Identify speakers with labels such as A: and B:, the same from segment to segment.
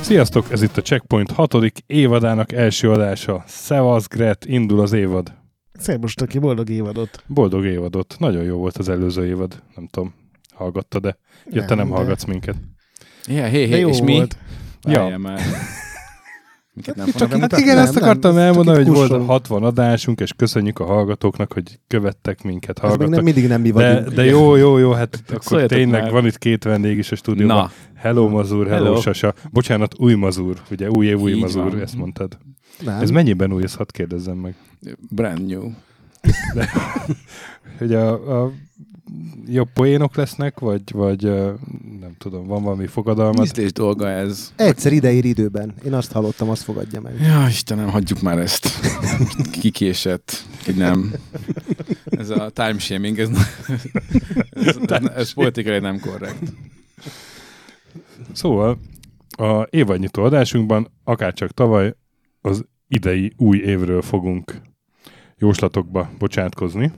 A: Sziasztok, ez itt a Checkpoint 6. évadának első adása. Szevasz, Gret, indul az évad.
B: Szerbustok ki, boldog évadot.
A: Boldog évadot. Nagyon jó volt az előző évad. Nem tudom, hallgatta, de ja, te nem
B: de-
A: hallgatsz minket.
C: Ja, hé,
B: De
C: hé,
B: jó
C: és mi?
B: volt.
C: Várjál
A: Ja.
C: már. Minket nem
B: Csak
C: fognak
B: itt-
A: Hát
C: bemutatni?
A: igen,
B: nem,
A: ezt
B: nem,
A: akartam
B: csak
A: elmondani,
B: itt
A: hogy volt a
B: kussolunk.
A: 60 adásunk, és köszönjük a hallgatóknak, hogy követtek minket,
B: Ez még nem,
A: hallgattak.
B: mindig nem mi
A: De,
B: vagyunk.
A: de jó, jó, jó, hát akkor
C: Szóljatok
A: tényleg
C: már.
A: van itt két vendég is a stúdióban.
C: Na,
A: Hello Mazur, hello, hello
C: Hello.
A: Sasa. Bocsánat, új Mazur, ugye új év új
C: Így
A: Mazur,
C: van.
A: ezt mondtad.
B: nem.
A: Ez mennyiben új, ezt hadd kérdezzem meg.
C: brand new.
A: Hogy a, a jobb poénok lesznek, vagy, vagy ö, nem tudom, van valami fogadalmat?
C: Ízlés dolga ez.
B: Egyszer ideér időben. Én azt hallottam, azt fogadja meg.
C: Ja, Istenem, hagyjuk már ezt. Kikésett, ki nem. Ez a time shaming, ez, ez, ez, ez politikai nem korrekt.
A: Szóval a évadnyitó adásunkban, akárcsak tavaly, az idei új évről fogunk jóslatokba bocsátkozni.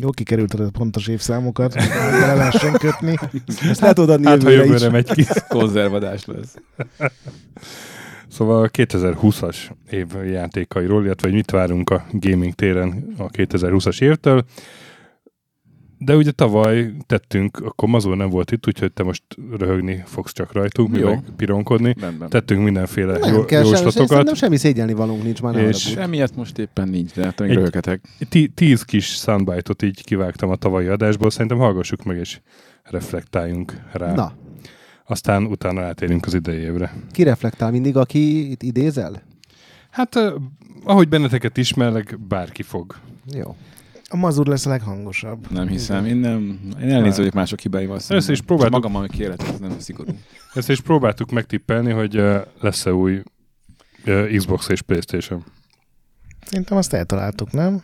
B: Jó, kikerülted a pontos évszámokat, hogy le lehessen kötni. Ezt le tudod adni
A: Hát, ha
B: jövőre,
A: jövőre
B: is.
A: megy ki.
C: Konzervadás lesz.
A: Szóval a 2020-as év játékairól, illetve hogy mit várunk a gaming téren a 2020-as évtől. De ugye tavaly tettünk, akkor Mazur nem volt itt, úgyhogy te most röhögni fogsz csak rajtunk, mi
C: Jó.
A: meg pironkodni.
C: Rendben.
A: Tettünk mindenféle
B: Nem
A: jó,
B: kell semmi,
A: jóslatokat.
B: szerintem semmi szégyelni valónk nincs már.
A: És-
B: És...
C: Emiatt most éppen nincs, de hát még
A: Egy-
C: röhögetek.
A: Ti- Tíz kis soundbite-ot így kivágtam a tavalyi adásból, szerintem hallgassuk meg és reflektáljunk rá.
B: Na,
A: Aztán utána átérünk az idei évre.
B: ki reflektál mindig, aki itt idézel?
A: Hát, eh, ahogy benneteket ismerlek, bárki fog.
B: Jó.
D: A mazur lesz a leghangosabb.
C: Nem hiszem, én nem. Én elnéződik mások hibáival. szemben.
A: Először is próbáltuk-
C: Magam, ami kérhet, ez nem szigorú.
A: Ezt is próbáltuk megtippelni, hogy ö, lesz-e új ö, Xbox és Playstation.
D: Szerintem azt eltaláltuk, nem?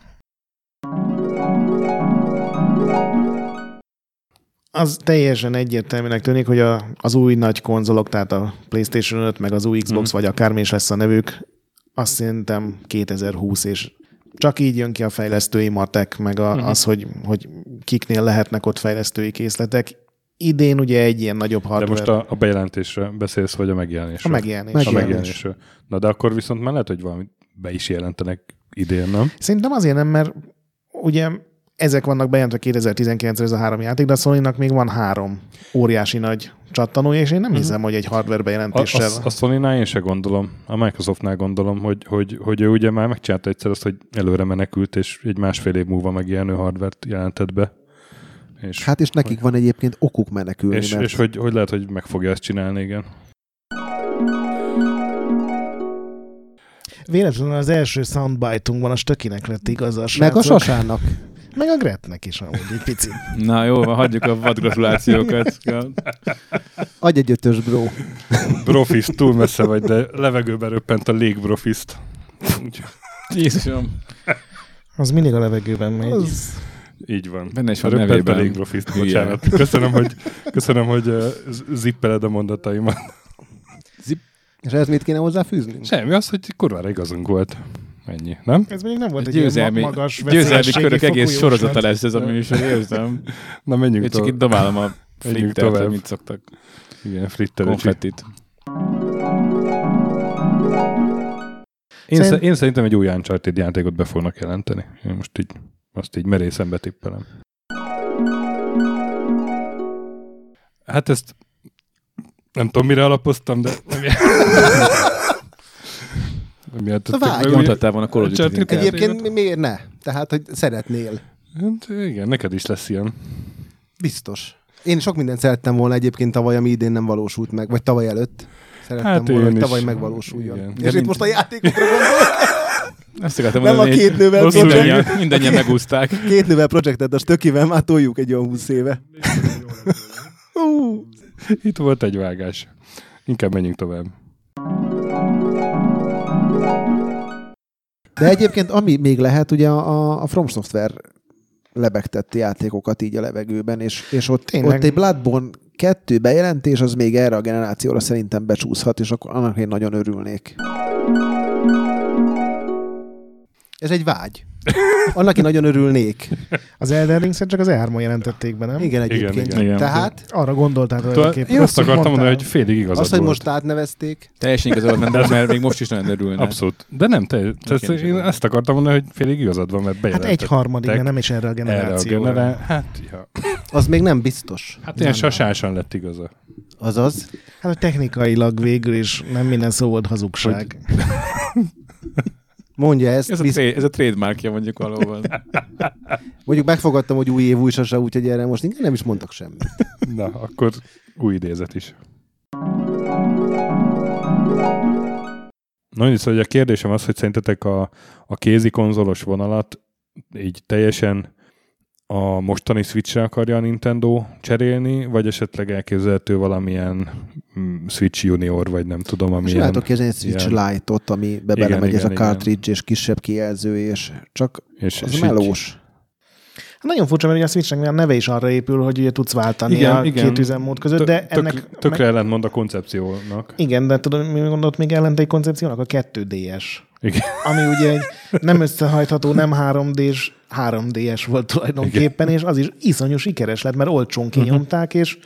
D: Az teljesen egyértelműnek tűnik, hogy a, az új nagy konzolok, tehát a PlayStation 5, meg az új Xbox,
C: Mhm.
D: vagy akármi is lesz a nevük, azt szerintem 2020, és csak így jön ki a fejlesztői matek, meg a,
A: Mhm.
D: az, hogy, hogy kiknél lehetnek ott fejlesztői készletek. Idén ugye egy ilyen nagyobb
A: De
D: hardware.
A: most a, a bejelentésre beszélsz, vagy a
D: a
A: megjelenésre?
D: megjelenés.
A: a
B: Megjelenés.
A: megjelenésre. Na de akkor viszont már lehet, hogy valami be is jelentenek idén, nem?
D: Szerintem azért nem, mert ugye ezek vannak bejelentve 2019-re ez a három játék, de a sony még van három óriási nagy csattanója, és én nem hiszem, hogy egy hardware
A: A,
D: bejelentéssel.
A: a, a Sony-nál én se gondolom, a Microsoftnál gondolom, hogy, hogy, hogy ő ugye már megcsinálta egyszer azt, hogy előre menekült, és egy másfél év múlva megjelenő hardvert jelentett be. És,
B: Hát és nekik van egyébként okuk menekülni,
A: és,
B: mert
A: és hogy, hogy lehet, hogy meg fogja ezt csinálni, igen.
D: Véletlenül az első soundbite-unkban a stökinek lett igaza a
B: meg a
D: srácok.
B: sasának.
D: Meg a Gretnek is amúgy egy picit.
C: Na jó, van, hagyjuk a vadgratulációkat.
B: Adj egy ötös, bro.
A: Brofist, túl messze vagy, de levegőbe röppent a légbrofist. Úgyhogy-
C: Jézusom.
D: Az mindig a levegőben megy. Az...
B: Az...
A: Így van.
C: Benne is van
A: Röppent
C: nevében.
A: a légrofiszt,
C: Hülye.
A: bocsánat. Köszönöm, hogy, köszönöm, hogy ö, z- zippeled a mondataimat.
B: És ez mit kéne hozzáfűznünk?
A: Semmi, az, hogy kurvára igazunk volt. Ennyi, nem?
D: Ez még nem volt egy,
C: Győzelmi,
D: ilyen ma- magas
C: győzelmi
D: veszélyességi
C: körök
D: fokú
C: egész
D: jóslat.
C: sorozata lesz ez a műsor, érzem.
A: Na
C: Én
A: menjünk
C: csak itt
A: tovább.
C: dobálom a
A: Menjünk
C: flittert,
A: tovább.
C: hogy mit szoktak.
A: Igen, fritter.
C: Konfettit.
A: Én,
D: Szerint-
A: sze- én szerintem egy új Uncharted játékot be fognak jelenteni. Én most így, azt így merészen betippelem. Hát ezt nem tudom, mire alapoztam, de... Mi
B: vágj,
C: Mondhattál volna Call of
A: Csak
C: Duty-t
A: tényleg-
C: inkább.
B: Egyébként mi- miért ne? Tehát, hogy szeretnél.
A: Hát igen, neked is lesz ilyen.
B: Biztos. Én sok mindent szerettem volna egyébként tavaly, ami idén nem valósult meg, vagy tavaly előtt. Szerettem
A: Hát
B: volna,
A: én
B: hogy
A: is.
B: tavaly megvalósuljon.
A: Igen.
B: Igen. És
C: De
B: itt
C: mind-
B: most a játékokra gondolok.
C: Ezt akartam
B: Nem a
C: mondani,
B: két nővel
C: hogy
B: projekt.
C: mindannyian, mindannyian megúzták.
B: Két nővel projektet, a stökivel már toljuk egy olyan 20 éve. Hú.
A: Itt volt egy vágás. Inkább menjünk tovább.
B: De egyébként ami még lehet, ugye a, a From Software lebegtette játékokat így a levegőben, és, és ott,
D: Tényleg.
B: ott egy Bloodborne kettő bejelentés, az még erre a generációra szerintem becsúszhat, és akkor annak én nagyon örülnék. Ez egy vágy. Annak én nagyon örülnék.
D: Az Elden Rings-et csak az E3-on jelentették be, nem?
B: Igen, egyébként.
A: igen. Igen.
B: Tehát
D: Arra gondoltál tulajdonképpen.
A: Én azt
D: Azt
A: akartam
D: mondtál.
A: mondani, hogy félig igazad
B: az, hogy
A: volt.
B: most átnevezték,
C: Teljesen igazad van, de mert még most is nagyon örülne.
A: Abszolút. De nem, te, te ezt,
C: is
A: én
C: igazad.
A: ezt akartam mondani, hogy félig igazad van, mert
D: Hát
A: bejelentették.
D: egy harmadik, de
A: Tek-
D: nem is erre
A: erre
D: a
A: a
D: generációra.
A: generá... Hát, ja.
B: az még nem biztos.
A: hát ilyen sasásan lett igaza.
B: Azaz.
D: Hát a technikailag végül is nem minden szó volt hazugság.
B: Mondja ezt.
C: Ez a,
B: bizt-
C: tra- ez a trademarkja mondjuk valóban.
B: Mondjuk megfogadtam, hogy új év, új sasa, úgyhogy erre most inkább nem is mondtak semmit.
A: Na, akkor új idézet is. Na, mindig, szóval hogy a kérdésem az, hogy szerintetek a, a kézi konzolos vonalat így teljesen a mostani Switch-re akarja a Nintendo cserélni, vagy esetleg elképzelhető valamilyen mm, Switch Junior, vagy nem tudom,
B: És
A: amilyen...
B: látok kezdeni egy Switch
A: ilyen-
B: Lite-ot, ami be
A: Igen,
B: belemegy ez
A: igen,
B: a
A: igen.
B: cartridge, és kisebb kijelző, és csak
A: és,
B: az
A: és így-
B: melós.
D: Hát Nagyon furcsa, mert ugye a Switchnek már a neve is arra épül, hogy ugye tudsz váltani
A: Igen,
D: igen, a
A: igen.
D: igen. két üzemmód között, de
A: tök,
D: ennek...
A: tökre ellentmond a koncepciónak.
D: Igen, de tudod, mi gondolt még ellent egy koncepciónak? A 2D-es.
A: Igen.
D: Ami ugye egy nem összehajtható, nem 3D-s, 3D-es volt tulajdonképpen, és az is iszonyú sikeres lett, mert olcsón
A: Mhm.
D: kinyomták, és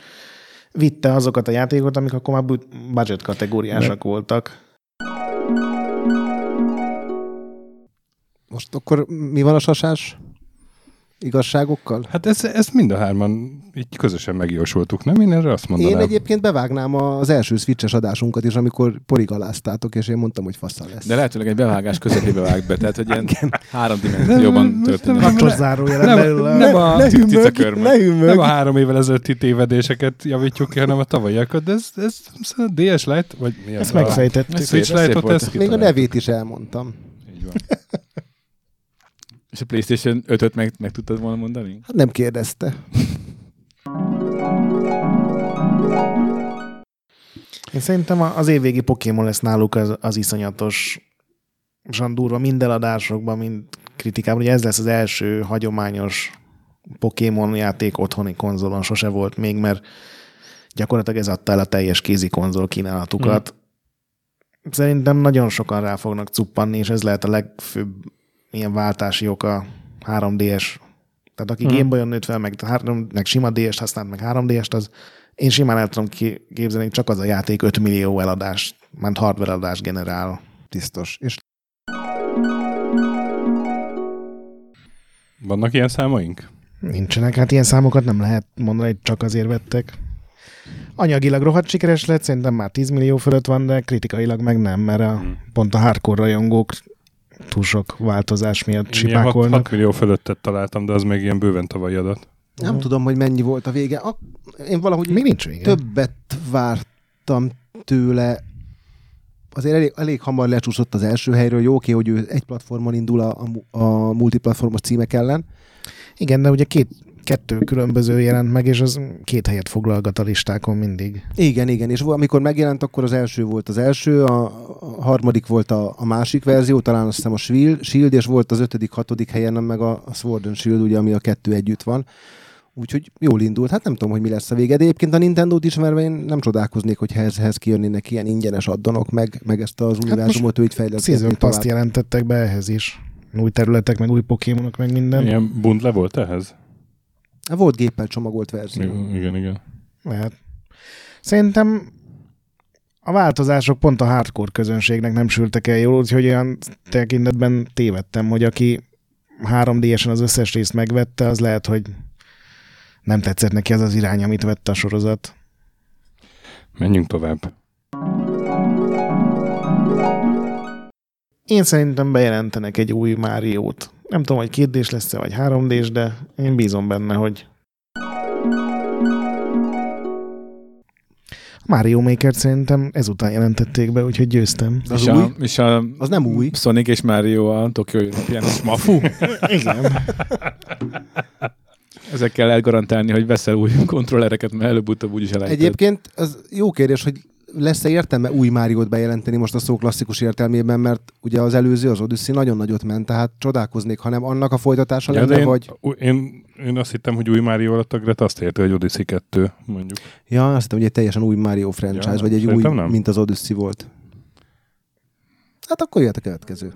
D: vitte azokat a játékokat, amik akkor már bu- budget kategóriásak voltak.
B: Most akkor mi van a sasás igazságokkal?
A: Hát ezt ez ezt mind a hárman így közösen megjósoltuk, nem? Én erre azt mondanám.
B: Én egyébként bevágnám az első switches adásunkat is, amikor porigaláztátok, és én mondtam, hogy faszal lesz.
C: De lehetőleg egy bevágás közepébe vág be, tehát hogy ilyen három dimenzióban történik.
D: Kapcsos zárójelen belül a...
A: nem, a,
C: cica körmöd.
A: nem a három évvel ezelőtti tévedéseket javítjuk ki, hanem a tavalyakat, de ez, ez, ez a DS Lite, vagy mi az? a-
D: Ezt megfejtettük.
A: A Switch
C: Ez szép
A: Lite-ot,
C: volt.
A: ezt
B: Még a
A: kitaláltuk.
B: nevét is elmondtam.
A: Így van.
C: És a PlayStation 5-öt meg, meg tudtad volna mondani?
B: Hát nem kérdezte.
D: Én szerintem a- az évvégi Pokémon lesz náluk az, az iszonyatos durva mind eladásokban, mind kritikában. Ugye ez lesz az első hagyományos Pokémon játék otthoni konzolon, sose volt még, mert gyakorlatilag ez adta el a teljes kézi konzol kínálatukat. Mm. Szerintem nagyon sokan rá fognak cuppanni, és ez lehet a legfőbb ilyen váltási oka 3DS. Tehát aki mm. Gameboyon nőtt fel, meg, 3, meg sima DS-t használt, meg 3DS-t, az én simán el tudom ki- képzelni, hogy csak az a játék 5 millió eladást, mert hardware eladást generál.
B: Biztos. És
A: Vannak ilyen számaink?
D: Nincsenek, hát ilyen számokat nem lehet mondani, hogy csak azért vettek. Anyagilag rohadt sikeres lett, szerintem már 10 millió fölött van, de kritikailag meg nem, mert a, pont a hardcore rajongók túl sok változás miatt
A: Ilyen 6,
D: sipákolnak.
A: millió fölöttet találtam, de az még ilyen bőven tavalyi adat.
B: nem tudom, hogy mennyi volt a vége. Ak- Én valahogy
D: Még nincs vége.
B: többet vártam tőle. Azért elég, elég hamar lecsúszott az első helyről. Jó, oké, hogy ő egy platformon indul a, a, mu- a multiplatformos címek ellen.
D: Igen, de ugye két, kettő különböző jelent meg, és az két helyet foglalgat a listákon mindig.
B: Igen, igen, és amikor megjelent, akkor az első volt az első, a, a harmadik volt a, a másik verzió, talán azt hiszem a Shield, Shield, és volt az ötödik, hatodik helyen meg a, a Sword and Shield, ugye, ami a kettő együtt van. Úgyhogy jól indult, hát nem tudom, hogy mi lesz a vége. De egyébként a Nintendo-t ismerve én nem csodálkoznék, hogy ehhez, ehhez kijönnének ilyen ingyenes addonok, meg, meg ezt az univerzumot ő így
D: Hát Season
B: fejleszteni
D: Pass-t jelentettek be ehhez is. Új területek, meg új pokémonok, meg minden.
A: Ilyen bundle volt ehhez?
B: Hát Volt géppel csomagolt verzió.
A: Igen, igen.
D: Lehet. Szerintem a változások pont a hardcore közönségnek nem sültek el jól, úgyhogy olyan tekintetben tévedtem, hogy aki 3D-esen az összes részt megvette, az lehet, hogy nem tetszett neki az az irány, amit vett a sorozat.
A: Menjünk tovább.
D: Én szerintem bejelentenek egy új Máriót. Nem tudom, hogy 2 d lesz-e, vagy 3 d de én bízom benne, hogy Mario Maker-t szerintem ezután jelentették be, úgyhogy győztem.
B: Az
C: és,
B: új?
C: a, és a
B: Az nem új.
C: Sonic és Mario a Tokyo Olimpián is mafu.
D: Igen.
C: Ezekkel lehet garantálni, hogy veszel új kontrollereket, mert előbb-utóbb úgyis elejtetted.
B: Egyébként az jó kérdés, hogy lesz-e értelme új Máriót bejelenteni most a szó klasszikus értelmében, mert ugye az előző, az Odyssey nagyon nagyot ment, tehát csodálkoznék, hanem annak a folytatása
A: Ja,
B: lenne,
A: de én,
B: vagy...
A: ú- én, én, azt hittem, hogy új Mario alatt a Greta azt érte, hogy Odyssey 2, mondjuk.
B: Ja, azt hittem, hogy egy teljesen új Mario franchise,
A: Ja,
B: vagy egy új,
A: szerintem nem.
B: mint az Odyssey volt. Hát akkor jöhet a következő.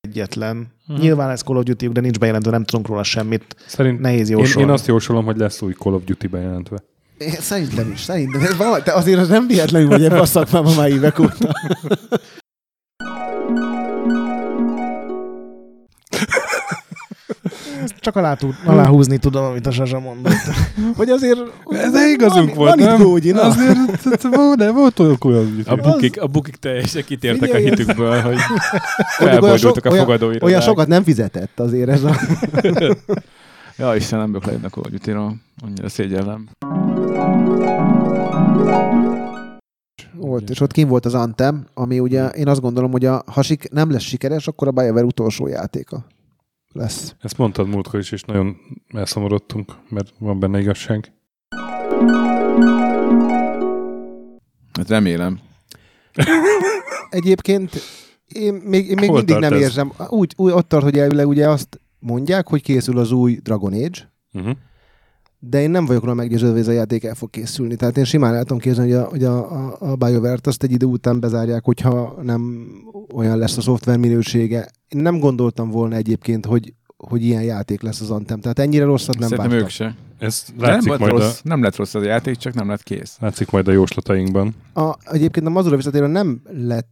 D: Egyetlen.
C: Mhm.
D: Nyilván ez Call of Duty, de nincs bejelentve, nem tudunk róla semmit.
A: Szerint
D: Nehéz
A: én,
D: jósolni.
A: én, azt jósolom, hogy lesz új Call of Duty bejelentve.
B: Én szerintem is, szerintem. Ez Valahogy, te azért az nem véletlenül vagy ebben a szakmában már évek óta.
D: Ezt csak alá, tud, aláhúzni tudom, amit a Sasa mondott.
B: Vagy azért...
A: De igazunk
B: van,
A: volt,
B: van
A: nem?
B: Itt gógyi, na.
A: Azért t- t- volt, de volt olyan Call of Duty.
C: A bukik, a bukik teljesen kitértek a
B: Figyelj, ez-
C: hitükből, hogy
B: Mondjuk olyan sok-
C: felbojdultak a
B: olyan-
C: fogadóirodák.
B: Olyan sokat nem fizetett azért ez a...
C: Ja, Isten, nem bök a Call of Duty-ról. Annyira szégyellem.
E: volt, és ott kim volt az Anthem, ami ugye én azt gondolom, hogy a, ha sik, nem lesz sikeres, akkor a BioWare utolsó játéka lesz.
A: Ezt mondtad múltkor is, és nagyon elszomorodtunk, mert van benne igazság.
C: Hát remélem.
B: Egyébként én még, én még
A: Hol
B: mindig
A: tart
B: nem
A: ez?
B: érzem. Úgy, úgy ott tart, hogy elvileg ugye azt mondják, hogy készül az új Dragon Age,
A: Uh-huh.
B: de én nem vagyok róla meggyőződve, hogy ez a játék el fog készülni. Tehát én simán el tudom képzelni, hogy a, hogy a, a, a BioWare-t azt egy idő után bezárják, hogyha nem olyan lesz a szoftver minősége. Én nem gondoltam volna egyébként, hogy, hogy ilyen játék lesz az Anthem. Tehát ennyire rosszat nem
C: Nem Szerintem
B: vártam.
C: ők se.
A: Ez
C: De nem,
A: látszik
C: lett
A: majd, a,
C: rossz, nem lett rossz az a játék, csak nem lett kész.
A: látszik majd a jóslatainkban.
B: A, egyébként a Mazura visszatérő nem lett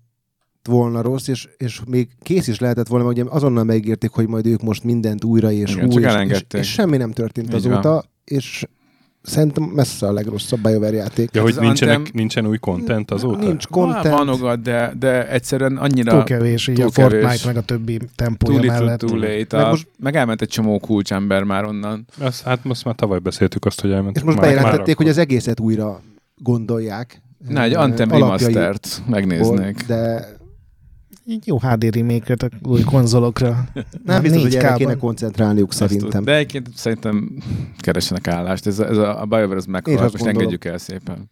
B: volna rossz, és, és még kész is lehetett volna, mert ugye azonnal megígérték, hogy majd ők most mindent újra és
C: Igen, csak
B: új, és, és,
C: elengedték.
B: és, semmi nem történt
C: Így
B: azóta,
C: van.
B: és szerintem messze a legrosszabb BioWare játék.
A: Ja,
C: Hát
A: hogy
C: az
A: nincsenek,
C: Anthem-
A: nincsen új content azóta?
B: Nincs
C: Van,
B: content.
C: van ogat, de, de egyszerűen annyira...
D: Túl kevés, így
C: túl
D: a Fortnite
C: kevés.
D: meg a többi
C: Túl
D: tempója
C: little,
D: mellett.
C: túl late.
B: Meg
C: A,
B: most-
C: meg elment egy csomó kulcsember már onnan.
A: Azt, hát most már tavaly beszéltük azt, hogy elmentek.
B: És most
A: már- már
B: bejelentették,
A: akkor.
B: hogy az egészet újra gondolják.
C: Na, egy
B: Eh,
C: Anthem
B: alapjaiból,
C: remastert megnéznék.
B: De
D: Így jó HD remake a új konzolokra.
B: nem biztos, hogy erre
D: 4K-ban.
B: kéne koncentrálniuk
C: Azt tud-
B: szerintem.
C: De egyébként szerintem keresenek állást. Ez, a- ez a, a BioWare az meghalt,
B: Én
C: most
B: azt gondolom.
C: engedjük el szépen.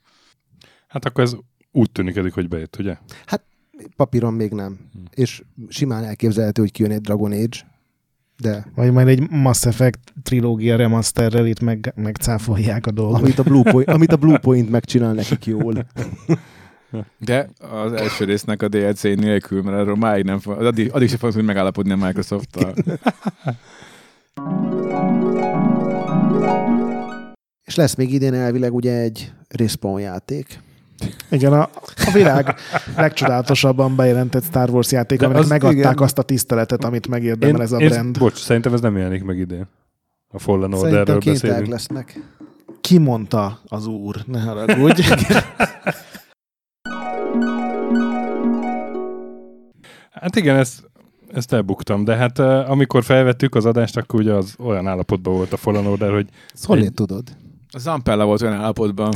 A: Hát akkor ez úgy tűnik eddig, hogy bejött, ugye?
B: Papíron még nem. És simán elképzelhető, hogy kijön egy Dragon Age, de
D: Vagy majd egy Mass Effect trilógia remasterrel itt meg, megcáfolják a dolgot.
B: amit a Blue Point, amit a Blue Point megcsinál nekik jól.
C: De az első résznek a DLC nélkül, mert arról máig nem fog, addig, addig sem fogunk tudni megállapodni a Microsoft-tal.
E: És lesz még idén elvileg ugye egy Respawn játék.
D: Igen, a, a világ legcsodálatosabban bejelentett Star Wars játék,
A: De
D: aminek
A: az-
D: megadták
A: igen.
D: azt a tiszteletet, amit megérdemel ez a brand.
A: Bocs, szerintem ez nem jelenik meg idén. A Fallen
E: Szerintem
A: Orderről
E: kénták
A: beszélünk.
E: lesznek.
D: Ki mondta az úr? Ne haragudj.
A: Hát igen, ezt, ezt elbuktam, de hát eh, amikor felvettük az adást, akkor ugye az olyan állapotban volt a Fallen Order, hogy
B: Szolid tudod.
C: A Zampella volt olyan állapotban.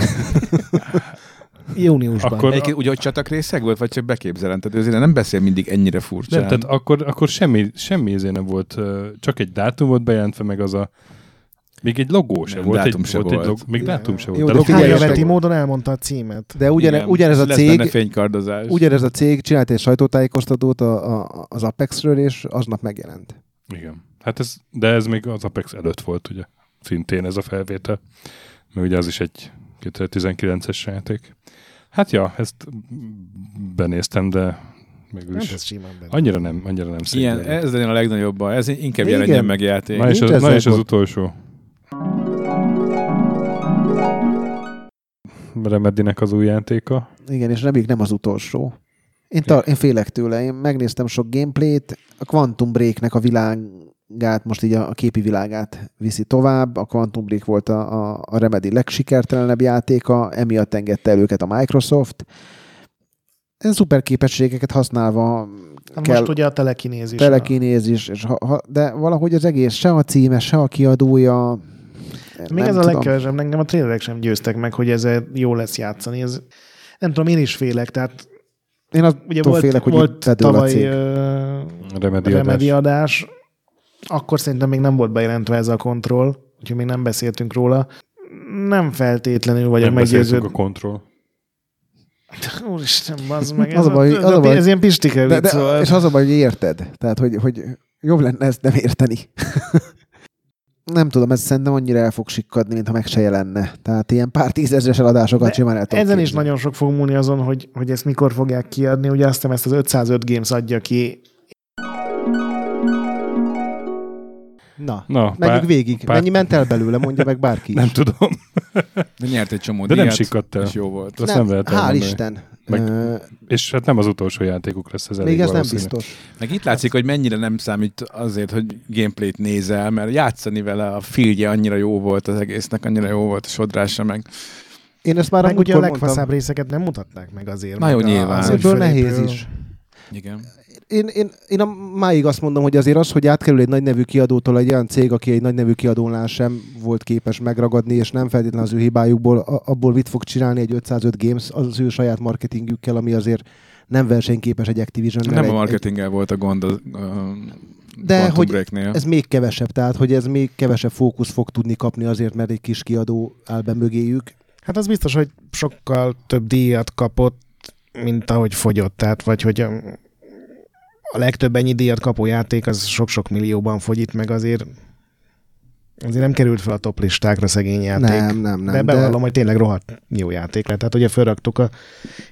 D: Júniusban.
A: Akkor-
D: Akkor...
C: Egyébként úgy, hogy csatak részek volt, vagy csak beképzelem? Tehát azért nem beszél mindig ennyire furcsán.
A: nem, tehát akkor, akkor semmi, semmi izé nem volt, eh, csak egy dátum volt bejelentve, meg az a még egy logó sem
C: Nem,
A: volt.
C: dátum
A: egy,
C: se
A: volt, Egy
C: volt.
A: log, még dátum se volt.
B: Jó,
A: de
B: de
A: logó
B: figyelj,
A: se
D: Hányaveti
A: volt.
D: Hát, módon elmondta a címet.
B: De ugyane,
C: Igen,
B: ugyanez a
C: lesz benne
B: cég,
C: fénykardozás.
B: ugyanez a cég csinált egy sajtótájékoztatót a, a, az Apexről, és aznap megjelent.
A: Igen. Hát ez, de ez még az Apex előtt volt, ugye? Szintén ez a felvétel. Mert ugye az is egy 2019-es játék. Hát ja, ezt benéztem, de
D: Nem,
A: mégis
D: ez simán benne.
A: annyira nem, annyira nem szép.
C: Igen, ez legyen a legnagyobb baj. Ez inkább
B: Igen.
C: jelenjen meg játék.
A: Na és,
B: nincs
A: az, na
B: ezzel
A: és az
B: gond.
A: utolsó. Remedinek az új játéka.
E: Igen, és reméljük nem az utolsó. Én, tar- én félek tőle, én megnéztem sok gameplayt, a Quantum Breaknek a világát, most így a, a képi világát viszi tovább, a Quantum Break volt a, a, a Remedy legsikertelenebb játéka, emiatt engedte el őket a Microsoft. Én szuper képességeket használva
D: Hát
E: kell
D: Most ugye a telekinézis.
E: telekinézis, és ha, ha, de valahogy az egész, se a címe, se a kiadója,
D: Még
E: nem
D: ez a
E: tudom.
D: legkevesebb, engem a trélerek sem győztek meg, hogy ezzel jó lesz játszani. Ez, nem tudom, én is félek, tehát
E: Én
D: ugye
E: attól
D: volt,
E: félek, hogy itt
D: volt
E: bedől a
D: tavaly
E: cég.
D: ö,
A: Remedi
D: remedi
A: adás.
D: adás, akkor szerintem még nem volt bejelentve ez a kontroll, úgyhogy még nem beszéltünk róla. Nem feltétlenül vagyok
A: Nem
D: meggyőződ.
A: beszéltünk a kontroll.
D: Úristen, bazd meg, ez,
E: Az a baj,
D: ez,
E: az a
D: a,
E: baj-
D: ez ilyen pistike
E: De,
D: vicc,
E: de,
D: szóval.
E: és az a baj, hogy érted. Tehát, hogy, hogy jobb lenne ezt nem érteni. nem tudom, ez szerintem annyira el fog sikkadni, mintha meg se jelenne. Tehát ilyen pár tízezres eladásokat
D: De
E: simán el tudok
D: Ezen is
E: képzelni.
D: nagyon sok fog múlni azon, hogy, hogy ezt mikor fogják kiadni. Ugye azt hiszem ezt az 505 Games adja ki.
B: Na,
A: Na,
B: menjünk
A: pár-
B: végig.
A: pár-
B: Mennyi ment el belőle, mondja meg bárki is.
A: Nem tudom.
C: De nyert egy csomó
A: De nem
C: díjat,
A: sikadt el.
C: és jó volt.
A: Azt nem, nem lehet
E: Hál'
A: elmondani.
E: Isten.
A: Meg-
E: Ö,
A: És hát nem az utolsó játékuk lesz ez elég
E: még ez nem
A: valószínű.
E: biztos.
C: Meg itt látszik, hogy mennyire nem számít azért, hogy gameplayt nézel, mert játszani vele a filje annyira jó volt az egésznek, annyira jó volt a sodrása, meg
E: Én ezt már
D: Meg ugye a
E: amúgykor
D: legfaszább
E: mondtam.
D: részeket nem mutatták meg azért.
C: Na
D: meg
C: jó,
D: a-
C: nyilván.
D: az, hogy
E: Ebből nehéz
D: fölépül.
E: is.
C: igen.
B: Én, én, én a máig azt mondom, hogy azért az, hogy átkerül egy nagy nevű kiadótól egy olyan cég, aki egy nagy nevű kiadónál sem volt képes megragadni, és nem feltétlenül az ő hibájukból, a- abból mit fog csinálni egy 505 Games az ő saját marketingjükkel, ami azért nem versenyképes egy activision
C: Nem
B: egy, egy,
C: a marketinggel volt a gond az, ö,
B: De
C: Quantum
B: hogy
C: Breaknél.
B: ez még kevesebb, tehát hogy ez még kevesebb fókusz fog tudni kapni azért, mert egy kis kiadó áll be mögéjük.
D: Hát az biztos, hogy sokkal több díjat kapott, mint ahogy fogyott. Tehát, vagy hogy a, a legtöbb ennyi díjat kapó játék az sok-sok millióban fogy itt, meg azért azért nem került fel a top listákra szegény játék.
E: Nem, nem,
D: de
E: nem.
D: bevallom,
E: De
D: hogy tényleg rohadt jó játék lett. Tehát ugye felraktuk a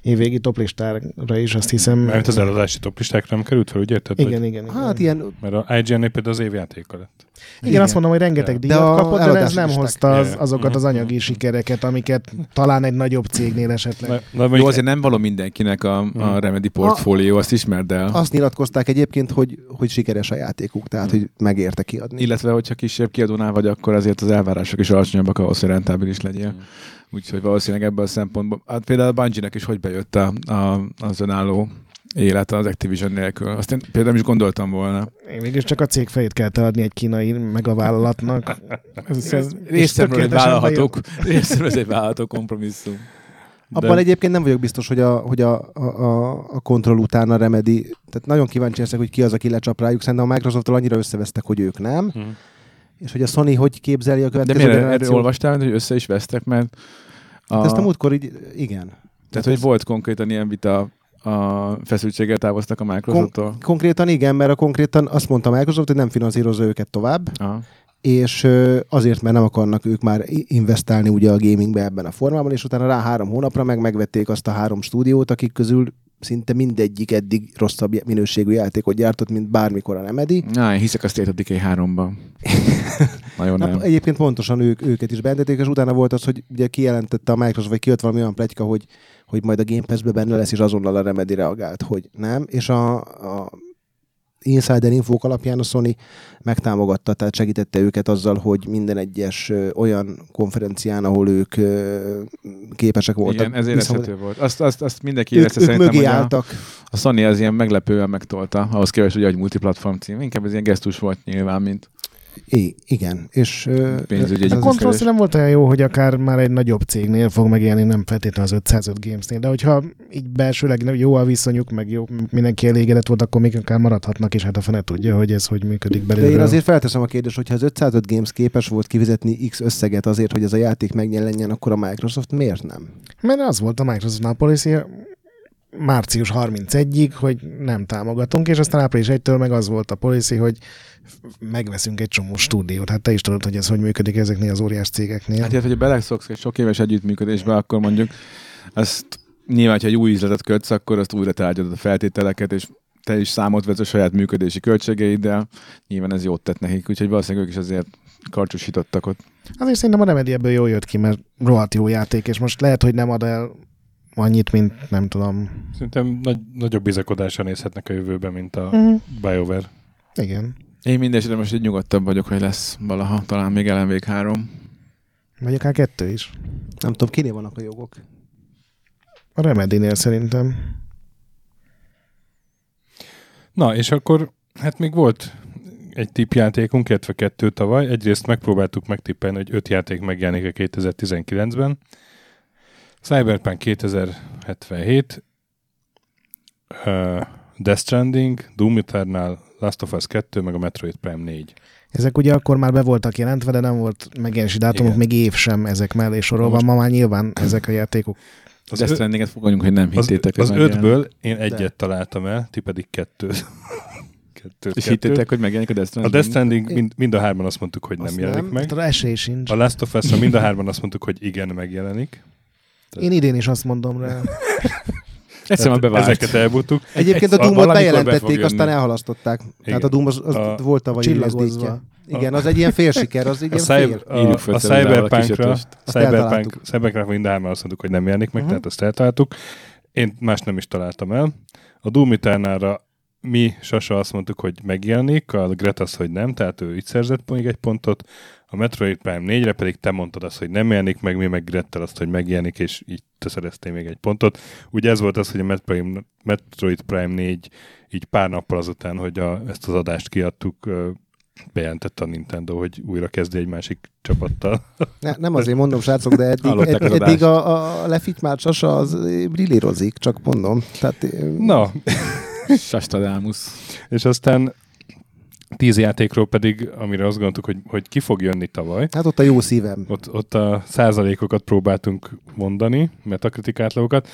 D: évvégi toplistára is, azt hiszem.
A: Mert az eladási toplistákra nem került fel, ugye? Tehát,
D: igen, igen, igen.
B: Hát ilyen
A: Mert a IGN-nél például az év játéka lett.
D: igen,
B: igen.
D: azt mondom, hogy rengeteg
A: Ja.
D: díjat
B: De a
D: kapott, de ez
B: eladási
D: nem
B: listák.
D: hozta az,
A: Ja.
D: azokat az anyagi sikereket, amiket talán egy nagyobb cégnél esetleg.
A: Na, na,
C: Jó,
A: mondjuk-
C: azért nem való mindenkinek a, a Remedy portfólió, azt ismerd el.
B: azt nyilatkozták egyébként, hogy, hogy sikeres a játékuk, tehát hogy megérte kiadni.
C: Illetve, hogyha kisebb kiadónál vagy, akkor azért az elvárások is alacsonyabbak ahhoz, hogy rentábilis legyél.
A: Hmm.
C: Úgyhogy valószínűleg ebből a szempontból. Hát például a Bungie-nek is hogy bejött a, a, az önálló élet az Activision nélkül. Azt én például nem is gondoltam volna.
D: Én mégis csak a cég fejét kell adni egy kínai megavállalatnak. Ez, ez,
C: Részemről egy
D: tökéletesen
C: vállalhatók, részemről ez egy vállalható kompromisszum.
B: Abban egyébként nem vagyok biztos, hogy a, hogy a, a, a- a kontroll után a Remedy, tehát nagyon kíváncsi leszek, hogy ki az, aki lecsap rájuk, szerintem a microsoft annyira összevesztek, hogy ők nem,
A: Mhm.
B: és hogy a Sony hogy képzeli a
C: De
B: következő
C: miért erről
B: generációt.
C: olvastál, hogy össze is vesztek, mert a,
B: Hát Ezt a múltkor így, igen.
C: tehát, hogy volt konkrétan ilyen vita, a feszültséggel távoztak a Microsofttól.
B: Konkrétan igen, mert a konkrétan azt mondta Microsoft, hogy nem finanszírozza őket tovább,
C: Aha.
B: és ö, azért, mert nem akarnak ők már i- investálni ugye a gamingbe ebben a formában, és utána rá három hónapra meg megvették azt a három stúdiót, akik közül szinte mindegyik eddig rosszabb je- minőségű játékot gyártott, mint bármikor a Remedy.
C: Na, én hiszek a State of Decay 3-ban. Nagyon
B: Na,
C: nem.
B: egyébként pontosan ők, őket is bejelentették, és utána volt az, hogy ugye kijelentette a Microsoft, vagy kijött valami olyan pletyka, hogy, hogy majd a Game Pass-be benne lesz, és azonnal a Remedy reagált, hogy nem, és a, a insider infók alapján a Sony megtámogatta, tehát segítette őket azzal, hogy minden egyes ö, olyan konferencián, ahol ők ö, képesek voltak.
C: Igen, ez
B: viszont-
C: érezhető volt. Azt, azt, azt mindenki
B: Ők,
C: érezte
B: ők
C: szerintem,
B: mögé
C: hogy a,
B: álltak.
C: a Sony az ilyen meglepően megtolta, ahhoz képest, hogy egy multiplatform cím. Inkább ez ilyen gesztus volt nyilván, mint
B: I- igen, és... ö,
C: pénzügyi
B: ez
C: egy
B: az-
D: A kontroll nem volt olyan jó, hogy akár már egy nagyobb cégnél fog megélni, nem feltétlenül az 505 Gamesnél, de hogyha így belsőleg nem- jó a viszonyuk, meg jó, mindenki elégedett volt, akkor még akár maradhatnak, és hát a fene tudja, hogy ez hogy működik belőle.
B: De én azért felteszem a kérdést, hogyha az 505 Games képes volt kifizetni X összeget azért, hogy ez a játék megjelenjen, akkor a Microsoft miért nem?
D: Mert az volt a Microsoftnál policy március 31-ig, hogy nem támogatunk, és aztán április 1-től meg az volt a policy, hogy megveszünk egy csomó stúdiót. Hát te is tudod, hogy ez hogy működik ezeknél az óriás cégeknél.
C: Hát, illetve, hogyha beleszoksz egy sok éves együttműködésbe, akkor mondjuk azt nyilván, hogyha egy új üzletet kötsz, akkor azt újra tárgyalod a feltételeket, és te is számot vetsz a saját működési költségeiddel. Nyilván ez jót tett nekik, úgyhogy valószínűleg ők is azért karcsúsítottak ott.
D: Azért szerintem a Remedy ebből jól jött ki, mert rohadt jó játék, és most lehet, hogy nem ad el annyit, mint nem tudom.
A: Szerintem nagy, nagyobb bizakodásra nézhetnek a jövőbe, mint a
D: Mhm.
A: BioWare.
D: Igen.
C: Én mindesetre most így nyugodtabb vagyok, hogy lesz valaha, talán még LMV 3.
D: Vagy akár kettő is.
B: Nem tudom, kiné vannak a jogok.
D: A Remedynél szerintem.
A: Na, és akkor hát még volt egy tippjátékunk, illetve kettő tavaly. Egyrészt megpróbáltuk megtippelni, hogy öt játék megjelenik a 2019-ben. Cyberpunk 2077, uh, Death Stranding, Doom Eternal, Last of Us 2, meg a Metroid Prime 4.
D: Ezek ugye akkor már be voltak jelentve, de nem volt megjelenési dátumok,
A: Igen.
D: még év sem ezek mellé sorolva.
A: Most-
D: Ma már nyilván ezek a játékok.
A: Az,
C: Death
A: ö-
C: Strandinget fogadjunk, hogy nem
A: az,
C: hittétek. hogy
A: az
C: megjelenik.
A: ötből én egyet találtam el, ti pedig kettőt. kettőt,
C: És
A: kettőt.
C: hittétek, hogy megjelenik a Death
A: A
C: Stranding?
A: Death Stranding mind, mind a hárman azt mondtuk, hogy nem
B: Azt
A: jelenik
B: nem.
A: meg.
D: Tehát esély sincs.
A: A Last of us mind a hárman azt mondtuk, hogy igen, megjelenik.
D: Én idén is azt mondom rá.
A: Tehát
C: Egyszerűen bevált.
A: hát Ezeket elbújtuk.
B: Egyébként a
A: Egyszer-
B: Doomot
A: valamikor be fog
B: bejelentették,
A: jönni.
B: aztán elhalasztották. Tehát a Doom az, az
A: A-
B: volt tavaly
D: Csillagozva.
B: évvezdítje. Igen, az egy ilyen félsiker, az egy
A: A,
B: ilyen
A: cyber,
B: fél.
A: a,
C: Írjuk fel
A: a
C: Szeruzával a
A: Cyberpunkra,
C: kísértést.
B: Azt
A: cyberpunk,
B: eltaláltuk.
A: cyberpunk mind a hárman azt mondtuk, hogy nem jelenik meg,
B: Mhm.
A: tehát azt eltaláltuk. Én más nem is találtam el. A Doom Eternalra mi, Sasa azt mondtuk, hogy megjelenik, a Greta azt, hogy nem, tehát ő így szerzett még egy pontot. A Metroid Prime 4-re pedig te mondtad azt, hogy nem jelenik meg, mi meg Grettel azt, hogy megjelenik, és így te szereztél még egy pontot. Ugye ez volt az, hogy a Metroid, Metroid Prime 4 így pár nappal azután, hogy a, ezt az adást kiadtuk, ö, bejelentette a Nintendo, hogy újra kezdi egy másik csapattal.
B: Ne, nem azért mondom, srácok, de eddig,
C: Hallották
B: ed,
C: az
B: eddig a, a lefitmált sasa az eh, brillírozik, csak mondom. Tehát, eh,
A: Na,
C: Sastadámus.
A: és aztán tíz játékról pedig, amire azt gondoltuk, hogy, hogy ki fog jönni tavaly,
B: Hát ott a jó szívem.
A: ott, ott a százalékokat próbáltunk mondani, metakritik átlagokat.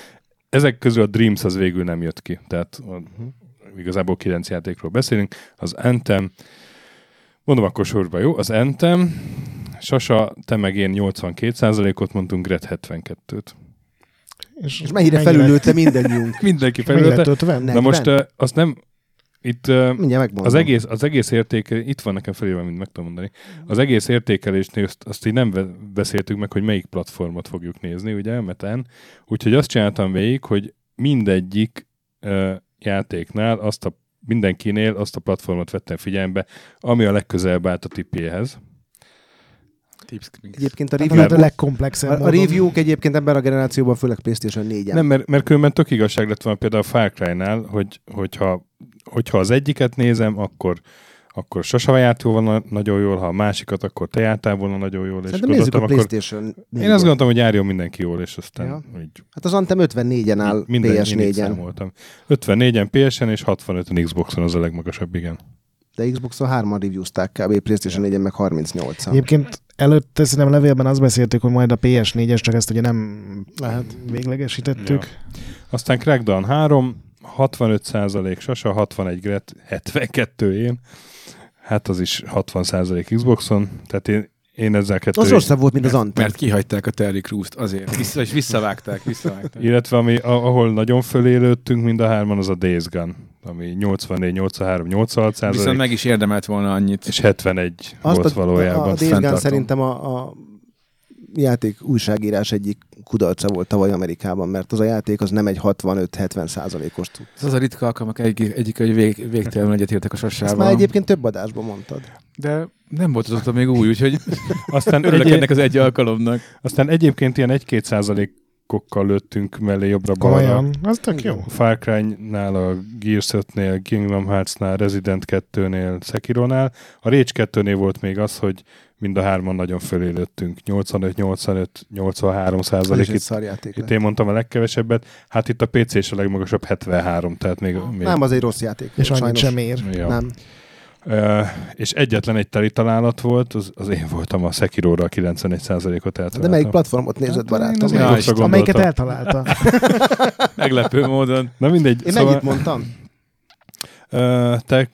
A: Ezek közül a Dreams az végül nem jött ki, tehát a, igazából kilenc játékról beszélünk. Az Anthem, mondom akkor sorba, jó? Az Anthem, Sasa, te meg én 82 százalékot mondtunk, Gret 72-t.
B: És mennyire felülőtte mindannyiunk.
A: Mindenki
D: Mennyire lett
A: felülte.
D: 50?
A: Na most
B: uh,
A: ö, azt nem, itt ö,
B: mindjárt megmondom.
A: Az egész, az egész értékelés, itt van nekem felírva, mint meg tudom mondani. Az egész értékelésnél azt, azt így nem ve- beszéltük meg, hogy melyik platformot fogjuk nézni, ugye, metán. Úgyhogy azt csináltam végig, hogy mindegyik ö, játéknál azt a mindenkinél azt a platformot vettem figyelembe, ami a legközelebb állt a tipéhez.
B: Egyébként a
D: Hát lehet
B: review,
D: a legkomplexebb
B: a, a
D: módon.
B: review egyébként ebben a generációban, főleg PlayStation 4-en.
A: Nem, mert, mert különben tök igazság lett volna például a Far Cry-nál, hogy, hogyha, hogyha az egyiket nézem, akkor akkor sose járt volna nagyon jól, ha a másikat, akkor te jártál volna nagyon jól, és
B: Szerintem nézzük a
A: gondoltam, akkor
B: PlayStation 4
A: Én azt gondoltam, hogy járjon mindenki jól, és aztán ja.
B: Ja.
A: így
B: Hát az Antem 54-en áll
A: minden én így
B: PS4-en,
A: számoltam. 54-en PS-en és 65-en Xboxon az a legmagasabb, igen.
B: de Xboxon 3-an reviewzták kb. PlayStation 4-en meg 38-an.
D: Egyébként előtte szerintem levélben azt beszéltük, hogy majd a PS4-es, csak ezt ugye nem lehet véglegesítettük.
A: Ja. Aztán Crackdown 3, 65 Sasa, 61 Gret, 72 én. Hát az is 60 Xboxon, tehát én, én ezzel kettő...
B: Az rosszabb volt, mint az Antem.
C: Mert kihagyták a Terry Crews-t azért. Vissza, és visszavágták, visszavágták.
A: Illetve ami, a- ahol nagyon fölélődtünk mind a hárman, az a Days Gone, ami 84, 83, 86
C: Viszont
A: százalék,
C: meg is érdemelt volna annyit.
A: és 71 Azt volt valójában.
B: A, a Days Gone
C: fenntartom.
B: szerintem a, a játék újságírás egyik kudarca volt tavaly Amerikában, mert az a játék az nem egy 65-70 százalékos tud.
C: Ez az a ritka alkalmak egyik, egyik hogy vég, végtelenül egyetértek a
B: Ezt
C: sasával.
B: már egyébként több adásban mondtad.
C: De nem volt azóta még új, úgyhogy
A: Aztán
C: örülök
A: egy-
C: ennek az egy alkalomnak.
A: Aztán egyébként ilyen 1-2 százalékokkal lőttünk mellé jobbra-balra.
D: Komolyan. Az tök jó.
A: A Far Cry-nál, a Gears 5-nél, Kingdom Hearts-nál, Resident 2-nél, Sekiro-nál. A Rage 2-nél volt még az, hogy mind a hárman nagyon fölélődtünk. 85-85-83
B: Az
A: százalék.
B: is Szóval egy
A: Itt,
B: szarjáték
A: itt
B: lett.
A: én mondtam a legkevesebbet. Hát itt a PC és a legmagasabb 73, tehát még... még
B: Nem, az egy rossz játék.
D: És
B: volt,
D: annyit
B: sajnos.
D: sem ér.
A: ja.
B: Nem.
A: Ö, és egyetlen egy teli találat volt, az, az én voltam a Sekiro-ra 91%-ot eltaláltam.
B: De melyik platformot nézett,
A: Én az
B: barátom?
A: Xboxra gondoltam.
D: Amelyiket eltalálta.
C: Meglepő módon.
A: Na mindegy. szóval-
B: Én mennyit mondtam?
A: Ö, te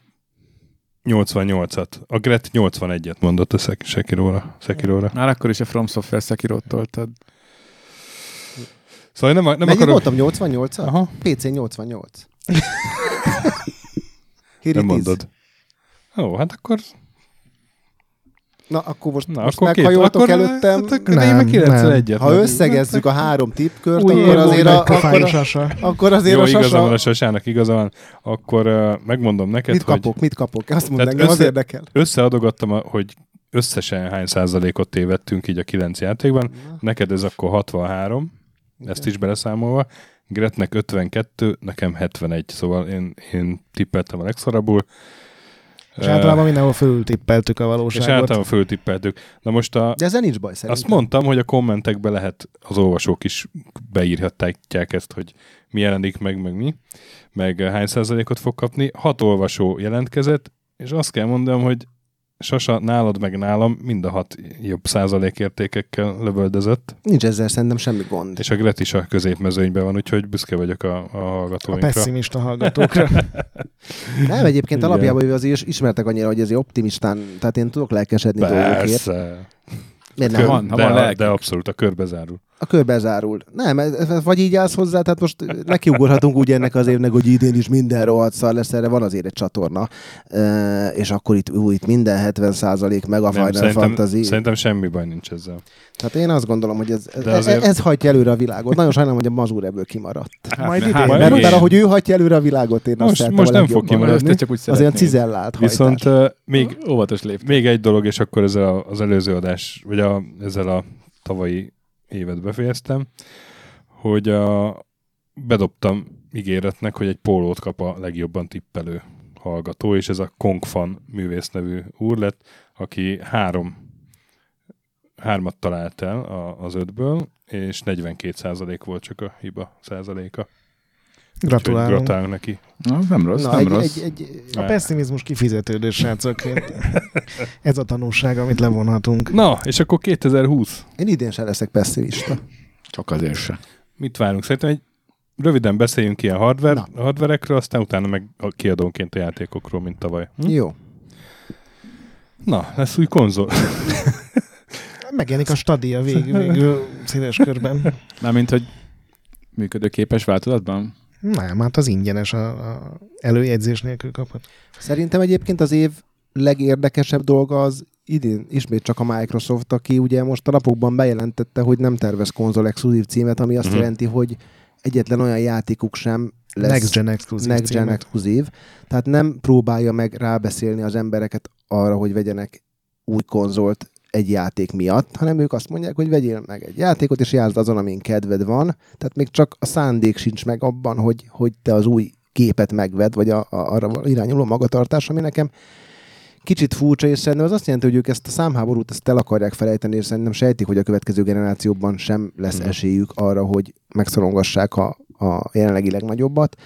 A: 88-at. A Gret 81-et mondott a Sek- Sekiróra. Sekiróra.
C: Már akkor is a From Software Sekiro-t toltad.
A: Szóval én nem, nem
B: Mennyit
A: akarok...
B: voltam? 88 -a?
A: Aha,
B: PC 88. Here
A: nem
B: it is.
A: mondod. Ó, hát akkor,
B: Na, akkor most,
A: na,
B: most
A: akkor két,
B: meghajoltok
A: akkor,
B: előttem.
A: Hát, akkor nem, én meg Hát, 91-et.
B: Ha összegezzük a három tippkört,
D: Új
B: akkor
D: év,
B: azért,
D: új
B: a,
D: megpofájú
B: akkor, a,
D: sasa.
B: akkor azért
A: Jó,
B: a
A: igaza van a
B: sasa...
A: sasának, igaza van. Akkor uh, megmondom neked,
B: Mit
A: hogy
B: kapok, mit kapok? Azt mondd
A: Tehát
B: engem, az
A: össze-
B: érdekel.
A: összeadogattam, a- hogy összesen hány százalékot tévedtünk így a kilenc játékban. Neked ez akkor 63, ezt is beleszámolva. Gretnek 52, nekem 71, szóval én, én tippeltem a legszarabbul.
D: És általában mindenhol fölültippeltük a valóságot.
A: és általában föltippeltük. Na most a,
B: De ezzel nincs baj szerintem.
A: Azt mondtam, hogy a kommentekbe lehet, az olvasók is beírhatják ezt, hogy mi jelenik meg, meg mi, meg hány százalékot fog kapni. Hat olvasó jelentkezett, és azt kell mondanom, hogy Sasa nálad meg nálam mind a hat jobb százalékértékekkel lövöldözött,
B: Nincs ezzel szerintem semmi gond.
A: és a Gret is a középmezőnyben van, úgyhogy büszke vagyok a, a
D: A
A: hallgatóinkra.
D: pessimista hallgatókra.
B: Nem, egyébként
A: Igen.
B: alapjában véve azért ismertek annyira, hogy ezért optimistán, tehát én tudok lelkesedni dolgokért.
A: Persze.
B: Miért
A: Kör,
B: nem?
C: Van, ha
A: de,
C: van
A: de,
C: lelkünk.
A: de abszolút, a körbe zárul.
B: A körbe zárul. Nem, ez- ez- vagy így állsz hozzá, tehát most nekiugorhatunk úgy ennek az évnek, hogy idén is minden rohadt szar lesz, erre van azért egy csatorna, Ö, és akkor itt, ú, itt minden 70 meg a
A: Nem,
B: Final
A: szerintem,
B: Fantasy.
A: szerintem semmi baj nincs ezzel.
B: Tehát én azt gondolom, hogy ez, ez,
A: De azért-
B: ez, ez hagyja előre a világot. Nagyon sajnálom, hogy a mazur ebből kimaradt.
C: Hát,
D: Majd
C: ne,
D: idén.
C: hát,
A: Majd
B: Mert,
A: Igen.
B: mert ahogy ő hagyja előre a világot, én azt
A: Most-
B: szeretem
A: most
B: a
A: nem
B: legjobban.
A: fog kimaradni.
C: Ezt csak úgy
B: Az olyan
C: szeretném.
B: cizellált hajtás.
A: Viszont ö, még
C: Még óvatos lép.
A: Még egy dolog, és akkor ezzel a- az előző adás, vagy a, ezzel a tavalyi évet befejeztem, hogy a, bedobtam ígéretnek, hogy egy pólót kap a legjobban tippelő hallgató, és ez a Kongfan művész nevű úr lett, aki három hármat talált el a, az ötből, és 42 százalék volt csak a hiba százaléka. Úgyhogy
D: Gratulálunk.
A: Gratulálunk neki.
C: Na, nem rossz,
B: Na,
C: nem
B: egy,
C: rossz.
B: egy, egy,
D: A pessimizmus kifizetődő, srácok. Én- Ez a tanulság, amit levonhatunk.
A: Na, és akkor 2020.
B: én idén sem leszek pessimista.
C: Csak azért se.
A: Mit várunk? Szerintem egy röviden beszéljünk ilyen hardware,
B: Na.
A: hardverekről, aztán utána meg a kiadónként a játékokról, mint tavaly. Hm?
B: Jó.
A: Na, lesz új konzol.
D: Megjelenik a stadia végül, végül színes körben.
C: Mármint, hogy működőképes változatban?
D: Nem, hát az ingyenes, a, a előjegyzés nélkül kaphat.
B: Szerintem egyébként az év legérdekesebb dolga az idén ismét csak a Microsoft, aki ugye most a napokban bejelentette, hogy nem tervez konzol exkluzív címet, ami azt
A: Mhm.
B: jelenti, hogy egyetlen olyan játékuk sem lesz
D: Next Gen Exclusive
B: next gen exkluzív. Tehát nem próbálja meg rábeszélni az embereket arra, hogy vegyenek új konzolt egy játék miatt, hanem ők azt mondják, hogy vegyél meg egy játékot, és játszd azon, amin kedved van. Tehát még csak a szándék sincs meg abban, hogy, hogy te az új gépet megved, vagy a, a, arra irányuló magatartás, ami nekem kicsit furcsa, és szerintem az azt jelenti, hogy ők ezt a számháborút ezt el akarják felejteni, és szerintem sejtik, hogy a következő generációban sem lesz
A: Mhm.
B: esélyük arra, hogy megszorongassák a, a jelenlegi legnagyobbat.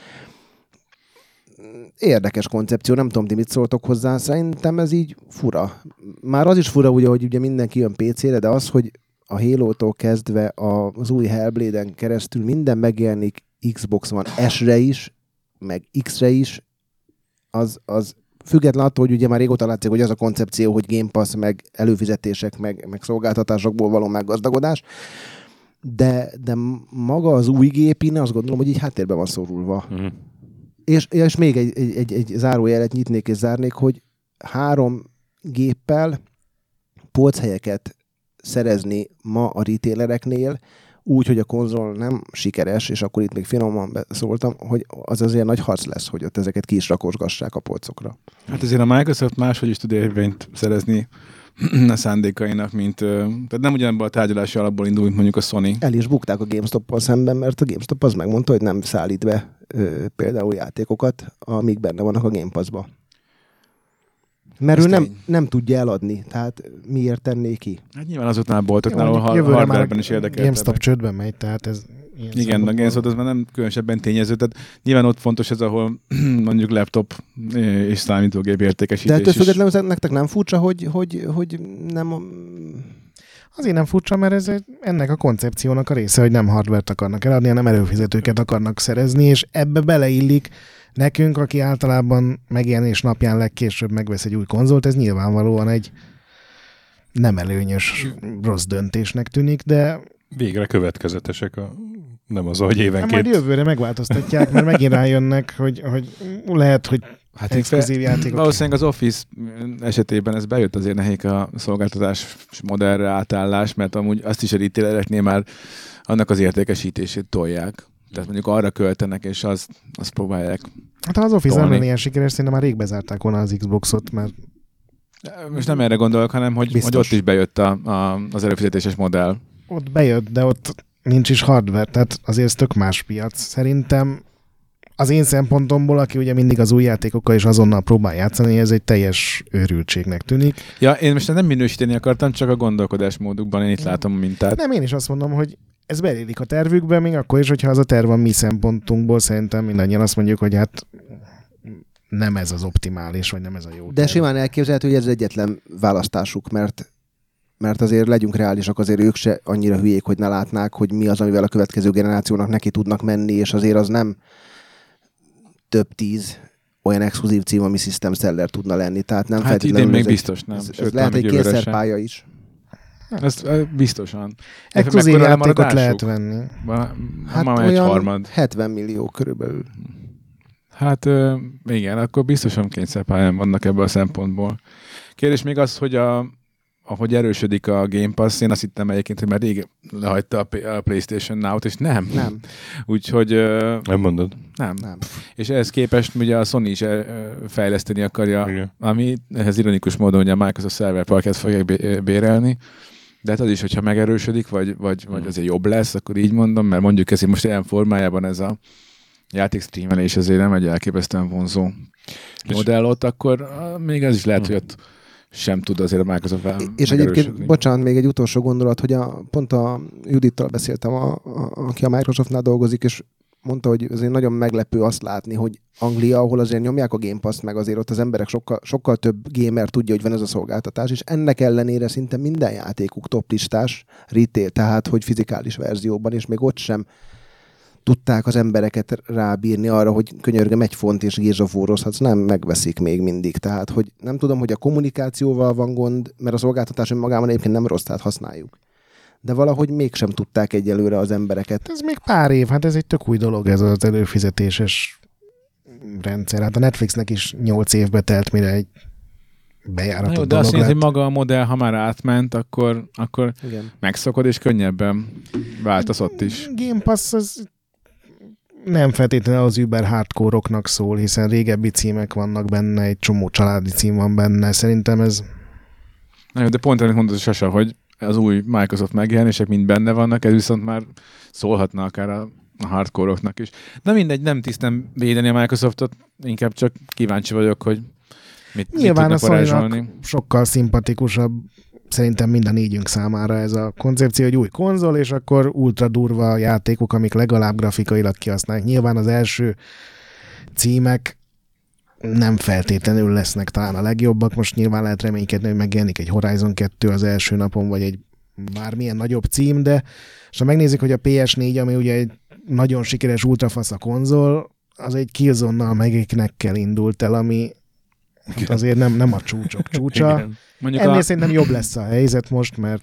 B: Érdekes koncepció, nem tudom, ti mit szóltok hozzá, szerintem ez így fura. Már az is fura, ugye, hogy ugye mindenki jön PC-re, de az, hogy a Halo-tól kezdve a- az új Hellblade-en keresztül minden megjelenik Xbox van S-re is, meg X-re is, az, az független attól, hogy ugye már régóta látszik, hogy az a koncepció, hogy Game Pass, meg előfizetések, meg, meg szolgáltatásokból való meggazdagodás, de, de maga az új gép, én azt gondolom, hogy így háttérbe van szorulva.
A: Mhm.
B: És, és még egy, egy, egy, egy zárójelet nyitnék és zárnék, hogy három géppel polchelyeket szerezni ma a retailereknél, úgy, hogy a konzol nem sikeres, és akkor itt még finoman szóltam, hogy az azért nagy harc lesz, hogy ott ezeket ki is rakosgassák a polcokra.
C: Hát azért a Microsoft máshogy is tud érvényt szerezni a szándékainak, mint... ö, Tehát nem ugyanabban a tárgyalási alapból indul, mint mondjuk a Sony.
B: El is bukták a GameStop-pal szemben, mert a GameStop az megmondta, hogy nem szállít be ö, például játékokat, amik benne vannak a Game Pass-ba. Mert
C: Ez
B: ő nem,
C: tény.
B: nem tudja eladni, tehát miért tenné ki?
C: Hát nyilván azoknál a boltoknál, ahol har-
D: Jövőre már
C: hardware
D: a
C: is érdekel.
D: GameStop csődbe megy, tehát ez ilyen
C: Igen, a
D: szempontból-
C: GameStop az már nem különösebben tényező, tehát nyilván ott fontos ez, ahol mondjuk laptop és számítógép
B: De
C: értékesítés
B: ettől
C: is.
B: függetlenül ezek- nektek nem furcsa, hogy, hogy, hogy nem...
D: Azért nem furcsa, mert ez egy, ennek a koncepciónak a része, hogy nem hardvert akarnak eladni, hanem előfizetőket akarnak szerezni, és ebbe beleillik nekünk, aki általában megjelenés napján legkésőbb megvesz egy új konzolt, ez nyilvánvalóan egy nem előnyös, rossz döntésnek tűnik, de
A: Végre következetesek a... Nem az, hogy
D: hát majd
A: évenként...
D: jövőre megváltoztatják, mert megint rájönnek, hogy, hogy lehet, hogy
C: Hát így fel-
D: exkluzív játékok.
C: Valószínűleg az Office esetében ez bejött azért nekik a szolgáltatás modellre átállás, mert amúgy azt is a retailereknél már annak az értékesítését tolják. Tehát mondjuk arra költenek, és azt, azt próbálják.
D: Hát ha az Office nem
C: Tolni.
D: lenne ilyen sikeres, szerintem már rég bezárták volna az Xboxot, mert
C: Most nem erre gondolok, hanem hogy,
D: Biztos.
C: hogy ott is bejött a, a, az előfizetéses modell.
D: ott bejött, de ott nincs is hardware, tehát azért ez tök más piac. Szerintem az én szempontomból, aki ugye mindig az új játékokkal is azonnal próbál játszani, ez egy teljes őrültségnek tűnik.
C: Ja, én most nem minősíteni akartam, csak a gondolkodásmódukban én itt látom a mintát.
D: Nem, én is azt mondom, hogy ez belélik a tervükbe, még akkor is, hogyha az a terv a mi szempontunkból, szerintem mindannyian azt mondjuk, hogy hát nem ez az optimális, vagy nem ez a jó
B: De
D: terv.
B: simán elképzelhető, hogy ez az egyetlen választásuk, mert mert azért legyünk reálisak, azért ők se annyira hülyék, hogy ne látnák, hogy mi az, amivel a következő generációnak neki tudnak menni, és azért az nem több tíz olyan exkluzív cím, ami System Seller tudna lenni. Tehát nem
C: Hát
B: feltétlenül
C: idén még
B: ez egy-
C: biztos nem.
B: Ez, ez
C: Sőt,
B: lehet
C: talán
B: egy
C: jövőre sem.
B: kényszerpálya is.
C: Ez ö, biztosan.
D: Exkluzív
C: Mekkora
D: játékot
C: lemaradásuk?
D: lehet venni.
C: Ma,
B: Hát
C: ma egy
B: olyan
C: harmad.
B: 70 millió körülbelül.
C: Hát ö, igen, akkor biztosan kényszerpályán vannak ebből a szempontból. Kérdés még az, hogy a, ahogy erősödik a Game Pass, én azt hittem egyébként, hogy már rég lehagyta a P- a PlayStation Now-t, és nem.
B: Nem.
C: Úgyhogy ö,
A: Nem mondod.
C: nem.
B: Nem.
C: És ehhez képest ugye a Sony is ö, fejleszteni akarja,
A: Igen.
C: ami ehhez ironikus módon ugye a Microsoft Server Parket fogják bé- ö, bérelni, de hát az is, hogyha megerősödik, vagy, vagy, vagy azért jobb lesz, akkor így mondom, mert mondjuk ez most ilyen formájában ez a játék streamelés azért nem egy elképesztően vonzó
A: És-
C: modellot, akkor ah, még ez is lehet, hogy ott sem tud azért a Microsoft fel-
B: És egyébként,
C: megerősödni.
B: bocsánat, még egy utolsó gondolat, hogy a, pont a Judittal beszéltem, a, a, aki a Microsoftnál dolgozik, és mondta, hogy azért nagyon meglepő azt látni, hogy Anglia, ahol azért nyomják a Game Pass-t, meg azért ott az emberek sokkal, sokkal több gamer tudja, hogy van ez a szolgáltatás, és ennek ellenére szinte minden játékuk toplistás retail, tehát hogy fizikális verzióban, és még ott sem tudták az embereket rábírni arra, hogy könyörgöm egy font és gérzsafórozhatsz, nem megveszik még mindig. Tehát, hogy nem tudom, hogy a kommunikációval van gond, mert a szolgáltatás önmagában egyébként nem rossz, tehát használjuk. De valahogy mégsem tudták egyelőre az embereket.
D: Ez még pár év, hát ez egy tök új dolog ez az előfizetéses rendszer. Hát a Netflixnek is 8 évbe telt, mire egy
C: Na
D: bejáratott
C: jó, de
D: dolog
C: azt jelenti,
D: lett.
C: hogy maga a modell, ha már átment, akkor, akkor
B: Igen.
C: megszokod, és könnyebben változ ott is.
D: Game Pass az nem feltétlenül az Uber hardcore szól, hiszen régebbi címek vannak benne, egy csomó családi cím van benne. Szerintem ez
C: Na jó, de pont amit mondod, Sasa, hogy az új Microsoft megjelenések mind benne vannak, ez viszont már szólhatna akár a a hardcore-oknak is. De mindegy, nem tisztem védeni a Microsoftot, inkább csak kíváncsi vagyok, hogy mit, mit
D: Nyilván
C: tudnak
D: a Sony-nak-
C: varázsolni.
D: sokkal szimpatikusabb szerintem mind a négyünk számára ez a koncepció, hogy új konzol, és akkor ultra durva játékok, amik legalább grafikailag kihasználják. Nyilván az első címek nem feltétlenül lesznek talán a legjobbak. Most nyilván lehet reménykedni, hogy megjelenik egy Horizon 2 az első napon, vagy egy bármilyen nagyobb cím, de és ha megnézzük, hogy a PS4, ami ugye egy nagyon sikeres ultrafasz a konzol, az egy Killzone-nal megéknekkel indult el, ami hát azért nem, nem a csúcsok csúcsa.
C: Mondjuk
D: Ennél
C: a,
D: szerintem jobb lesz a helyzet most, mert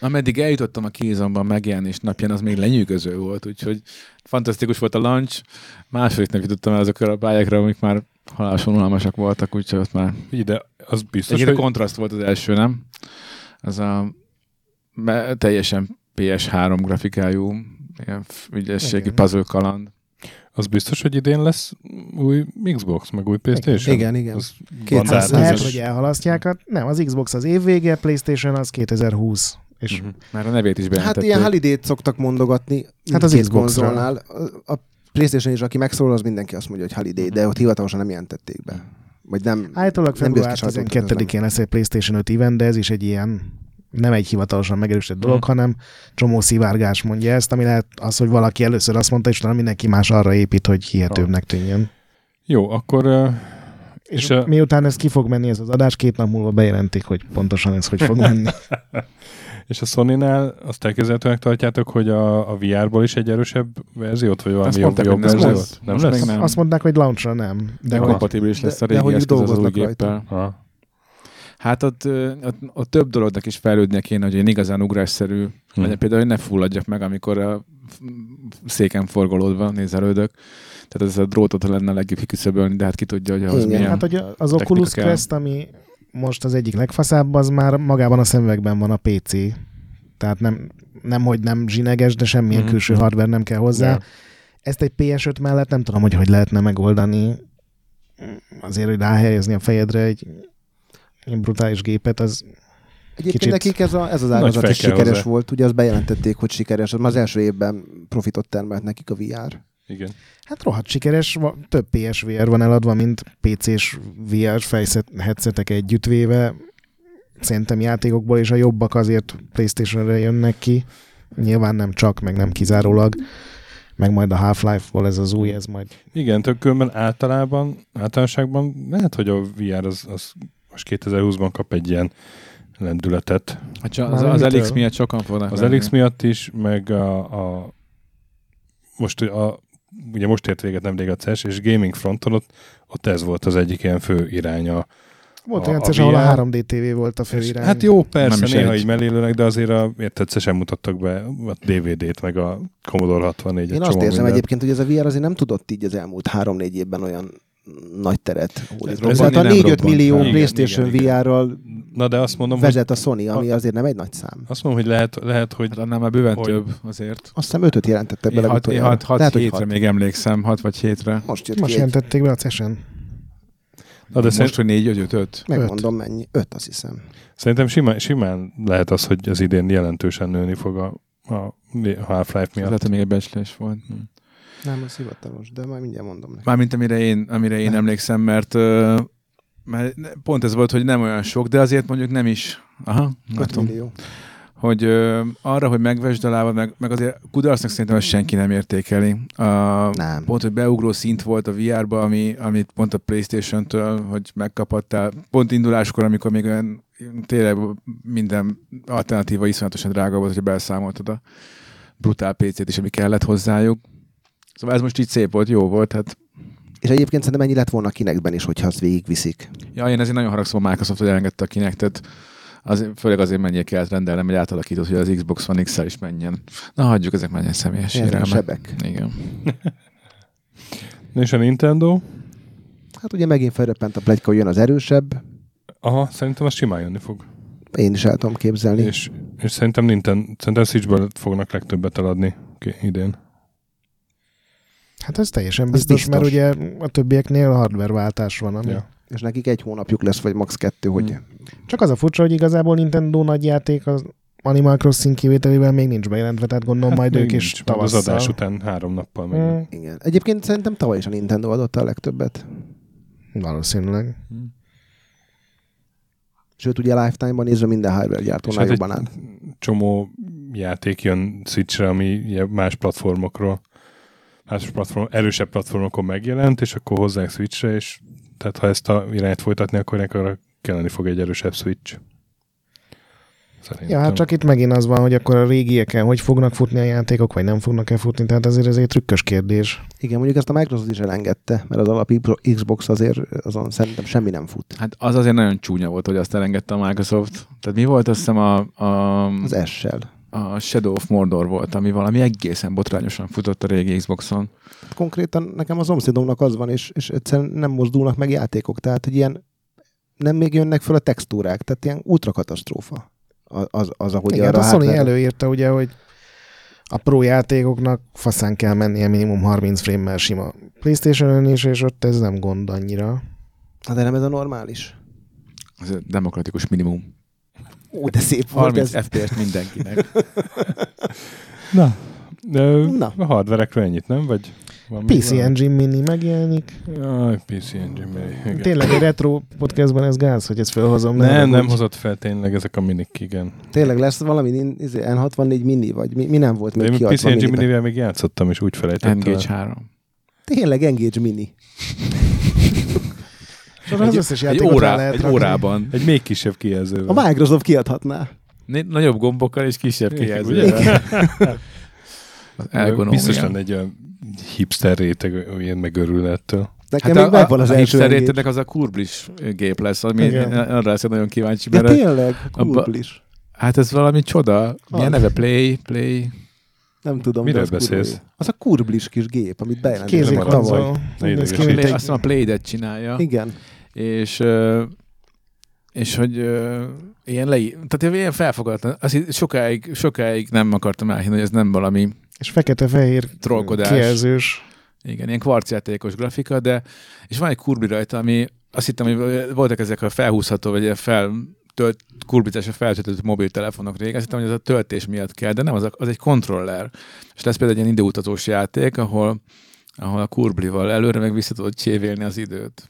C: ameddig eljutottam a kézomban megjelenés napján, az még lenyűgöző volt, úgyhogy fantasztikus volt a lunch. Második nap jutottam el azokra a pályákra, amik már halálosan unalmasak voltak, úgyhogy ott már
A: Ide, az biztos,
C: Egyébként
A: hogy
C: a kontraszt volt az első, nem? Az a me- teljesen PS3 grafikájú ilyen f- ügyességi
D: Igen.
C: puzzle kaland.
A: Az biztos, hogy idén lesz új Xbox, meg új PlayStation?
F: Igen, igen.
A: Az
F: Két- Tehát
D: hát
A: bandát,
F: ez
D: lehet,
F: is-
D: hogy elhalasztják. Hát nem, az Xbox az év vége, PlayStation az 2020. És
A: Mhm.
C: Már a nevét is
B: Hát
C: bejelentették.
B: ilyen holiday szoktak mondogatni.
D: Hát az
B: mindkét
D: Xboxra.
B: konzolnál. A a PlayStation is, aki megszólal, az mindenki azt mondja, hogy holiday, de ott hivatalosan nem jelentették be. Vagy nem.
D: állítólag
B: Nem bírsz
D: február
B: ki sajtót
D: 12-én lesz egy PlayStation 5 event, de ez is egy ilyen nem egy hivatalosan megerősített dolog,
C: Mhm.
D: hanem csomó szivárgás mondja ezt, ami lehet az, hogy valaki először azt mondta, és talán mindenki más arra épít, hogy hihetőbbnek tűnjön.
A: Jó, akkor ö,
D: És,
A: És a-
D: miután ez ki fog menni ez az adás, két nap múlva bejelentik, hogy pontosan ez hogy fog menni.
A: és a Sony-nál azt elképzelhetőnek tartjátok, hogy a, a VR-ból is egy erősebb verziót, vagy valami
C: Azt
A: jobb,
C: mondták,
A: jobb
C: hogy nem
A: verziót?
C: lesz.
A: Nem
C: Most
A: lesz?
C: még nem.
D: Azt mondták, hogy launchra nem.
C: de
D: De hogy
C: kompatibilis lesz a
B: de- de
C: régi
B: hogy
C: eszköz az új
B: dolgoznak rajta.
C: géppel.
A: Aha.
C: Hát ott, ö, ott, ott több dolognak is fejlődnie kéne, hogy én igazán ugrásszerű
A: Hm.
C: legyen. Például, hogy ne fulladjak meg, amikor a f- széken forgolódva nézelődök. Tehát ez a drótot lenne a legjobb kiküszöbölni, de hát ki tudja, hogy ahhoz
B: Igen.
C: milyen.
D: Hát, hogy az Oculus
C: kell.
D: Quest, ami most az egyik legfaszább, az már magában a szemüvegben van a PC. Tehát nem, nem hogy nem zsineges, de semmilyen
C: Mhm.
D: külső hardware nem kell hozzá.
A: Ja.
D: Ezt egy PS5 mellett nem tudom, hogy hogy lehetne megoldani. Azért, hogy ráhelyezni a fejedre egy ilyen brutális gépet, az
B: Egyébként
D: Kicsit
B: Kicsit nekik ez, a, ez az
A: nagy
B: ágazat
A: fej
B: is
A: kell
B: sikeres
A: hozzá.
B: volt, ugye azt bejelentették, hogy sikeres, az már az első évben profitot termelt nekik a VR.
A: Igen.
D: Hát rohadt sikeres, va- több PSVR van eladva, mint PC-s VR fejszet- headsetek együttvéve. Szerintem játékokból is a jobbak azért Playstation-re jönnek ki. Nyilván nem csak, meg nem kizárólag. Meg majd a Half-Life-ból ez az új, ez majd
A: Igen, tök különben általában, általánosságban lehet, hogy a VR az, az most 2020-ban kap egy ilyen lendületet.
C: Hát csak az,
D: Már
C: az
D: mitől?
C: LX miatt sokan fognak.
A: Az
C: venni.
A: Elix miatt is, meg a, a most a, ugye most ért véget nemrég a CES, és gaming fronton ott, ott ez volt az egyik ilyen fő iránya.
D: Volt
A: A-
D: olyan
A: a
D: CES, ahol a
A: VR
D: 3D TV volt a főirány.
A: Hát jó, persze,
C: Nem is
A: néha
C: egy.
A: így mellélőnek, de azért a, érted, se sem mutattak be a DVD-t, meg a Commodore 64-et.
B: Én azt érzem egyébként, hogy ez a VR azért nem tudott így az elmúlt három-négy évben olyan nagy teret hódítani.
C: robbanni
B: Tehát a
C: nem
B: 4-5
C: robbant
B: millió
A: fel. Igen,
B: PlayStation
A: igen, igen.
B: VR-ral
A: Na de azt mondom, hogy,
B: vezet a Sony, ami azért nem egy nagy szám.
A: azt mondom, hogy lehet, lehet hogy
C: Hát annál már bőven
A: Hogy?
C: több azért.
B: Azt hiszem 5-öt jelentettek
C: Én
B: bele
C: 6
B: utoljára. Lehet, hogy
C: 7-re
B: hat.
C: még emlékszem, 6 vagy 7-re.
B: Most jött
D: Most
B: ki egy,
D: jelentették be a CES-en.
A: Na, de szerint,
C: Most, hogy 4 5 5
B: megmondom mennyi, 5 azt hiszem.
A: szerintem simán, simán lehet az, hogy az idén jelentősen nőni fog a, a Half-Life miatt.
C: Lehet, hogy még egy becslés volt.
B: Nem, az hivatalos, de majd mindjárt mondom neki.
C: Mármint amire én, amire én emlékszem, mert, ö, mert ne- pont ez volt, hogy nem olyan sok, de azért mondjuk nem is. Aha,
B: 5
C: látom.
B: millió.
C: Hogy ö, arra, hogy megvesd a lábad, meg, meg azért kudarcnak szerintem ezt senki nem értékeli. A,
B: Nem.
C: Pont, hogy beugró szint volt a VR-ba, ami, amit pont a Playstation-től, hogy megkapattál. Pont induláskor, amikor még olyan tényleg minden alternatíva iszonyatosan drága volt, hogy belszámoltad a brutál PC-t is, ami kellett hozzájuk. Szóval ez most így szép volt, jó volt, hát
B: És egyébként szerintem ennyi lett volna kinekben is, hogyha azt végigviszik.
C: Ja, én ezért nagyon haragszom a Microsoft, hogy elengedte a kinek, tehát az, főleg azért mennyire kellett rendelnem egy átalakítót, hogy az Xbox One x is menjen. Na, hagyjuk, ezek menjen személyes
B: Ezek a
C: sérelmek.
B: sebek.
C: Igen.
A: És a Nintendo?
B: Hát ugye megint felröppent a plegyka, hogy jön az erősebb.
A: Aha, szerintem az simán jönni fog.
B: Én is el tudom képzelni.
A: És, és szerintem Nintendo, szerintem Switchből fognak legtöbbet eladni ki- idén.
D: Hát ez teljesen
B: Ez
D: biztos,
B: biztos.
D: mert ugye a többieknél hardwareváltás van, ami
A: Ja.
B: és nekik egy hónapjuk lesz, vagy max. kettő, hogy
C: Hmm.
D: Csak az a furcsa, hogy igazából Nintendo nagy játék az Animal Crossing kivételével még nincs bejelentve, tehát gondolom
A: Hát
D: hát majd
A: még
D: ők is
A: nincs, majd
D: tavasszal.
A: Az adás után három nappal meg.
D: Mm,
B: igen. Egyébként szerintem tavaly is a Nintendo adott a legtöbbet.
D: valószínűleg.
B: Sőt, ugye Lifetime-ban nézve minden hardware
A: És
B: gyártónál
A: hát
B: hát
A: egy
B: jobban áll.
A: csomó játék jön Switchre, ami ilyen más platformokról, más platform, erősebb platformokon megjelent, és akkor hozzák Switchre, és tehát ha ezt a irányt folytatni, akkor ennek arra kelleni fog egy erősebb Switch. Szerintem.
D: Ja, hát csak itt megint az van, hogy akkor a régieken hogy fognak futni a játékok, vagy nem fognak-e futni, tehát azért ez egy trükkös kérdés.
B: Igen, mondjuk ezt a Microsoft is elengedte, mert az alap Xbox azért azon szerintem semmi nem fut.
C: Hát az azért nagyon csúnya volt, hogy azt elengedte a Microsoft. Tehát mi volt, azt hiszem a, a,
B: Az e- S-sel.
C: a Shadow of Mordor volt, ami valami egészen botrányosan futott a régi Xboxon.
B: Hát konkrétan nekem az omszédomnak az van, és, és egyszerűen nem mozdulnak meg játékok, tehát hogy ilyen nem még jönnek föl a textúrák, tehát ilyen ultrakatasztrófa. Az, az, az ahogy
D: Igen, hát
B: arra
D: a Sony
B: hardware-
D: előírta ugye, hogy a pro játékoknak faszán kell mennie minimum 30 frame-mel sima playstation is, és ott ez nem gond annyira.
B: Hát de nem ez a normális.
C: Ez egy demokratikus minimum.
B: Ó, de szép volt
C: 30
B: ez.
C: FPS mindenkinek.
A: Na, de
B: Na.
A: a hardverekről ennyit, nem? Vagy van még
D: PC
A: valami?
D: Engine Mini megjelenik,
A: Jaj, PC Engine. Mini, igen.
D: Tényleg egy retro podcastban ez gáz, hogy ezt felhozom.
A: Nem, nem
D: úgy.
A: hozott fel tényleg ezek a minik, igen.
B: Tényleg lesz valami nin- izé, N64 mini, vagy mi, mi nem volt
A: De
B: még
A: én PC
B: kiadva
A: Engine
B: miniben.
A: minivel még játszottam, és úgy felejtettem. el.
C: Engage 3.
B: Tényleg Engage mini.
D: Csak Szóval az összes
C: Egy,
D: játékot rá
C: órá,
D: lehet
C: egy
D: rakni.
C: órában.
A: Egy még kisebb kijelzővel.
B: A Microsoft kiadhatná.
C: Né- Nagyobb gombokkal és kisebb
A: Igen,
C: kijelzővel. Az ergonómia.
A: Biztos lenne egy olyan hipster réteg, olyan megörül ettől.
B: Nekem hát még megvan az
C: a
B: első
C: hipster
B: Engage.
C: rétegnek az a kurblis uh, gép lesz, ami
D: Igen.
C: én arra leszek nagyon kíváncsi,
B: De
C: mert
B: tényleg,
C: abba-
B: cool is.
C: hát ez valami csoda. Milyen
B: Az.
C: neve? Play, play.
B: Nem tudom,
A: Miről
B: de az kurva
A: beszélsz?
B: jó. Az a kurblis kis gép, amit bejelentettek
D: Kézik
A: Kézzel
B: tavaly.
D: konzol.
A: Ne
D: Néz ki,
A: idegesíts.
D: mint
C: play azt
D: egy...
C: hiszem a Play-et csinálja,
B: Igen.
C: és ö, és hogy ö, ilyen lei, tehát ilyen felfogatlan. Azt hisz- sokáig, sokáig nem akartam elhinni, hogy ez nem valami
D: És fekete-fehér
C: trollkodás.
D: kijelzős.
C: Igen, ilyen kvarcjátékos grafika, de és van egy kurbi rajta, ami azt hittem, hogy voltak ezek a felhúzható, vagy ilyen fel tölt, kurbításra feltöltött mobiltelefonok régen, azt hittem, hogy az a töltés miatt kell, de nem, az, a, az egy kontroller. És lesz például egy ilyen időutazós játék, ahol ahol a kurblival előre meg vissza tudod csévélni az időt.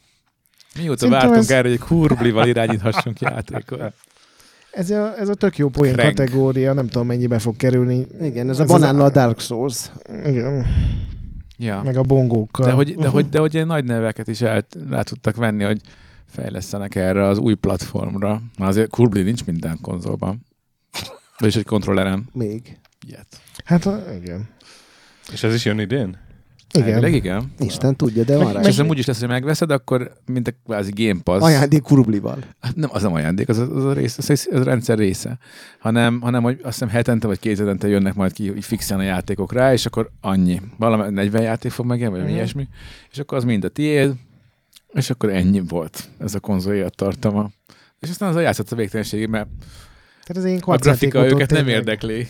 C: Mióta
D: Szerintem
C: vártunk
D: ez-
C: erre, hogy egy kurblival irányíthassunk játékot?
D: Ez a, ez a tök jó poén
C: Crank.
D: kategória, nem tudom mennyibe fog kerülni.
B: Igen, ez a
D: Ez az-
B: banánnal Dark Souls.
D: Igen,
C: Ja.
D: meg a bongókkal.
C: De hogy, de, hogy, de hogy ilyen nagy neveket is el, rá tudtak venni, hogy fejlesztenek erre az új platformra. Már azért Kurbli nincs minden konzolban. Vagyis egy kontrollerem.
B: Még.
C: Ilyet.
D: Hát a- igen.
A: És ez is jön idén?
C: Elvileg
D: Igen.
C: igen.
B: Isten tudja, de van
D: Meg-
B: rá.
C: És
D: meg-
B: is.
C: ez úgy is lesz, hogy megveszed, akkor mint a kvázi Game Pass.
B: Ajándék kurblival.
C: Hát nem, az nem ajándék, az, az, a, rész, az, az a rendszer része. Hanem, hanem, hogy azt hiszem hetente vagy két hetente jönnek majd ki így fixen a játékok rá, és akkor annyi. Valami 40 játék fog megjelenni, vagy
D: Mhm.
C: mm. ilyesmi. És akkor az mind a tiéd, és akkor ennyi volt ez a konzol élettartama. És aztán az a játszott a végtelenségig, mert
D: Tehát ez én
C: a grafika
D: kvarcjátékot
C: őket nem
D: tényleg.
C: érdekli.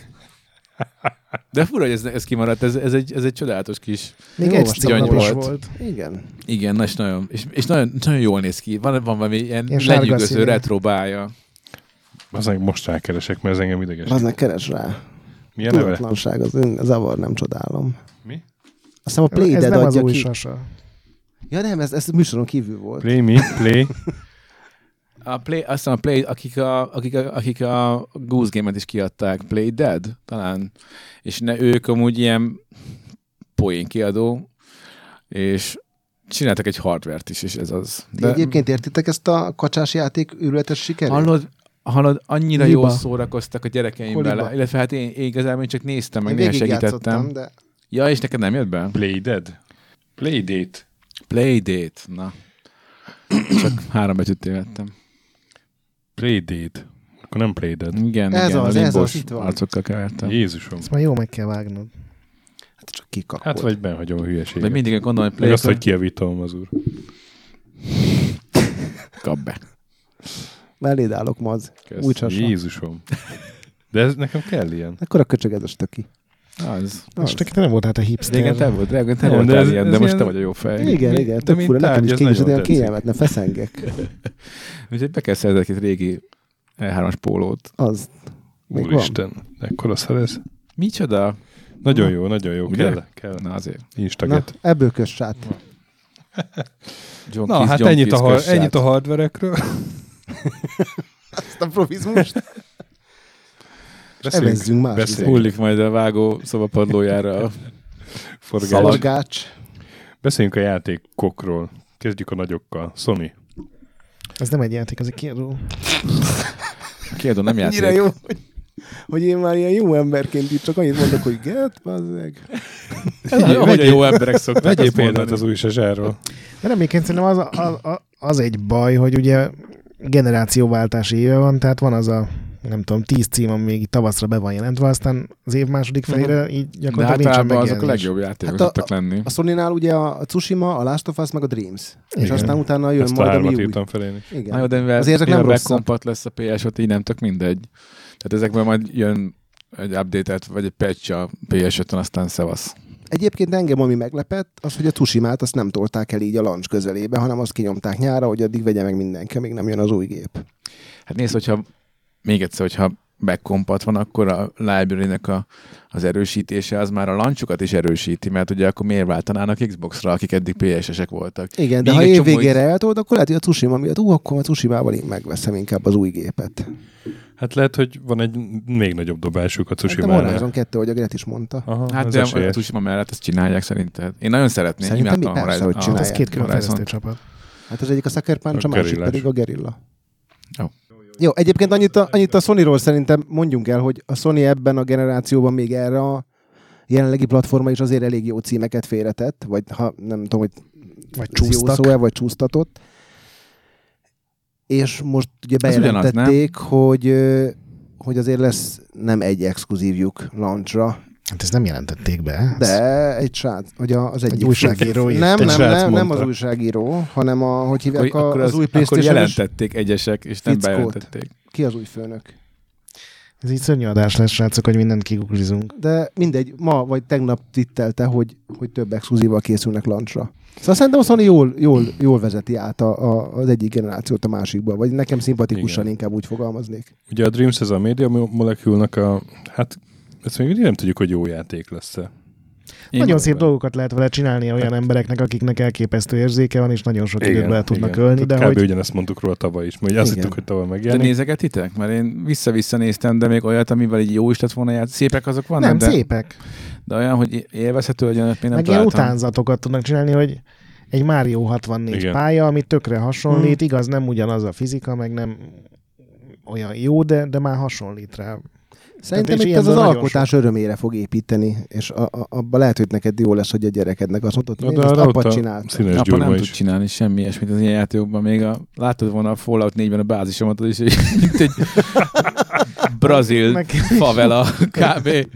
C: De fura, hogy ez, ez kimaradt, ez, ez, egy, ez egy csodálatos kis
D: Még
B: Jó,
D: egy
B: azt
D: címlap
C: gyöngy
D: is
C: volt.
D: volt.
B: Igen.
C: Igen, na és nagyon, és, és nagyon, nagyon jól néz ki. Van, van valami ilyen
D: Ilyen sárga
C: lenyűgöző
D: színű.
C: retrobája.
A: Az most rákeresek, mert ez engem ideges.
B: Az ne keres rá.
A: Milyen neve?
B: Tudatlanság, az ön zavar, nem csodálom.
A: Mi?
B: Azt hiszem a Play
D: ez
B: Dead
D: nem az
B: adja
D: új
B: ki.
D: sasa.
B: Ja nem, ez, ez műsoron kívül volt.
A: Play mi? Play?
C: A play, azt hiszem a Play, akik a, akik a, akik a Goose Game-et is kiadták, Play Dead talán, és ne, ők amúgy ilyen poén kiadó, és csináltak egy hardvert is, és ez az.
B: De... Egyébként értitek ezt a kacsás játék őrületes sikerét?
C: hallod, hallod, annyira
B: Liba.
C: jól szórakoztak a gyerekeim
B: Koliba.
C: vele, illetve hát én, én igazából én csak néztem, meg
B: Én
C: néha
B: végigjátszottam,
C: segítettem.
B: de
C: Ja, és neked nem jött be?
A: Play dead? Play date?
C: Playdate, na. Csak három betűt tévedtem.
A: Play date. Akkor nem play dead.
C: Igen,
B: Ez
C: igen,
B: az,
C: a
B: ez
C: limbós
B: az, itt van.
C: arcokkal kevertem.
A: Jézusom.
D: Ezt már jó meg kell vágnod.
B: hát csak kikakolt.
A: Hát vagy benhagyom a
C: De
A: hülyeséget.
C: mindig hogy gondolom, hogy
A: Meg azt, hogy
C: Playdate
A: kijavítom az úr.
C: kap be.
B: Melléd állok, maz.
A: Kösz.
B: Új csasa.
A: Jézusom. De ez nekem kell ilyen.
B: Akkor a köcsögedes töki.
C: Az.
D: És te te nem voltál te hipster.
C: Régen te volt, régen te
A: Nem,
C: voltál
A: de ez-
C: ilyen, de
A: ez
C: most
A: ilyen-
C: te vagy a jó fej.
B: Igen,
A: mi-
B: igen,
A: de
B: tök
A: mint
B: fura, nekem
A: tárgy,
B: is
A: ez
B: kényes, de
A: nagyon
B: olyan
A: tetszik.
B: kényelmetlen, feszengek.
C: Úgyhogy be kell szerzed két régi E E3-as pólót.
B: Az. Még van.
A: Úristen, ekkora szerez.
C: Micsoda?
A: Nagyon jó, nagyon jó.
C: Ugye?
A: Kell, kell.
C: Na azért.
B: Na,
A: Instaget.
B: ebből kössát.
C: John
A: Na, hát ennyit a, har- ennyit a hardverekről.
B: Ezt a profizmust. Evezzünk más
A: beszéljünk.
C: Hullik majd a vágó szobapadlójára a
A: Forgás.
B: Szalagács.
A: Beszéljünk a játékokról. Kezdjük a nagyokkal. Sony.
D: Ez nem egy játék, az egy kiadó.
C: kiadó nem játék.
B: Annyira jó, hogy, hogy én már ilyen jó emberként itt csak annyit mondok, hogy get, bazzeg.
C: Ez, hogy a jó emberek szoktak
A: Vegyél
C: azt
A: példát
C: mondani.
A: az új sezsáról.
D: De nem egyébként szerintem az, az, az, az egy baj, hogy ugye generációváltás éve van, tehát van az a nem tudom, tíz cím, ami még így tavaszra be van jelentve, aztán az év második felére így
C: De
D: gyakorlatilag nincsen
C: általában azok a
D: megjelenés.
C: legjobb játékok
B: Hát a-
C: szoktak lenni.
B: A sony ugye a Tsushima, a Last of Us, meg a Dreams. Igen. És
D: Igen.
B: aztán utána jön
A: Ezt a
B: majd a
A: hármat
B: Wii U.
A: írtam fel én is.
C: Na jó,
B: Igen.
C: de mivel,
B: Azért ezek
C: mivel
B: nem rosszak.
C: backkompat lesz a ps ot így nem tök mindegy. Tehát ezekből majd jön egy update vagy egy patch a ps 5 aztán szevasz.
B: Egyébként engem ami meglepett, az, hogy a Tsushimát azt nem tolták el így a lancs közelébe, hanem azt kinyomták nyára, hogy addig vegye meg mindenki, amíg nem jön az új gép.
C: Hát nézd, hogyha még egyszer, hogyha backkompat van, akkor a library a, az erősítése az már a lancsukat is erősíti, mert ugye akkor miért váltanának Xbox-ra, akik eddig PS-esek voltak.
B: Igen, de
C: Még
B: ha
C: egy
B: év
C: csomó
B: végére
C: is-
B: eltold, akkor lehet, hogy a Tsushima miatt, ú, akkor a Tsushimával én megveszem inkább az új gépet.
A: Hát lehet, hogy van egy még nagyobb dobásuk a
B: Hát a Horizon
A: Tsushima-nál.
B: 2, hogy a Gret is mondta.
A: Aha,
C: Hát
A: ez
C: de a
A: esélyes.
C: Tsushima mellett ezt csinálják szerinted. Én nagyon szeretném.
B: Szerintem
C: imádtam
B: mi?
C: a
B: Persze,
C: Horizon-
B: hogy
C: a-
B: csinálják.
D: Hát Ez két külön
C: Horizon.
D: fejlesztő csapat.
B: Hát az egyik a Sucker Punch, a,
A: A
B: másik
A: gerillás.
B: pedig a Gerilla.
C: Jó.
B: Jó, egyébként annyit a, annyit a Sonyról szerintem mondjunk el, hogy a Sony ebben a generációban még erre a jelenlegi platforma is azért elég jó címeket félretett, vagy ha nem tudom, hogy
D: Vagy
B: ez jó szóval-
D: csúsztak.
B: szó-e, vagy csúsztatott. És most ugye
C: Ez ugyanaz, nem?
B: bejelentették, hogy, ö, hogy azért lesz nem egy exkluzívjuk launchra,
D: Hát ezt nem jelentették be. Ez-
B: de egy srác, hogy a- az egy,
D: Egy újságíró írt.
B: Nem,
A: Egy
B: nem,
A: srác
B: nem, nem az
A: mondta.
B: újságíró, hanem a, hogy hívják a, az, új
C: akkor
B: playstation
C: jelentették egyesek, és nem
B: fickót.
C: bejelentették.
B: Ki az új főnök?
D: Ez így szörnyű adás lesz, srácok, hogy mindent kiguglizunk.
B: de mindegy, ma vagy tegnap tittelte, hogy, hogy több exkluzíval készülnek lancsra. Szóval szerintem a Sony jól, jól, jól vezeti át a, a, az egyik generációt a másikba, vagy nekem szimpatikusan
A: Igen.
B: Igen. inkább úgy fogalmaznék.
A: Ugye a Dreams ez a média molekülnek a... Hát ezt még mindig nem tudjuk, hogy jó játék lesz-e.
C: Én
D: nagyon
C: vagyok
D: szép
C: benne.
D: dolgokat lehet vele csinálni olyan embereknek, akiknek elképesztő érzéke van, és nagyon sok időt bele tudnak ölni, de
A: Hát Kb.
D: hogy
A: ugyanezt mondtuk róla tavaly is, hogy azt
E: Igen.
A: hittük, hogy tavaly
C: De
A: megjelenik.
C: nézegetitek? Mert én vissza-vissza néztem, de még olyat, amivel így jó is lett volna játszani. Szépek azok vannak,
D: nem,
C: de,
D: szépek.
C: de olyan, hogy élvezhető legyen, olyat még nem
D: Meg ilyen
C: találtam.
D: utánzatokat tudnak csinálni, hogy egy Mario 64
A: Igen.
D: Igen. pálya, ami tökre hasonlít, igaz, nem ugyanaz a fizika, meg nem olyan jó, de, de már hasonlít rá.
B: Szerintem
D: és
B: itt ez
D: ilyenből
B: az
D: nagyon
B: alkotás örömére fog építeni, és a, a, abban lehet, hogy neked jó lesz, hogy a gyerekednek azt mondod,
A: Na,
B: hogy
A: de
B: ezt
A: arra ott
B: apa
A: a
B: csinált.
A: Színes
C: Apa nem
A: gyurma
C: tud
A: is.
C: csinálni semmi ilyesmit az ilyen játékokban. Még a, láttad volna a Fallout 4-ben a bázisomat, és itt egy brazil
D: Meg-
C: favela kb.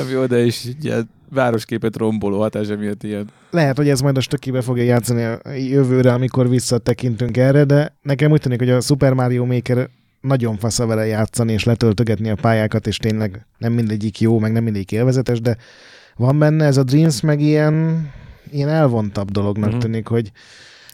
C: Ami oda is így ilyen városképet romboló hatása miatt ilyen.
D: Lehet, hogy ez majd a stökibe fogja játszani a jövőre, amikor visszatekintünk erre, de nekem úgy tűnik, hogy a Super Mario Maker nagyon fasz a vele játszani és letöltögetni a pályákat, és tényleg nem mindegyik jó, meg nem mindegyik élvezetes, de van benne ez a Dreams meg ilyen, ilyen elvontabb dolognak
A: Mhm.
D: mm-hmm. tűnik, hogy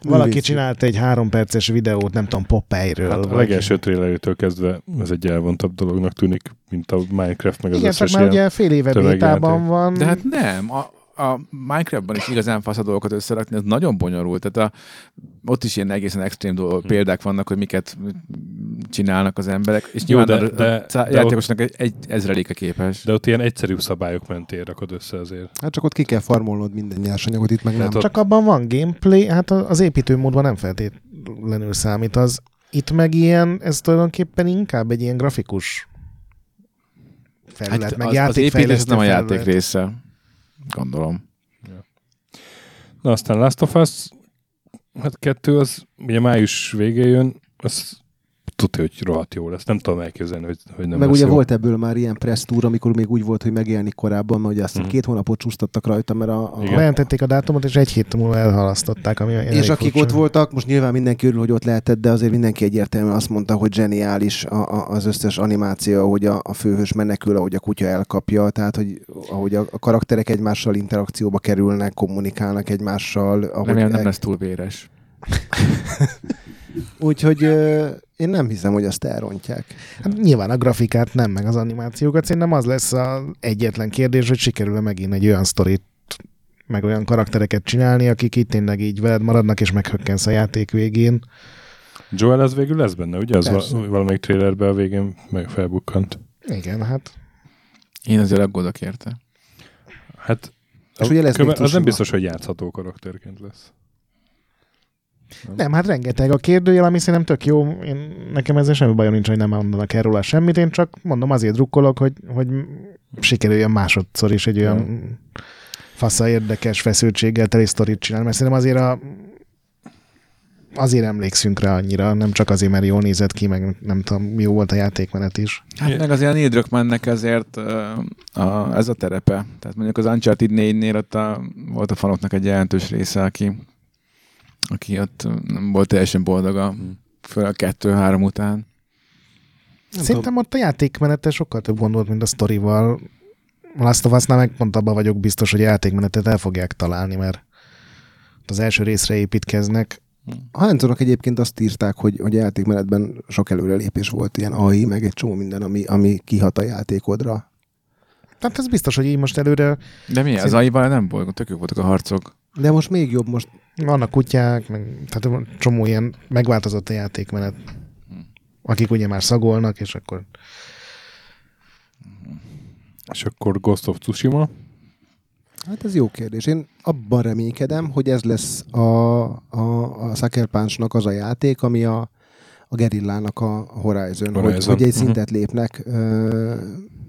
D: valaki
B: vicc.
D: csinált egy három perces videót, nem tudom, Popeye-ről.
A: Hát a
D: vagy-
A: legelső trailerjétől kezdve ez egy elvontabb dolognak tűnik, mint a Minecraft meg az
D: Igen, csak
A: összes
D: már
A: ilyen.
D: ugye fél éve
A: tömegjáték.
D: bétában van.
C: De hát nem, a, a Minecraftban is igazán fasz a dolgokat összerakni, ez nagyon bonyolult. Tehát a, ott is ilyen egészen extrém
A: Hm.
C: dolgok, példák vannak, hogy miket csinálnak az emberek, és
A: Jó,
C: nyilván
A: de-
C: Jó, de,
A: de-
C: a, a
A: de
C: játékosnak egy, egy ezreléke képes.
A: De ott ilyen egyszerűbb szabályok mentén rakod össze azért.
B: Hát csak ott ki kell farmolnod minden nyersanyagot, itt meg nem.
A: Tehát Hát ott-
D: Csak abban van gameplay, hát a- az építőmódban nem feltétlenül számít az. Itt meg ilyen, ez tulajdonképpen inkább egy ilyen grafikus felület, hát meg
C: az, az
D: játékfejlesztő
C: építés nem a
D: felület.
C: játék része, gondolom.
A: Na aztán Last of Us, hát kettő az ugye május végén jön, az tudja, hogy rohadt jó lesz. Nem tudom elképzelni, hogy, hogy nem
B: Meg
A: lesz
B: ugye
A: jó.
B: volt ebből már ilyen press tour, amikor még úgy volt, hogy megjelenik korábban, mert ugye azt
A: Mhm.
B: mm. két hónapot csúsztattak rajta, mert a, a
A: Igen.
D: Bejelentették a dátumot, és egy hét múlva elhalasztották, ami elég
B: és akik
D: furcsa.
B: ott voltak, most nyilván mindenki örül, hogy ott lehetett, de azért mindenki egyértelműen azt mondta, hogy zseniális a, a, az összes animáció, ahogy a, a főhős menekül, ahogy a kutya elkapja, tehát hogy ahogy a, a karakterek egymással interakcióba kerülnek, kommunikálnak egymással. Ahogy
C: Remélem nem
B: el-
C: lesz túl véres.
B: Úgyhogy ö, én nem hiszem, hogy azt elrontják.
D: Hát nyilván a grafikát nem, meg az animációkat. Szerintem az lesz az egyetlen kérdés, hogy sikerül-e megint egy olyan sztorit, meg olyan karaktereket csinálni, akik itt tényleg így veled maradnak, és meghökkensz a játék végén.
A: Joel az végül lesz benne, ugye? Az
B: Persze.
A: val- valamelyik trailerben a végén meg felbukkant.
D: Igen, hát
C: Én azért aggódok érte.
A: Hát
B: És
A: a-
B: ugye lesz
A: köve-
B: még
A: az nem
B: Tsushima.
A: biztos, hogy játszható karakterként lesz.
D: Nem, hát rengeteg a kérdőjel, ami szerintem tök jó. Én, nekem ezzel semmi bajom nincs, hogy nem mondanak erről róla semmit. Én csak mondom, azért drukkolok, hogy, hogy sikerüljön másodszor is egy olyan fasza érdekes feszültséggel teli sztorit csinálni, mert szerintem azért a azért emlékszünk rá annyira, nem csak azért, mert jól nézett ki, meg nem tudom, jó volt a játékmenet is.
C: Hát meg az ilyen Neil Druckmannnek ezért ö, a, ez a terepe. Tehát mondjuk az Uncharted 4-nél ott a, volt a fanoknak egy jelentős része, aki, aki ott nem volt teljesen boldog a, föl a kettő-három után.
B: Nem tudom.
D: Szerintem ott a játékmenete sokkal több gond volt, mint a sztorival. A Last of Us-nál meg pont abban vagyok biztos, hogy a játékmenetet el fogják találni, mert ott az első részre építkeznek.
B: A Hanzonok egyébként azt írták, hogy, hogy a játékmenetben sok előrelépés volt, ilyen AI, meg egy csomó minden, ami, ami kihat a játékodra.
D: Tehát ez biztos, hogy így most előre
C: De mi? Az
D: Szép.
C: ai nem volt, tök jók voltak a harcok.
B: De most még jobb, most
D: vannak kutyák, meg, tehát van csomó ilyen megváltozott a játékmenet.
B: Hm.
D: Akik ugye már szagolnak, és akkor
A: És akkor Ghost of Tsushima.
B: Hát ez jó kérdés. Én abban reménykedem, hogy ez lesz a, a, a Sucker Punch-nak az a játék, ami a, a gerillának a Horizon, Hogy,
A: Horizon.
B: hogy egy
A: Mhm.
B: szintet lépnek ö,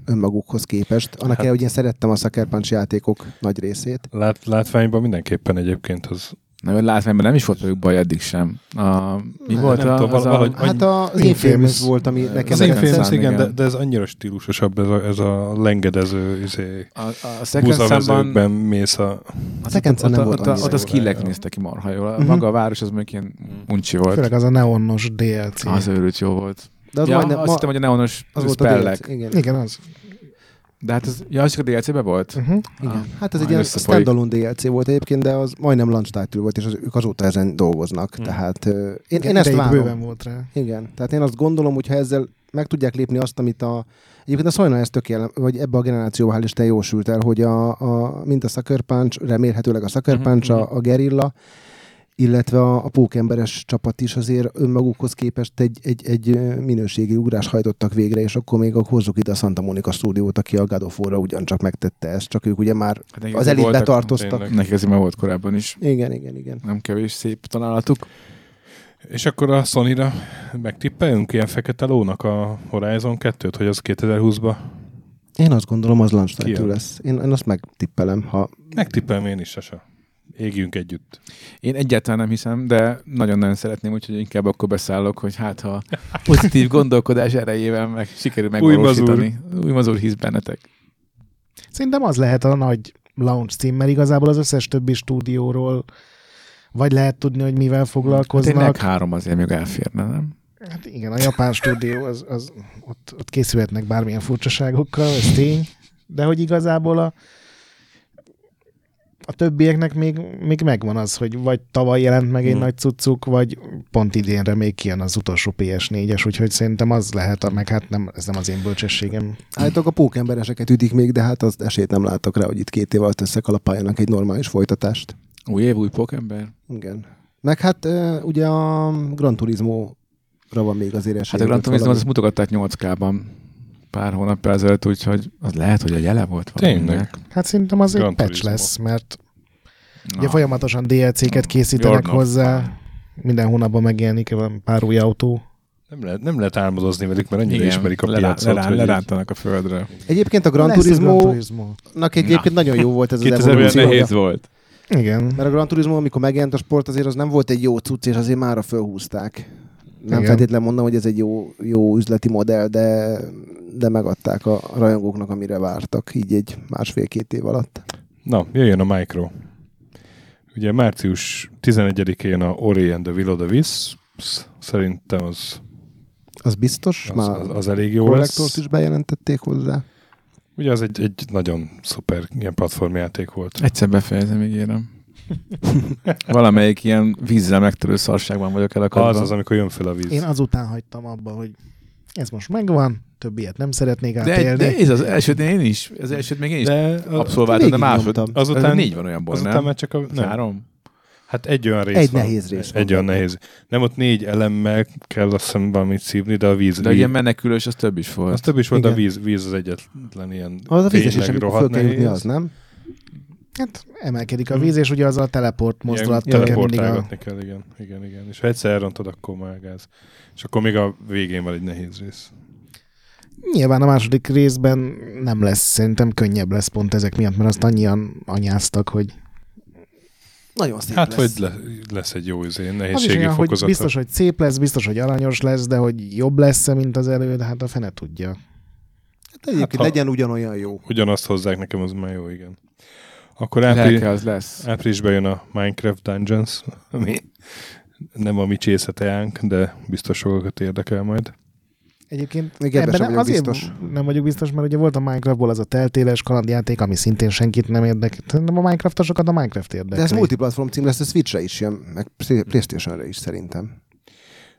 B: önmagukhoz képest. Annak
A: Hát-
B: hát. el, hogy én szerettem a Sucker Punch játékok nagy részét.
A: Lát, látványban mindenképpen egyébként az...
C: Na, mert látványban nem is volt velük baj eddig sem. A, mi
B: Nem,
C: volt
A: nem
C: a,
A: tudom,
C: az
A: valahogy-
C: a,
A: Annyi-
B: Hát a, az
D: Infamous.
B: Infamous volt, ami nekem
A: Az
C: Second
B: tetszett.
A: Infamous,
C: Sun,
A: igen, de,
C: igen.
A: de ez annyira stílusosabb, ez a, ez a lengedező izé,
C: a, a Second Sunban
A: búzavezőkben mész a...
B: A Second Sun
C: Ott,
B: nem
C: a-
B: volt
C: ott, a-
B: annyira
C: ott a
B: jó.
C: skillek
A: Ja.
C: néztek ki marha jól. A
D: Mhm.
C: Maga a város az mondjuk ilyen uncsi volt.
D: főleg az a neonos DLC.
C: Az őrült jó volt.
B: De az
C: ja,
B: majdnem,
C: azt
B: ma,
C: hittem, hogy a neonos
B: az volt a
C: spellek.
B: DLC, igen.
D: Igen, az.
C: De hát ez, ja, az csak a DLC-be volt?
D: Uh-huh.
B: igen.
C: Ah,
B: Hát ez egy
C: majd
B: ilyen
C: összefolyik.
B: standalone DLC volt egyébként, de az majdnem launch title volt, és az, ők azóta ezen dolgoznak.
A: Mhm.
B: Tehát ö, én, én ezt
D: Ideig
B: várom.
D: bőven volt rá.
B: Igen, tehát én azt gondolom, hogy ha ezzel meg tudják lépni azt, amit a... Egyébként a Szajna ez tök jellem, vagy ebbe a generációba hál' Isten jósült el, hogy a, a, mint a Sucker Punch, remélhetőleg a Sucker Punch, a, a Gerilla, illetve a, a pókemberes csapat is azért önmagukhoz képest egy, egy, egy ö, minőségi ugrás hajtottak végre, és akkor még a hozzuk ide a Santa Monica stúdiót, aki a God of War-ra ugyancsak megtette ezt, csak ők ugye már...
C: Hát
B: Az elitbe
C: voltak-
B: tartoztak.
A: tényleg.
C: Nekik ez már volt korábban is.
B: Igen, igen, igen.
C: Nem kevés szép találatuk.
A: És akkor a Sony-ra megtippeljünk ilyen fekete lónak a Horizon 2-t, hogy az 2020-ba?
B: Én azt gondolom, az launch
A: Kijön.
B: title lesz. Én, én azt megtippelem, ha
A: Megtippelem én is, Sasa. Égjünk együtt.
C: Én egyáltalán nem hiszem, de nagyon-nagyon szeretném, úgyhogy inkább akkor beszállok, hogy hát ha pozitív gondolkodás erejével meg sikerül megvalósítani. Új mazur hisz bennetek.
D: Szerintem az lehet a nagy launch cím, mert igazából az összes többi stúdióról vagy lehet tudni, hogy mivel
C: Tényleg
D: foglalkoznak.
C: három azért még elférne, nem?
D: Hát igen, a japán stúdió, az, az, ott, ott készülhetnek bármilyen furcsaságokkal, ez tény. De hogy igazából a, a többieknek még, még megvan az, hogy vagy tavaly jelent meg egy
A: Mhm.
D: nagy cuccuk, vagy pont idénre még kijön az utolsó PS4-es, úgyhogy szerintem az lehet, a- meg hát nem, ez nem az én bölcsességem.
B: Állítólag a pókembereseket ütik még, de hát az esélyt nem látok rá, hogy itt két év alatt összekalapáljanak egy normális folytatást.
C: Új év, új pókember?
B: Igen. Meg hát ö, ugye a Gran Turismo van még azért esély.
C: Hát a Gran
B: hogy
C: Turismo
B: valami-
C: azt mutogatták 8K-ban pár hónap ezelőtt, úgyhogy az lehet, hogy a jele volt valaminek.
A: Tényleg.
D: Hát szerintem az
A: Gran
D: egy patch
A: Turismo.
D: lesz, mert
C: Na.
D: ugye folyamatosan DLC-ket készítenek
C: Jordan.
D: hozzá, minden hónapban megjelenik valami pár új autó.
A: Nem lehet, nem lehet álmodozni velük, mert annyira
C: Igen,
A: Igen, ismerik a
C: lerá-
A: piacot.
C: lerá-
A: hogy így-
C: lerántanak a földre.
B: Egyébként a Gran
D: Lesz egy
B: Turismo-nak
D: Turismo.
B: egyébként nagyon jó volt ez az
C: 2000 olyan
B: evolúciója.
C: nehéz volt.
D: Igen.
B: Mert a Gran Turismo, amikor megjelent a sport, azért az nem volt egy jó cucc, és azért mára fölhúzták. Nem
D: Igen.
B: feltétlenül mondom, hogy ez egy jó, jó üzleti modell, de, de megadták a rajongóknak, amire vártak, így egy másfél-két év alatt.
A: Na, jöjjön a Micro. Ugye március 11-én a Ori and the Will of the Wisps. Szerintem az,
B: Az biztos?
A: az,
B: Már
A: az, az elég jó
B: kollektort
A: lesz.
B: is bejelentették hozzá.
A: Ugye az egy, egy nagyon szuper ilyen platformjáték volt.
C: Egyszer befejezem, ígérem. Valamelyik ilyen vízzel megtörő szarságban vagyok elakadva.
A: Hát Az az, amikor jön fel a víz.
D: Én azután hagytam abba, hogy ez most megvan, többiet nem szeretnék
C: de, egy-
D: átélni.
C: de ez az elsőt én is, az elsőt még én is de,
A: de
C: abszolváltam, de
B: végig
C: másod.
B: nyomtam.
A: Azután-
C: Azután, négy van olyanból,
A: azután
C: nem?
A: már csak a... Nem.
C: Három?
A: Hát egy olyan rész
B: Egy
A: van.
B: nehéz rész van.
A: Egy olyan nehéz. Nem ott négy elemmel kell azt hiszem valamit szívni, de a víz...
C: De
A: víz-
C: ilyen menekülős, az több is volt.
A: az több is volt, de a
B: Igen.
A: víz, víz az egyetlen ilyen
B: Az a vízes is,
A: tényleg
B: amikor
A: rohadt
B: föl kell jutni,
A: nehéz.
B: az nem?
D: Hát emelkedik
C: Hm.
D: a víz, és ugye az a teleport mozdulattal
A: Ilyen
D: kell mindig a...
A: teleportálgatni kell, igen. igen, igen. És ha egyszer elrontod, akkor már gáz. És akkor még a végén van egy nehéz rész.
D: Nyilván a második részben nem lesz, szerintem könnyebb lesz pont ezek miatt, mert azt annyian anyáztak, hogy
B: Nagyon szép
A: hát,
B: lesz.
A: vagy le, lesz egy jó izé,
D: Az is
A: nehézségi
D: olyan, hogy
A: fokozata.
D: biztos, hogy szép lesz, biztos, hogy aranyos lesz, de hogy jobb lesz-e, mint az előd, hát a fene tudja.
B: Hát egyébként
A: hát ha-
B: legyen ugyanolyan jó.
A: Ugyanazt hozzák nekem, az már jó, igen. Akkor április,
C: Lelke az lesz.
A: áprilisban jön a Minecraft Dungeons, ami nem a mi csészeteánk, de biztos sokakat érdekel majd.
D: Egyébként
B: Még ebben sem vagyok
D: azért
B: biztos.
D: nem vagyok biztos, mert ugye volt a Minecraftból az a teltéles kalandjáték, ami szintén senkit nem érdekel. Szerintem a Minecraftosokat a Minecraft
B: De,
D: érdekel.
B: ez multiplatform cím lesz, ez Switchre is jön, meg Play-
A: Hm.
B: Playstationre is szerintem.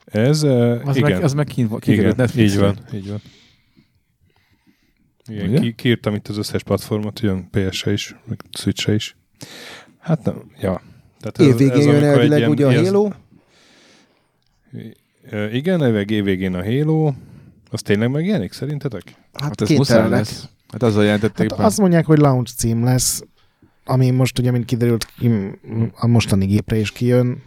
A: Ez, eh,
C: Az
A: igen.
C: meg, az meg kint,
A: igen,
C: kikerült Netflixre.
A: így van, így van. Igen,
C: Ugye?
A: ki, kiírtam itt az összes platformot, jön PS-re is, meg Switch-re is. Hát nem, ja. Tehát
B: Évvégén jön
A: amikor egy
B: elvileg
A: ilyen- hát
B: ugye a
A: ez-
B: Halo,
A: Ö, eh, Igen, elvileg évvégén a Halo. Az tényleg megjelenik szerintetek?
B: hát,
C: Hát ez muszáj
B: kénytelenek.
C: lesz. Hát azzal jelentették
D: hát
C: hát
D: azt mondják, hogy launch cím lesz, ami most ugye, mint kiderült, ki- a mostani gépre is kijön.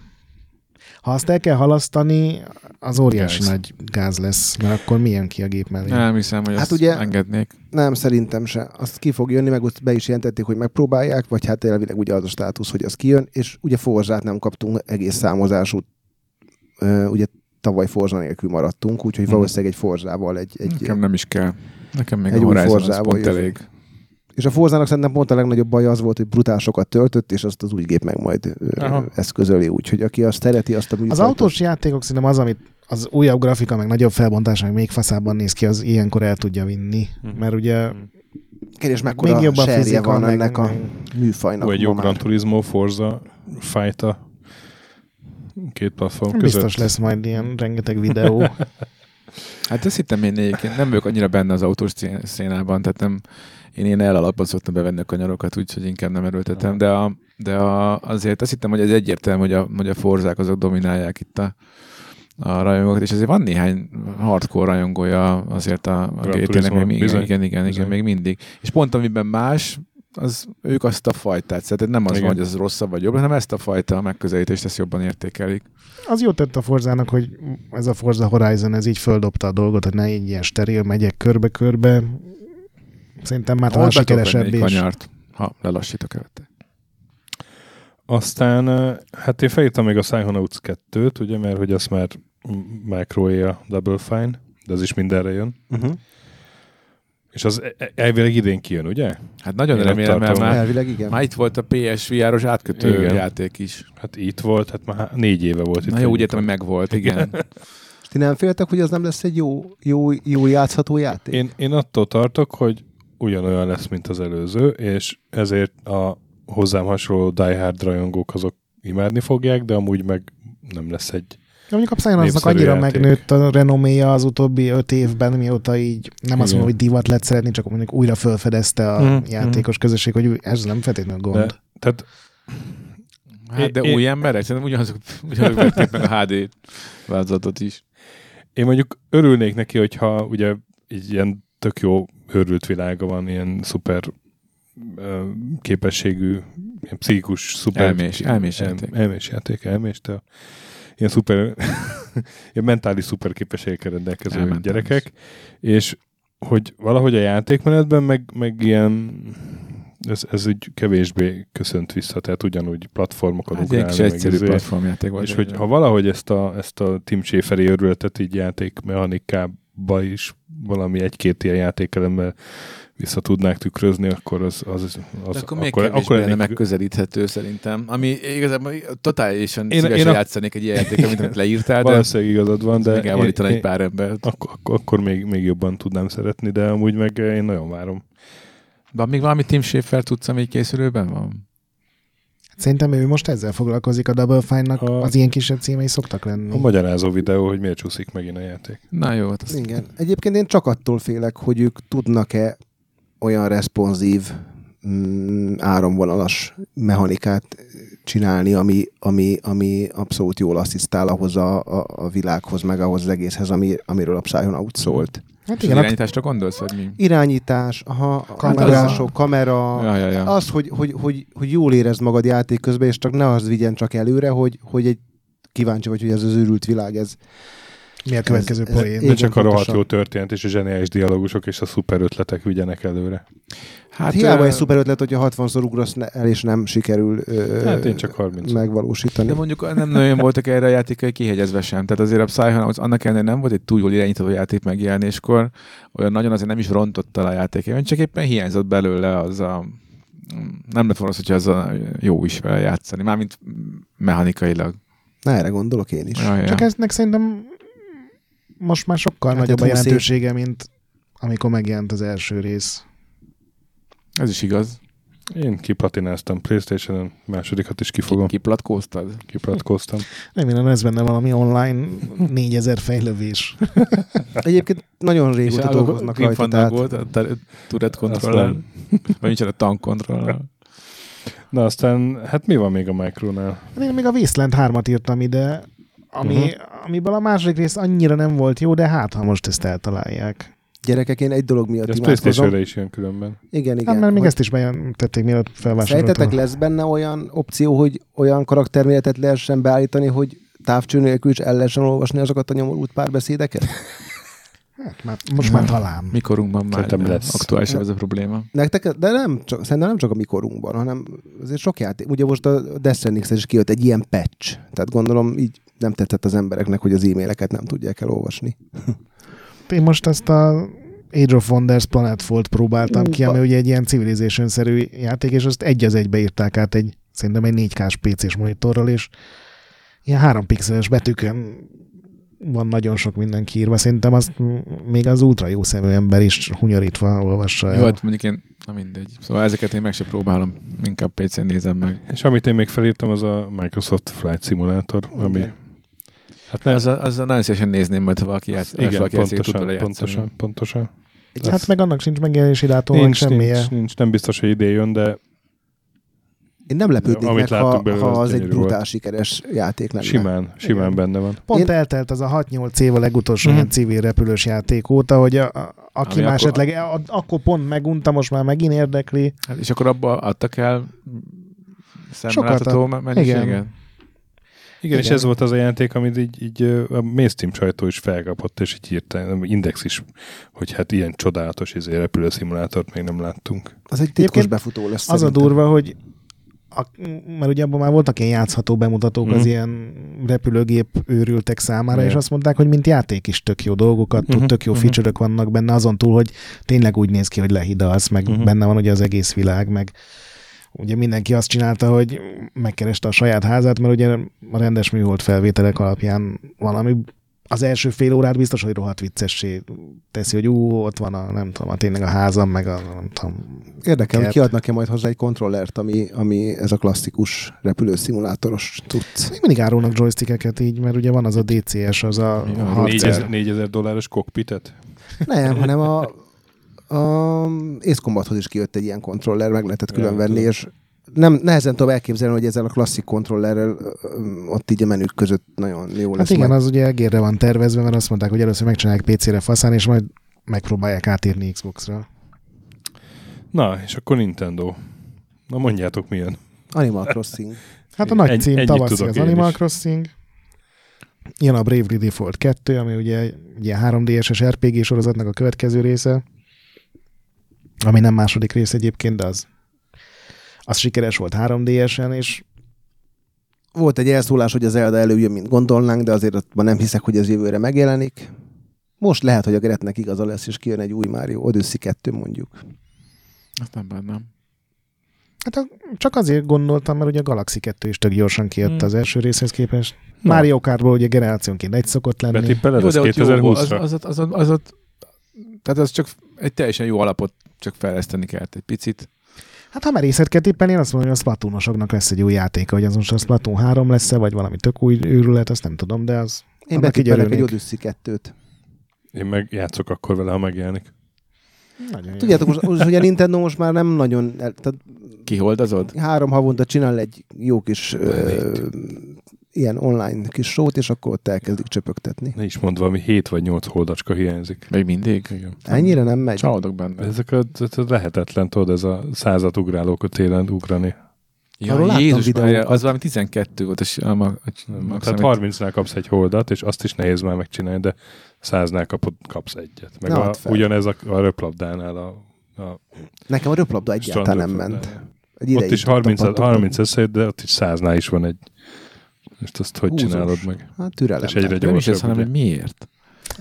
D: Ha azt el kell halasztani, az óriási
A: Gáz.
D: nagy gáz lesz, mert akkor milyen ki a gép mellé?
C: Nem hiszem, hogy
B: Hát
C: hát azt
B: ugye-
C: ugye... engednék.
B: Nem, szerintem se. Azt ki fog jönni, meg ott be is jelentették, hogy megpróbálják, vagy hát elvileg ugye az a státusz, hogy az kijön, és ugye Forzsát nem kaptunk egész számozású, ö, ugye tavaly Forzsa nélkül maradtunk, úgyhogy
A: Hm.
C: Mhm.
B: valószínűleg egy Forzsával egy, egy
C: Nekem nem is kell. Nekem még
B: Egy
C: a
B: új
C: Horizon az
B: Forzával
C: pont
B: jövünk.
C: elég.
B: És a Forzának szerintem pont a legnagyobb baja az volt, hogy brutál sokat töltött, és azt az új gép meg majd ö,
A: Aha.
B: eszközöli úgy, hogy aki azt szereti, azt a műfajt.
D: Az autós játékok szerintem az, amit az újabb grafika, meg nagyobb felbontás, meg még faszában néz ki, az ilyenkor el tudja vinni. Mert ugye
B: Kérdés,
D: még
B: mekkora
D: jobban
B: serje
D: fizika,
B: van
D: meg-
B: ennek a
D: meg-
B: műfajnak.
A: Vagy egy jó
B: ma
A: Gran
B: már.
A: Turismo, Forza, Fight a két platform között?
D: biztos lesz majd ilyen rengeteg videó.
C: Hát ezt hittem én egyébként. Nem vagyok annyira benne az autós szén- szénában, tehát nem, én, én elalapban szoktam bevenni a kanyarokat, úgyhogy inkább nem erőltetem, de, a, de a, azért azt hittem, hogy ez egyértelmű, hogy a, hogy a forzák azok dominálják itt a, a rajongókat, és azért van néhány hardcore rajongója azért a, a
A: Gran
C: GT-nek, még,
A: Turismo,
C: igen,
A: bizony,
C: igen, igen, igen,
A: bizony.
C: még mindig. És pont amiben más, az, ők azt a fajtát szeretik. Nem az
A: Igen.
C: van, hogy az rosszabb vagy jobb, hanem ezt a fajta megközelítést ezt jobban értékelik.
D: Az jót tett a Forzának, hogy ez a Forza Horizon, ez így földobta a dolgot, hogy ne így ilyen steril, megyek körbe-körbe. Szerintem már talán
C: Hol be tudok
D: Hát sikeresebb
C: venni
D: is.
C: egy kanyart, ha lelassítok előtte.
A: Aztán, eh, hát én felírtam még a Psychonauts 2-t, ugye, mert hogy azt már m- micro a Double Fine, de az is mindenre jön.
C: Mhm.
B: Uh-huh.
A: És az e- e- elvileg idén kijön, ugye?
C: Hát nagyon
A: Én nem
C: remélem, mert
A: tartom.
C: már,
B: Elvileg igen.
C: már itt volt a PSVR-os átkötő
A: Igen.
C: játék is.
A: Hát itt volt, hát már há- négy éve volt itt.
C: Na jó, úgy értem, hogy megvolt, igen.
B: És Ti nem féltek, hogy az nem lesz egy jó, jó, jó játszható játék?
A: Én, én attól tartok, hogy ugyanolyan lesz, mint az előző, és ezért a hozzám hasonló Die Hard rajongók azok imádni fogják, de amúgy meg nem lesz egy...
D: Ja, Mondjuk a Psychonautsnak
A: Népszerű
D: annyira
A: játék.
D: megnőtt a renoméja az utóbbi öt évben, mióta így nem azt
A: Igen.
D: mondom, hogy divat lett szeretni, csak mondjuk újra felfedezte
B: Mm,
D: a
A: Mhm,
D: játékos közösség, hogy ez nem feltétlenül gond.
A: De, tehát
C: Hát de
A: Én-
C: új emberek, szerintem ugyanazok, ugyanazok vették meg a HD változatot is.
A: én mondjuk örülnék neki, hogyha ugye így ilyen tök jó őrült világa van, ilyen szuper ö, képességű, ilyen pszichikus szuper...
C: Elmés, elmés játék.
A: El, elmés játék, elmés, te ilyen szuper, ilyen mentális szuper képességekkel rendelkező
C: Elmentem
A: gyerekek, és hogy valahogy a játékmenetben meg, meg ilyen ez, ez úgy kevésbé köszönt vissza, tehát ugyanúgy platformokon
C: Hát egy kis egyszerű
A: izé.
C: platformjáték volt.
A: És hogy ha valahogy ezt a, ezt a Tim Schaeferi örületet így játékmechanikába is valami egy-két ilyen játékelemmel vissza tudnák tükrözni, akkor az, az, az
C: De akkor még akkor,
A: akkor
C: lenne
A: lennék-
C: megközelíthető szerintem. Ami igazából totálisan
A: Én-
C: én, szívesen
A: én a-
C: én játszanék egy ilyen játékot, mint amit leírtál, de
A: valószínűleg igazad van,
C: de
A: de
C: még elvalítaná egy pár embert.
A: akkor, akkor, akkor még, még jobban tudnám szeretni, de amúgy meg én nagyon várom.
C: Van még valami Tim Schafer tudsz, ami készülőben van?
D: Hát Szerintem ő most ezzel foglalkozik a Double Fine-nak,
A: A-
D: az ilyen kisebb címei szoktak lenni.
A: A magyarázó videó, hogy miért csúszik megint a játék.
C: Na jó, hát azt
B: Igen. Egyébként én csak attól félek, hogy ők tudnak-e olyan responsív mm, áramvonalas mechanikát csinálni, ami, ami, ami abszolút jól asszisztál ahhoz a, a, a világhoz, meg ahhoz az egészhez, ami, amiről a Psychonaut szólt.
D: Hát
C: az
D: igen, a
C: irányításra gondolsz, vagy mi?
B: Irányítás, aha,
D: Kamera.
B: kamerások, kamera,
C: Ja, ja, ja.
B: az, hogy, hogy, hogy, hogy jól érezd magad játék közben, és csak ne az vigyen csak előre, hogy, hogy egy kíváncsi vagy, hogy ez az őrült világ, ez
D: mi a következő
B: Ez- ez-
D: poén.
A: De
B: Igen,
A: csak a rohadt
B: pontosan.
A: jó történet és a zseniális dialógusok és a szuper ötletek vigyenek előre.
B: Hát hiába
C: ö,
B: egy szuper ötlet, hogyha 60-szor ugrasz ne- el, és nem sikerül ö,
A: Hát én csak 30.
B: megvalósítani.
C: De mondjuk nem nagyon voltak erre a játékai kihegyezve sem. Tehát azért a Psychonauts annak ellenére nem volt egy túl jól irányító játék megjelenéskor, olyan nagyon azért nem is rontotta le a játékében, csak éppen hiányzott belőle az a nem lett volna az, hogyha az a jó is vele játszani, mármint mechanikailag.
B: Na, erre gondolok én is.
C: Ja, ja.
D: Csak eznek szerintem most már sokkal
B: Hát
D: nagyobb a
B: egy húsz év-
D: jelentősége, mint amikor megjelent az első rész.
C: Ez is igaz.
A: Én kiplatináztam Playstation-on, másodikat is kifogom.
C: Kiplatkóztad?
A: Kiplatkoztam.
D: Remélem ez benne valami online 4000 fejlövés.
B: Egyébként nagyon régóta dolgoznak rajta, tehát
C: volt a ter- turret
A: Azt
C: kontroller?
A: nem.
C: Vagy nincsen a tank kontroller?
A: Na aztán, hát mi van még a Micronál?
D: Hát Én még a Wasteland 3-at írtam ide, ami, uh-huh. amiből a második rész annyira nem volt jó, de hát ha most ezt eltalálják. Hát
B: gyerekek, én egy dolog
A: De
B: miatt
A: Ez
B: imádkozom.
A: Playstation-re is jön különben.
B: Igen, igen.
D: Hát mert még
B: hogy
D: ezt is bejelentették, mielőtt felvásároltam.
B: Szerintetek lesz benne olyan opció, hogy olyan karakterméretet lehessen beállítani, hogy távcső nélkül is el lehessen olvasni azokat a nyomorult párbeszédeket?
D: Hát már, most már talán.
C: Mikorunkban már
A: Szerintem lesz.
C: aktuálisabb ez a probléma.
B: Nektek, de nem csak, szerintem nem csak a mi korunkban, hanem azért sok játék. Ugye most a Destiny is kijött egy ilyen patch, tehát gondolom így nem tetszett az embereknek, hogy az e-maileket nem tudják elolvasni.
D: Én most ezt a Age of Wonders Planetfold próbáltam ki, ami ugye egy ilyen Civilization-szerű játék, és azt egy az egybe írták át egy, szerintem egy 4K-s PC-s monitorral, és ilyen három pixeles betűkön van nagyon sok minden kiírva, szerintem azt m- még az ultra jó szemű ember is hunyorítva olvassa
C: Jó,
D: el.
C: hát mondjuk én, na mindegy. Szóval ezeket én meg sem próbálom, inkább PC-n nézem meg.
A: És amit én még felírtam, az a Microsoft Flight Simulator, ami Hát nem,
C: Az, az, nagyon szívesen nézném majd, ha valaki játszik.
A: igen,
C: valaki játszik, tud vele
A: pontosan,
C: játszani.
A: pontosan, pontosan.
D: Hát meg annak sincs megjelenési dátum, meg
A: nincs,
D: semmije.
A: nincs, nincs, nem biztos, hogy idén jön, de
B: Én nem lepődnék
A: Amit
B: meg, ha,
A: láttuk belőle, az
B: ha az egy
A: gyönyörű volt.
B: brutál sikeres játék lenne.
A: simán, simán benne van.
D: Pont
B: Én-
D: eltelt az a 6-8 év a legutolsó
A: Mhm.
D: ilyen civil repülős játék óta, hogy a, a, aki
C: Ami
D: már
C: akkor-
D: esetleg a, akkor pont megunta, most már megint érdekli.
C: Hát, és akkor abba adtak el szemlátható mennyiséget?
D: Igen.
A: Igen, és
D: Igen.
A: ez volt az a játék, amit így, így ö, a mainstream sajtó is felkapott, és így hirtelen Index is, hogy hát ilyen csodálatos izé, repülőszimulátort még nem láttunk.
B: Az egy titkos
D: Egyébként
B: befutó lesz
D: Az a
B: szerintem.
D: durva, hogy a, mert ugye abban már voltak ilyen játszható bemutatók
A: Mhm.
D: az ilyen repülőgép őrültek számára,
A: Igen.
D: és azt mondták, hogy mint játék is tök jó dolgokat tud,
A: Mhm,
D: tök jó
A: mhm.
D: feature vannak benne, azon túl, hogy tényleg úgy néz ki, hogy lehidalsz, meg
A: Mhm.
D: benne van ugye az egész világ, meg ugye mindenki azt csinálta, hogy megkereste a saját házát, mert ugye a rendes műhold felvételek alapján valami az első fél órát biztos, hogy rohadt viccessé teszi, hogy ú, ott van a, nem tudom, a tényleg a házam, meg a, nem tudom,
B: Érdekel, hogy
D: Kert.
B: kiadnak-e majd hozzá egy kontrollert, ami, ami ez a klasszikus repülőszimulátoros cucc.
D: Hát Még mindig árulnak joystickeket így, mert ugye van az a DCS, az a Hát
C: Igen, a
D: harcer.
A: 4000 4000 dolláros kokpitet?
B: Nem, hanem a, a Ace Combathoz is kijött egy ilyen kontroller, meg lehetett
A: Ja,
B: külön venni,
A: tudom.
B: és nem, nehezen tudom elképzelni, hogy ezzel a klasszik kontrollerrel ö, ö, ott így a menük között nagyon jó lesz.
D: Hát igen,
B: majd.
D: az ugye egérre van tervezve, mert azt mondták, hogy először megcsinálják PC-re faszán, és majd megpróbálják átírni Xbox-ra.
A: Na, és akkor Nintendo. Na mondjátok milyen.
B: Animal Crossing.
D: Hát a nagy
A: Egy-
D: cím
A: ennyit
D: tavaszig
A: tudok
D: az
A: én
D: Animal
A: is.
D: Crossing. Jön a Bravely Default 2, ami ugye egy ilyen 3D-es RPG sorozatnak a következő része, ami nem második rész egyébként, de az, az sikeres volt 3D-esen, és
B: Volt egy elszólás, hogy az Zelda előjön, mint gondolnánk, de azért ott nem hiszek, hogy ez jövőre megjelenik. Most lehet, hogy a Gretnek igaza lesz, és kijön egy új Mario Odyssey 2 mondjuk.
C: Azt nem bennem.
D: Hát a- csak azért gondoltam, mert ugye a Galaxy 2 is tök gyorsan kijött
C: Hmm.
D: az első részhez képest. Mario Kartból ugye generációnként egy szokott lenni.
A: Betippeled
C: Jó,
A: ez
C: de ott jó, volt. az,
A: 2020-ra?
C: az, az, az, az, az, tehát az csak egy teljesen jó alapot csak fejleszteni kellett egy picit.
D: Hát ha merészet kell tippelni, én azt mondom, hogy a Splatoon-osoknak lesz egy új játéka, hogy az most a Splatoon 3 lesz-e, vagy valami tök új őrület, azt nem tudom, de az...
B: Én
D: Annak így
B: betippelek egy
D: örülnék.
B: Odyssey 2-t.
A: Én meg játszok akkor vele, ha megjelenik.
D: Nagyon jó.
B: Tudjátok, most, most ugye a Nintendo most már nem nagyon, el- tehát
C: Kiholdazod?
B: három havonta csinál egy jó kis ö,
C: Elég.
B: ilyen online kis sót, és akkor ott elkezdik csöpögtetni.
A: Ne is mond valami 7 vagy 8 holdacska hiányzik.
C: Még mindig?
A: Igen.
B: Ennyire nem megy.
C: Csalódok benne.
A: Ezek a, ez a lehetetlen, tudod, ez a százat ugrálók a télen ugrani.
B: Arról
C: Ja,
B: láttam
C: Jézus,
B: videókat.
C: Mária, az valami 12 volt, és a, ma- a,
A: Hát
C: a, a,
A: Tehát 30-nál kapsz egy holdat, és azt is nehéz már megcsinálni, de 100-nál kapod, kapsz egyet. Meg
B: Na,
A: a,
B: add fel.
A: ugyanez a, a röplabdánál a, a
B: Nekem a röplabda egyáltalán nem ment.
A: strandröplabdánál.
B: Egy
A: Ott
B: ideig
A: is 30,
B: tapadtam.
A: 30 összejött, de ott is 100-nál is van egy. És azt hogy
B: Húzós.
A: csinálod meg?
B: Hát türelem.
A: És egyre
C: Nem is
A: gyorsabb.
C: ez, hanem
A: ugye?
C: hogy miért?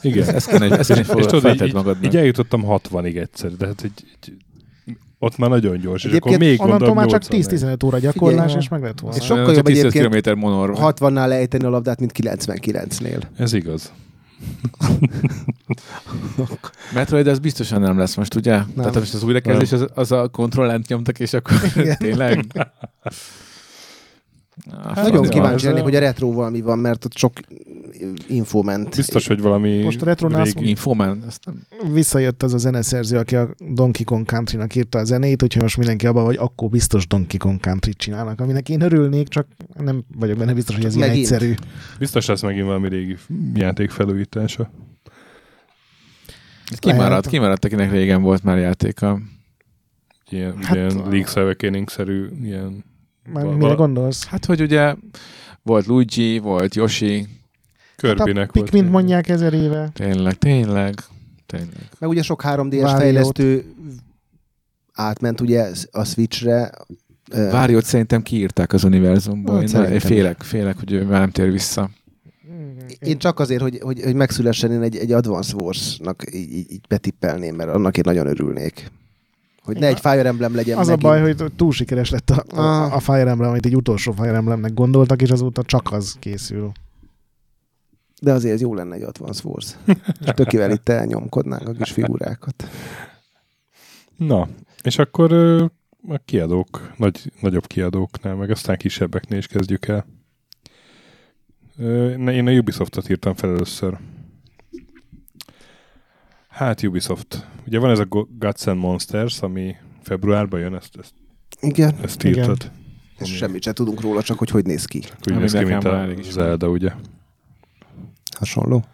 A: Igen.
C: Ez kell egy, ez kell egy
A: És tudod, így,
C: feltedd
A: így,
C: magadnak.
A: így eljutottam 60-ig egyszer, de hát így, így, ott már nagyon gyors, és akkor
B: Egyébként
A: még
D: Onnantól
A: gondolom
D: már csak
A: 80-nál.
D: 10-15 óra gyakorlás,
B: Figyelj,
D: és meg lett volna.
B: És sokkal
C: Ez a
B: jobb
C: 15
B: egyébként
C: kilométer monor.
B: 60-nál lejteni a labdát, mint 99-nél.
A: Ez igaz.
C: Metroid az biztosan nem lesz most, ugye? Nem. Hát Tehát most az újrakezdés az, az a kontrollent nyomtak, és akkor tényleg... Ah,
B: Hát, Nagyon
C: fasz,
B: kíváncsi
A: ez a-
B: lennék, hogy a retróval mi van, mert ott sok info ment.
A: Biztos, hogy valami
D: Most a Retronál azt
A: régi-
C: Infoman, azt nem...
D: Visszajött az a zeneszerző, aki a Donkey Kong Country-nak írta a zenét, úgyhogy most mindenki abban vagy, akkor biztos Donkey Kong Country-t csinálnak, aminek én örülnék, csak nem vagyok benne biztos, hogy ez ilyen
B: Megint.
D: egyszerű.
A: Biztos lesz megint valami régi játék felújítása.
C: Kimaradt, kimaradt, akinek régen volt már játéka.
A: Ilyen,
D: Hát-
A: hát, ilyen leak-szerű, ilyen...
D: Már
A: Val-
D: mire
A: val-
D: gondolsz?
C: Hát, hogy ugye volt Luigi, volt Yoshi,
D: Hát
A: Körbinek
D: volt. mint mondják ezer éve.
C: tényleg, tényleg, tényleg.
B: Meg ugye sok 3D-es
D: Váriót.
B: fejlesztő átment ugye a Switchre. Ö,
C: Váriót szerintem kiírták az univerzumból.
B: Hát,
C: Én,
B: szerintem
C: én
B: is.
C: félek, félek, hogy ő már nem tér vissza.
B: Én csak azért, hogy, hogy, hogy megszülessen én egy, egy Advance Wars-nak így, így, így betippelném, mert annak én nagyon örülnék. Hogy ne egy Fire Emblem legyen
D: Az a
B: megint. Ah.
D: baj, hogy túl sikeres lett a, a, a Fire Emblem, amit egy utolsó Fire Emblemnek gondoltak, és azóta csak az készül.
B: De azért ez jó lenne egy Advance Wars. És tökivel itt elnyomkodnánk a kis figurákat.
A: Na, és akkor ö, a kiadók, nagy, nagyobb kiadóknál, meg aztán kisebbeknél is kezdjük el. Ö, ne- Én a Ubisoftot írtam fel először. Hát Ubisoft. Ugye van ez a Go- Guts and Monsters, ami februárban jön, ezt, ezt,
E: Igen.
A: ezt
D: Igen.
A: írtad.
E: És
A: Ami-
E: semmit sem tudunk róla, csak hogy hogy néz ki.
A: Úgy
C: Ami
A: néz ki, mint
C: nekem
A: a
C: már elég is
A: Zelda, ugye.
B: Hasonló.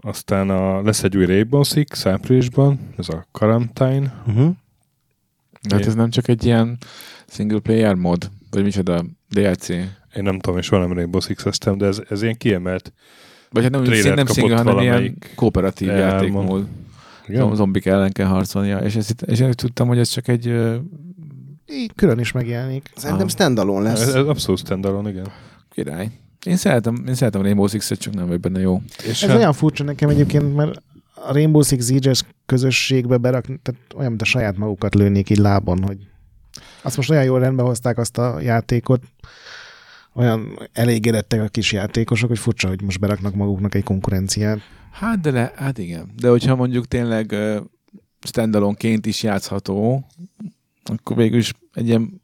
A: Aztán a, lesz egy új Rainbow Six áprilisban, ez a Quarantine.
B: Uh-huh.
C: De hát
A: Igen.
C: ez nem csak egy ilyen single player mod, vagy micsoda, DLC.
A: Én nem tudom, és soha nem Rainbow six de ez, ez ilyen kiemelt.
C: Vagy hát nem,
A: Trailert
C: szín, nem
A: kapott
C: single, hanem ilyen
A: valamelyik
C: kooperatív
A: elmond.
C: játékmód.
A: Igen?
C: Zombik ellen kell harcolnia. És, ez, és én úgy tudtam, hogy ez csak egy... ö,
D: Így külön is megjelenik.
E: Szerintem standalone
A: Ez,
E: lesz.
A: ez abszolút standalone, igen.
C: Király. Én szeretem, én szeretem a Rainbow Six-et, csak nem vagy benne jó.
A: És
D: Ez
A: hát,
D: olyan furcsa nekem egyébként, mert a Rainbow Six Siege-es közösségbe berakni, tehát olyan, mint a saját magukat lőnék így lábon, hogy azt most olyan jól rendbe hozták azt a játékot, olyan elégedettek a kis játékosok, hogy furcsa, hogy most beraknak maguknak egy konkurenciát.
C: Hát, de le, hát igen. De hogyha mondjuk tényleg ö, standalone-ként is játszható, akkor végül is egy ilyen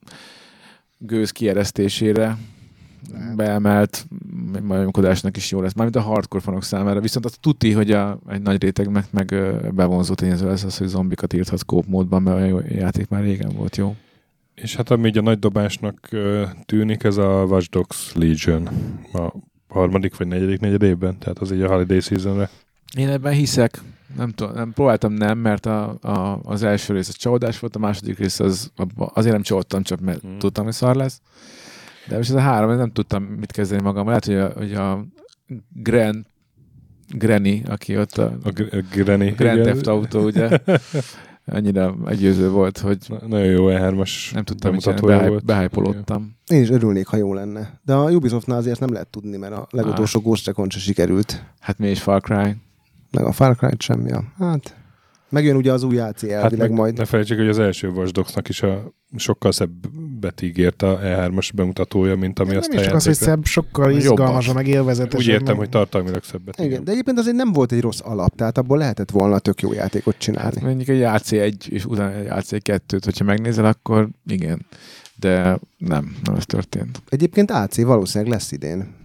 C: gőz kieresztésére beemelt majomkodásnak is jó lesz. Mármint a hardcore fanok számára. Viszont azt tuti, hogy a, egy nagy rétegnek meg ö, bevonzó tényező lesz az, hogy zombikat írthat kóp módban, mert olyan jó játék már régen volt jó.
A: és hát ami ugye a nagy dobásnak ö, tűnik, ez a Watch Dogs Legion. A harmadik vagy negyedik negyed évben, tehát az így a holiday seasonre.
C: Én ebben hiszek. Nem tudom, nem, próbáltam nem, mert a, a, az első rész az csalódás volt, a második rész az, abba- azért nem csalódtam, csak mert
A: Hmm.
C: hmm. tudtam, hogy szar lesz. De most ez a három, ez nem tudtam mit kezdeni magam. Lehet, hogy a, hogy a Gren, Granny, aki ott a,
A: A, gr- a Granny.
C: a Grand
A: igen.
C: Theft Auto, ugye, annyira egyőző volt, hogy
A: Na, nagyon jó E3-as
C: nem tudtam, hogy
A: bemutatója
C: beháj,
A: volt.
C: behájpolódtam.
B: Én is örülnék, ha jó lenne. De a Ubisoftnál azért nem lehet tudni, mert a
D: Ah.
B: legutolsó Ghost Recon se sikerült.
C: Hát mi is Far Cry.
B: Meg a Far Cry-t semmi. Hát, megjön ugye az új AC
A: Hát
B: elvileg
A: meg
B: hát majd.
A: ne felejtsük, hogy az első Watch Dogsnak is a sokkal szebbet ígért a E3-as bemutatója, mint ami
D: Nem
A: azt
D: is csak az, hogy szebb, sokkal
C: Jobban.
D: izgalmasabb, meg élvezetesebb.
A: Úgy értem,
D: meg-
A: hogy tartalmilag szebbet.
B: Igen, de egyébként azért nem volt egy rossz alap, tehát abból lehetett volna tök jó játékot
C: Hát
B: csinálni.
C: mondjuk egy AC1 és utána egy AC2-t, hogyha megnézel, akkor igen. De nem, nem ez történt.
B: Egyébként AC valószínűleg lesz idén.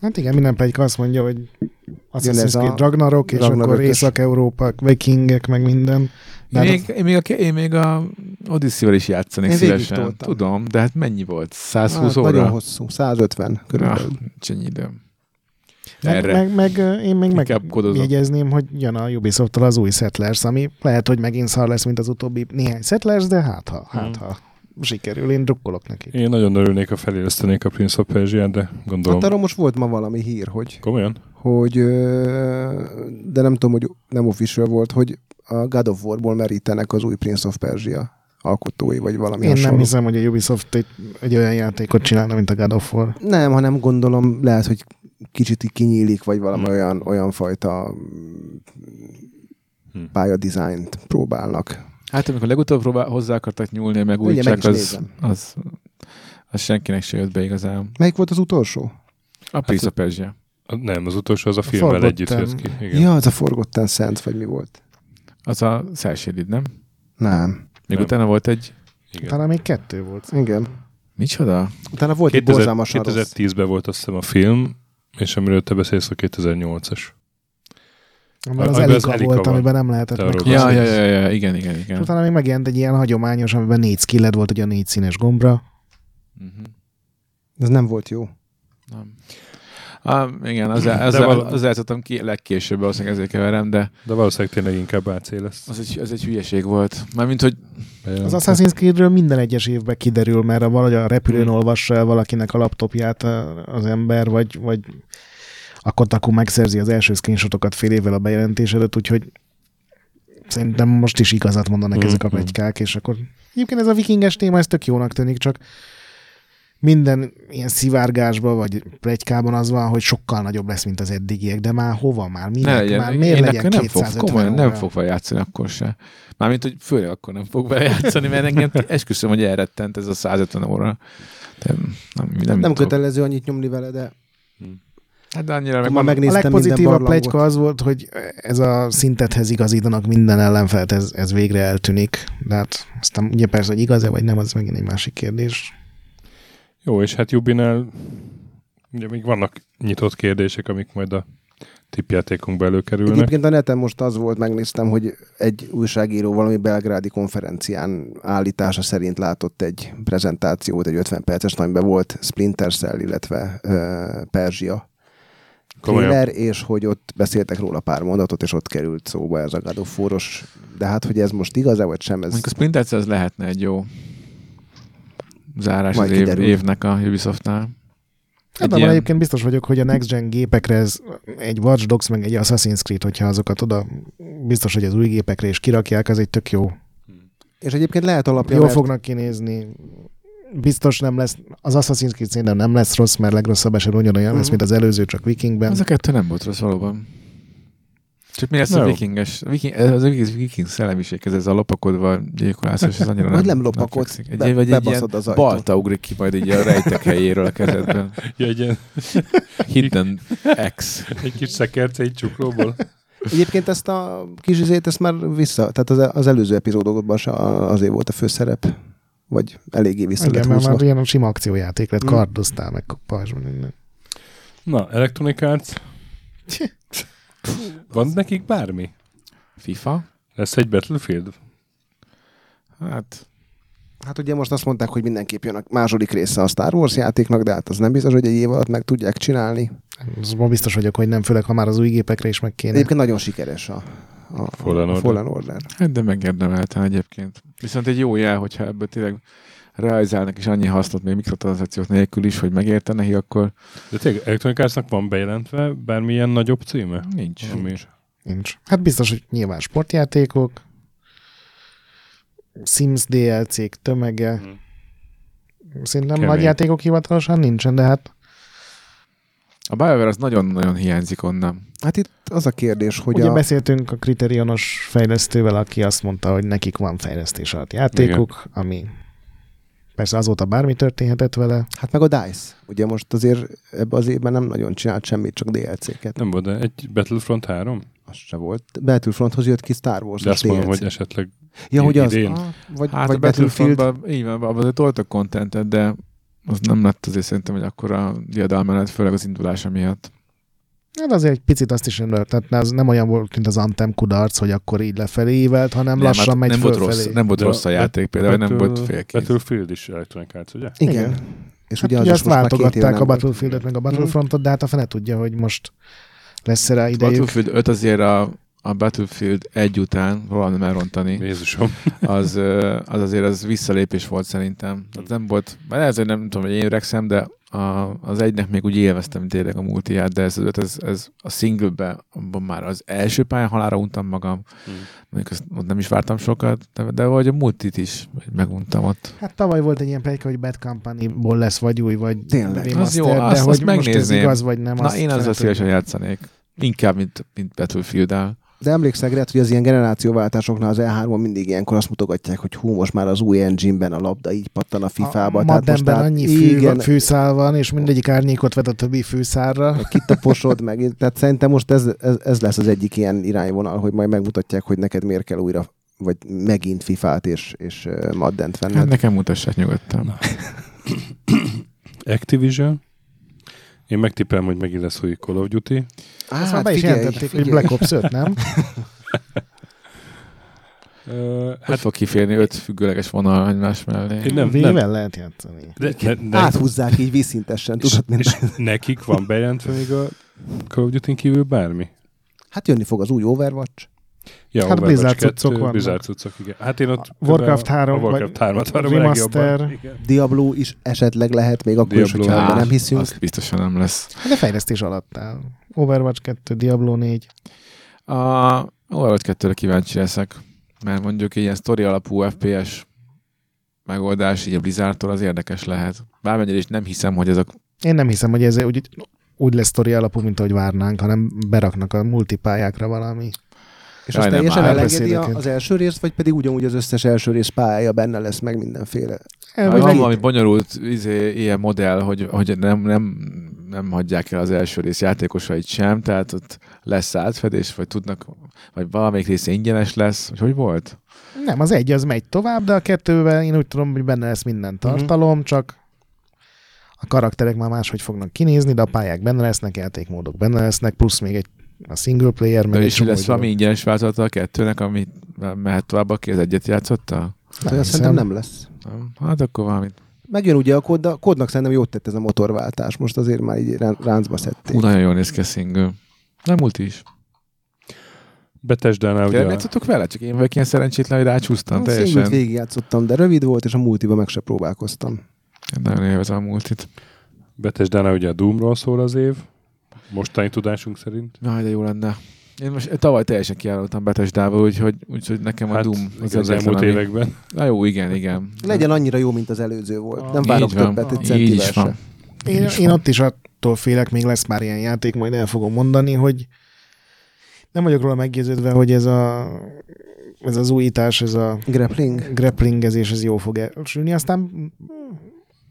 D: Hát igen, minden plegyka azt mondja, hogy
B: Jön
D: Assassin's
B: ez a
D: Creed Ragnarok, és
B: Ragnarök
D: akkor
B: is.
D: Észak-Európa, vikingek, meg minden. De
C: Én
D: hát
C: még, én, még a, én még a Odyssey-val is játszanék
B: Én
C: én
B: végig
C: szívesen.
B: toltam.
C: Tudom, de hát mennyi volt? 120
B: Hát,
C: hát, óra?
B: nagyon hosszú, 150 körülbelül. Hát
C: Ah, nincs ennyi időm.
D: Meg,
C: Erre.
D: meg, meg ö, én még
C: Inkább kodozom.
D: megjegyezném, hogy jön a ubisoft az új Settlers, ami lehet, hogy megint szar lesz, mint az utóbbi néhány Settlers, de hát ha, hát ha sikerül, én drukkolok neki.
A: Hmm. Én nagyon örülnék, ha felélesztenék a Prince of persia de gondolom...
B: Hát arról most volt ma valami hír, hogy
A: Komolyan?
B: hogy ö, de nem tudom, hogy nem official volt, hogy a God of Warból merítenek az új Prince of Persia alkotói, vagy valami
D: Én
B: hasonló.
D: nem hiszem, hogy a Ubisoft egy, egy olyan játékot csinálna, mint a God of War.
B: Nem, hanem gondolom lehet, hogy kicsit így kinyílik, vagy valami
A: Hm.
B: olyan, olyan fajta
A: Hm.
B: pályadizájnt próbálnak.
C: Hát amikor legutóbb próbál, hozzá akartak nyúlni, meg úgy
B: Ugye, meg
C: csak
B: is
C: az,
B: nézem.
C: az, az, senkinek se jött be igazán.
B: Melyik volt az utolsó?
C: A Prince of Persia.
A: A- Nem, az utolsó az a filmmel
D: Forgottam.
A: együtt jött ki. Igen.
B: Igen. Ja, az a Forgotten Szent, vagy mi volt?
C: Az a Cell nem?
B: Nem.
C: Még
A: Nem.
C: utána volt egy...
A: igen.
D: Talán még kettő volt.
B: Igen.
C: Micsoda?
B: Utána volt 2000, egy
A: 2000,
B: borzalmasan rossz.
A: 2010-ben volt azt hiszem a film, és amiről te beszélsz, a 2008-as.
D: Amiben az
A: Amiben az
D: Elika
A: Elika
D: volt,
A: van.
D: amiben nem lehetett
A: Te arról
D: megkapni.
A: beszélsz.
C: Ja, ja, ja, ja, igen, igen, igen.
D: Utána még megjelent egy ilyen hagyományos, amiben négy skilled volt, ugye a négy színes gombra.
C: Mhm.
B: Ez nem volt jó.
C: Nem. Ah, igen, az, az,
A: De
C: az,
A: val-
C: az, játszottam ki legkésőbb, valószínűleg ezért keverem, de
A: De valószínűleg tényleg inkább AC lesz.
C: az egy, az egy hülyeség volt. Mármint, hogy
D: Az Assassin's Creedről minden egyes évben kiderül, mert a valahogy a repülőn
C: Hmm.
D: olvassa el valakinek a laptopját ö, az ember, vagy, vagy a Kotaku megszerzi az első screenshotokat fél évvel a bejelentés előtt, úgyhogy szerintem most is igazat mondanak
C: Hmm,
A: Mhm.
D: ezek a plegykák, és akkor egyébként ez a vikinges téma, ez tök jónak tűnik, csak minden ilyen szivárgásban vagy plegykában az van, hogy sokkal nagyobb lesz, mint az eddigiek, de már hova, már minek,
C: ne legyen,
D: már miért legyen
C: akkor nem fog,
D: 250
C: komolyan nem
D: óra?
C: fog vele játszani akkor se. Mármint, hogy főleg akkor nem fog vele játszani, mert engem esküszöm, hogy elrettent ez a 150 óra. De nem, nem,
B: Nem
C: nem kötele.
B: kötelező annyit nyomni vele, de
C: Hát de annyira meg
B: ma
C: meg...
D: A
B: megnéztem minden
D: legpozitívabb
B: barlangot.
D: plegyka az volt, hogy ez a szintethez igazítanak minden ellenfelt, ez, ez végre eltűnik. De hát aztán ugye persze, hogy igaz-e vagy nem, az megint egy másik kérdés.
A: Jó, és hát Jubinál Ugye még vannak nyitott kérdések, amik majd a tippjátékunkba előkerülnek.
B: Egyébként a neten most az volt, megnéztem, hogy egy újságíró valami belgrádi konferencián állítása szerint látott egy prezentációt, egy 50 perces, amiben volt Splinter Cell, illetve ö, Perzsia
A: Komolyan.
B: trailer, és hogy ott beszéltek róla pár mondatot, és ott került szóba ez a God of War-os. De hát, hogy ez most igaz-e, vagy sem, ez
C: Mondjuk a Splinter Cell az lehetne egy jó zárás
B: Majd
C: az év,
B: kiderül.
C: évnek a Ubisoftnál.
D: Ebben
C: ilyen-
D: van egyébként biztos vagyok, hogy a Next Gen gépekre ez egy Watch Dogs, meg egy Assassin's Creed, hogyha azokat oda, biztos, hogy az új gépekre is kirakják, ez egy tök jó.
B: És egyébként lehet alapja,
D: Jól
B: mert
D: fognak kinézni. Biztos nem lesz, az Assassin's Creed szerintem nem lesz rossz, mert legrosszabb esetben ugyanolyan lesz,
B: Mhm.
D: mint az előző, csak Vikingben.
C: Az a kettő nem volt rossz valóban. Csak mi lesz
A: Na
C: a
A: jó.
C: vikinges? Viking, ez az egész viking szellemiség, ez, ez a lopakodva gyilkolászos, ez annyira
B: Vagy nem lopakod,
C: fekszik.
B: be-
C: egy, vagy egy ilyen
B: bebaszod az ajtót.
C: balta ugrik ki majd így a rejtek helyéről a kezedben.
A: Ja, egy, ilyen,
C: Hidden X.
A: egy kis szekerce egy csuklóból.
B: egyébként ezt a kis izét, ezt már vissza, tehát az, az előző epizódokban se azért volt a főszerep, vagy eléggé vissza
D: Igen,
B: lett
D: mert
B: húzva.
D: már ilyen sima akciójáték
B: Mhm.
D: lett, kardoztál meg pajzs, meg minden.
A: Na, Electronic Arts. Van nekik bármi?
C: FIFA?
A: Lesz egy Battlefield?
C: Hát,
B: Hát ugye most azt mondták, hogy mindenképp jön a második része a Star Wars játéknak, de hát az nem biztos, hogy egy év alatt meg tudják csinálni.
D: Az ma biztos vagyok, hogy nem, főleg ha már az új gépekre is meg kéne.
B: Egyébként nagyon sikeres a, a
A: Fallen
B: a
A: Order.
B: Fallen Order.
C: hát de megérdemeltem egyébként. Viszont egy jó jel, hogyha ebből tényleg realizálnak is annyi hasznot, még mikrotranszakciót nélkül is, hogy megérte neki, akkor
A: De tényleg Electronic Artsnak van bejelentve bármilyen nagyobb címe?
C: nincs.
A: Ami...
D: Nincs. Hát biztos, hogy nyilván sportjátékok, Sims DLC-k tömege. Hmm. Szerintem
A: Kemény.
D: nagy játékok hivatalosan nincsen, de hát
C: A BioWare az nagyon-nagyon hiányzik onnan.
B: Hát itt az a kérdés, hogy
D: ugye
B: a...
D: beszéltünk a kriterionos fejlesztővel, aki azt mondta, hogy nekik van fejlesztés alatt játékuk, Igen. ami persze azóta bármi történhetett vele.
B: Hát meg a DICE. Ugye most azért ebben az évben nem nagyon csinált semmit, csak DLC-ket.
A: Nem volt, de egy Battlefront 3?
B: Az se volt. Battlefronthoz jött ki Star Wars
A: De azt mondom,
B: DLC.
A: hogy esetleg
B: Ja, hogy az.
A: idén.
B: Ah, Vagy,
C: Hát
B: vagy
C: a
B: Battlefield.
C: Battlefieldben, így van, abban azért toltak kontentet, de az nem lett azért szerintem, hogy akkor a diadalmenet, főleg az indulása miatt.
D: Hát azért egy picit azt is rendelt, tehát az nem olyan volt, mint az Anthem kudarc, hogy akkor így lefelé ívelt, hanem nem, lassan
C: hát
D: megy
C: nem volt,
D: fölfelé.
C: rossz, nem volt
A: De
C: rossz a
A: a
C: játék például, nem
A: Battle-
C: volt félkész.
A: Battlefield is Electronic Arts, ugye?
B: Igen.
D: Igen.
B: És
D: Hát
B: ugye
D: ugye,
B: az
D: ugye
B: is
D: azt
B: most már két éve
D: váltogatták a
B: nem Mhm. volt.
D: Battlefieldet meg a Battlefrontot, de hát a fene tudja, hogy most lesz rá idejük.
C: Battlefield 5 azért a, a Battlefield egy után, valami nem elrontani,
A: Jézusom.
C: az, ö, az azért az visszalépés volt szerintem. Tehát nem volt, mert ez nem tudom, hogy én öregszem, de a, az egynek még úgy élveztem tényleg a multiját, de ez, az öt, ez, ez a singlebe, abban már az első pályán halára untam magam,
A: Mm.
C: mondjuk azt, ott nem is vártam sokat, de, de vagy a multit is meguntam ott.
D: Hát tavaly volt egy ilyen plegyka, hogy Bad Company-ból lesz vagy új, vagy
B: Tényleg.
D: remaster,
C: Az jó,
D: de
C: azt- azt
D: hogy most ez
C: megnézném.
D: igaz, vagy nem.
C: Na, én
D: nem
C: azzal
D: tudom.
C: szívesen játszanék. Inkább, mint, mint Battlefield-el.
B: De emlékszel, Gret, hogy az ilyen generációváltásoknál az E3-on mindig ilyenkor azt mutogatják, hogy hú, most már az új engine-ben a labda így pattan a FIFA-ba.
D: A
B: tehát most
D: Maddenben
B: már-
D: annyi fű,
B: igen,
D: fűszál van, és mindegyik árnyékot vet a többi fűszálra.
B: Hát kitaposod meg. Tehát szerintem most ez, ez, ez, lesz az egyik ilyen irányvonal, hogy majd megmutatják, hogy neked miért kell újra vagy megint FIFA-t és, és ö, Maddent
C: Hát
B: venned.
C: nekem mutassák nyugodtan.
A: Activision. Én megtippelem, hogy megint lesz új Call of Duty.
B: Á,
D: Ezt már Szóval be is
B: Hát figyelj,
D: jelentették, hogy
B: figyelj.
D: Black Ops 5, nem?
A: Ö,
C: Hát
A: hát
C: fog kiférni öt függőleges vonal egymás mellé.
A: én nem, nem.
D: Vével lehet játszani.
A: De, ne,
D: Hát,
A: ne,
B: Áthúzzák így vízszintesen,
A: és,
B: tudod, mint
A: és nekik van bejelentve még a Call of Duty kívül bármi?
B: Hát jönni fog az új Overwatch.
A: Ja,
D: Hát
A: Overwatch
D: Blizzard
A: 2,
D: cuccok vannak.
A: Blizzard cuccok, igen. Hát én ott...
D: Warcraft
A: a-
D: 3,
A: A Warcraft 3-at várom a
D: Remaster.
A: legjobban. Igen.
B: Diablo is esetleg lehet, még akkor is,
A: Diablo.
B: hogyha
A: Á,
B: abban nem hiszünk.
C: Azt biztosan nem lesz.
D: Hát De fejlesztés alatt áll. Overwatch 2, Diablo 4.
C: A Overwatch 2-re kíváncsi leszek, mert mondjuk egy ilyen sztori alapú FPS megoldás így a Blizzardtól az érdekes lehet. Bármennyire is nem hiszem, hogy ezek
D: Én nem hiszem, hogy ez úgy, úgy lesz sztori alapú, mint ahogy várnánk, hanem beraknak a multipályákra valami.
B: És
C: Jaj,
B: azt
C: nem,
B: teljesen
C: már
B: elengedi a-
D: beszélünk.
B: az első részt, vagy pedig ugyanúgy az összes első rész pályája benne lesz, meg mindenféle.
C: Vagy
D: El, vagy
C: van
D: meg-
C: valami bonyolult izé, ilyen modell, hogy, hogy nem, nem, nem hagyják el az első rész játékosait sem, tehát ott lesz átfedés, vagy tudnak, vagy valamelyik rész ingyenes lesz, vagy hogy volt?
D: Nem, az
C: Mhm.
D: egy az megy tovább, de a kettőben én úgy tudom, hogy benne lesz minden tartalom, csak a karakterek már máshogy fognak kinézni, de a pályák benne lesznek, játékmódok benne lesznek, plusz még egy a single player, meg
C: De
D: egy
C: és
D: csomó
C: lesz valami
D: dolog.
C: ingyenes változata a kettőnek, ami mehet tovább, aki az egyet játszotta?
B: Nem,
D: hiszem.
B: szerintem nem lesz.
C: Nem. Hát akkor valamit.
B: Megjön ugye a kód, de a kódnak szerintem jót tett ez a motorváltás. Most azért már így rán- ráncba szedték.
C: Hú, nagyon jól néz ki a single. Nem multi is.
A: Betesdánál ugye...
C: Tényleg játszottuk vele? Csak én vagyok ilyen szerencsétlen, hogy rácsúsztam
B: a singlet
C: teljesen.
B: végigjátszottam, de rövid volt, és a multiba meg se próbálkoztam.
C: Én Nagyon élvezem a multit.
A: Betesdánál ugye a Doomról szól az év, mostani tudásunk szerint.
C: Na, de jó lenne. Én most tavaly teljesen kiállottam Betesdával, úgyhogy, úgyhogy nekem a
A: Hát,
C: Doom
A: az, az
C: egyetlen,
A: elmúlt
C: ami-
A: években.
C: Na jó, igen, igen.
B: Legyen annyira jó, mint az előző volt. Nem várok
C: Így van.
B: többet egy
C: Így
B: centivel
C: is
B: se.
C: van.
D: Én,
C: is
D: én
C: van.
D: ott is attól félek, még lesz már ilyen játék, majd el fogom mondani, hogy nem vagyok róla meggyőződve, hogy ez a ez az újítás, ez a
B: Grappling.
D: grapplingezés, ez jó fog elsülni. Aztán mm,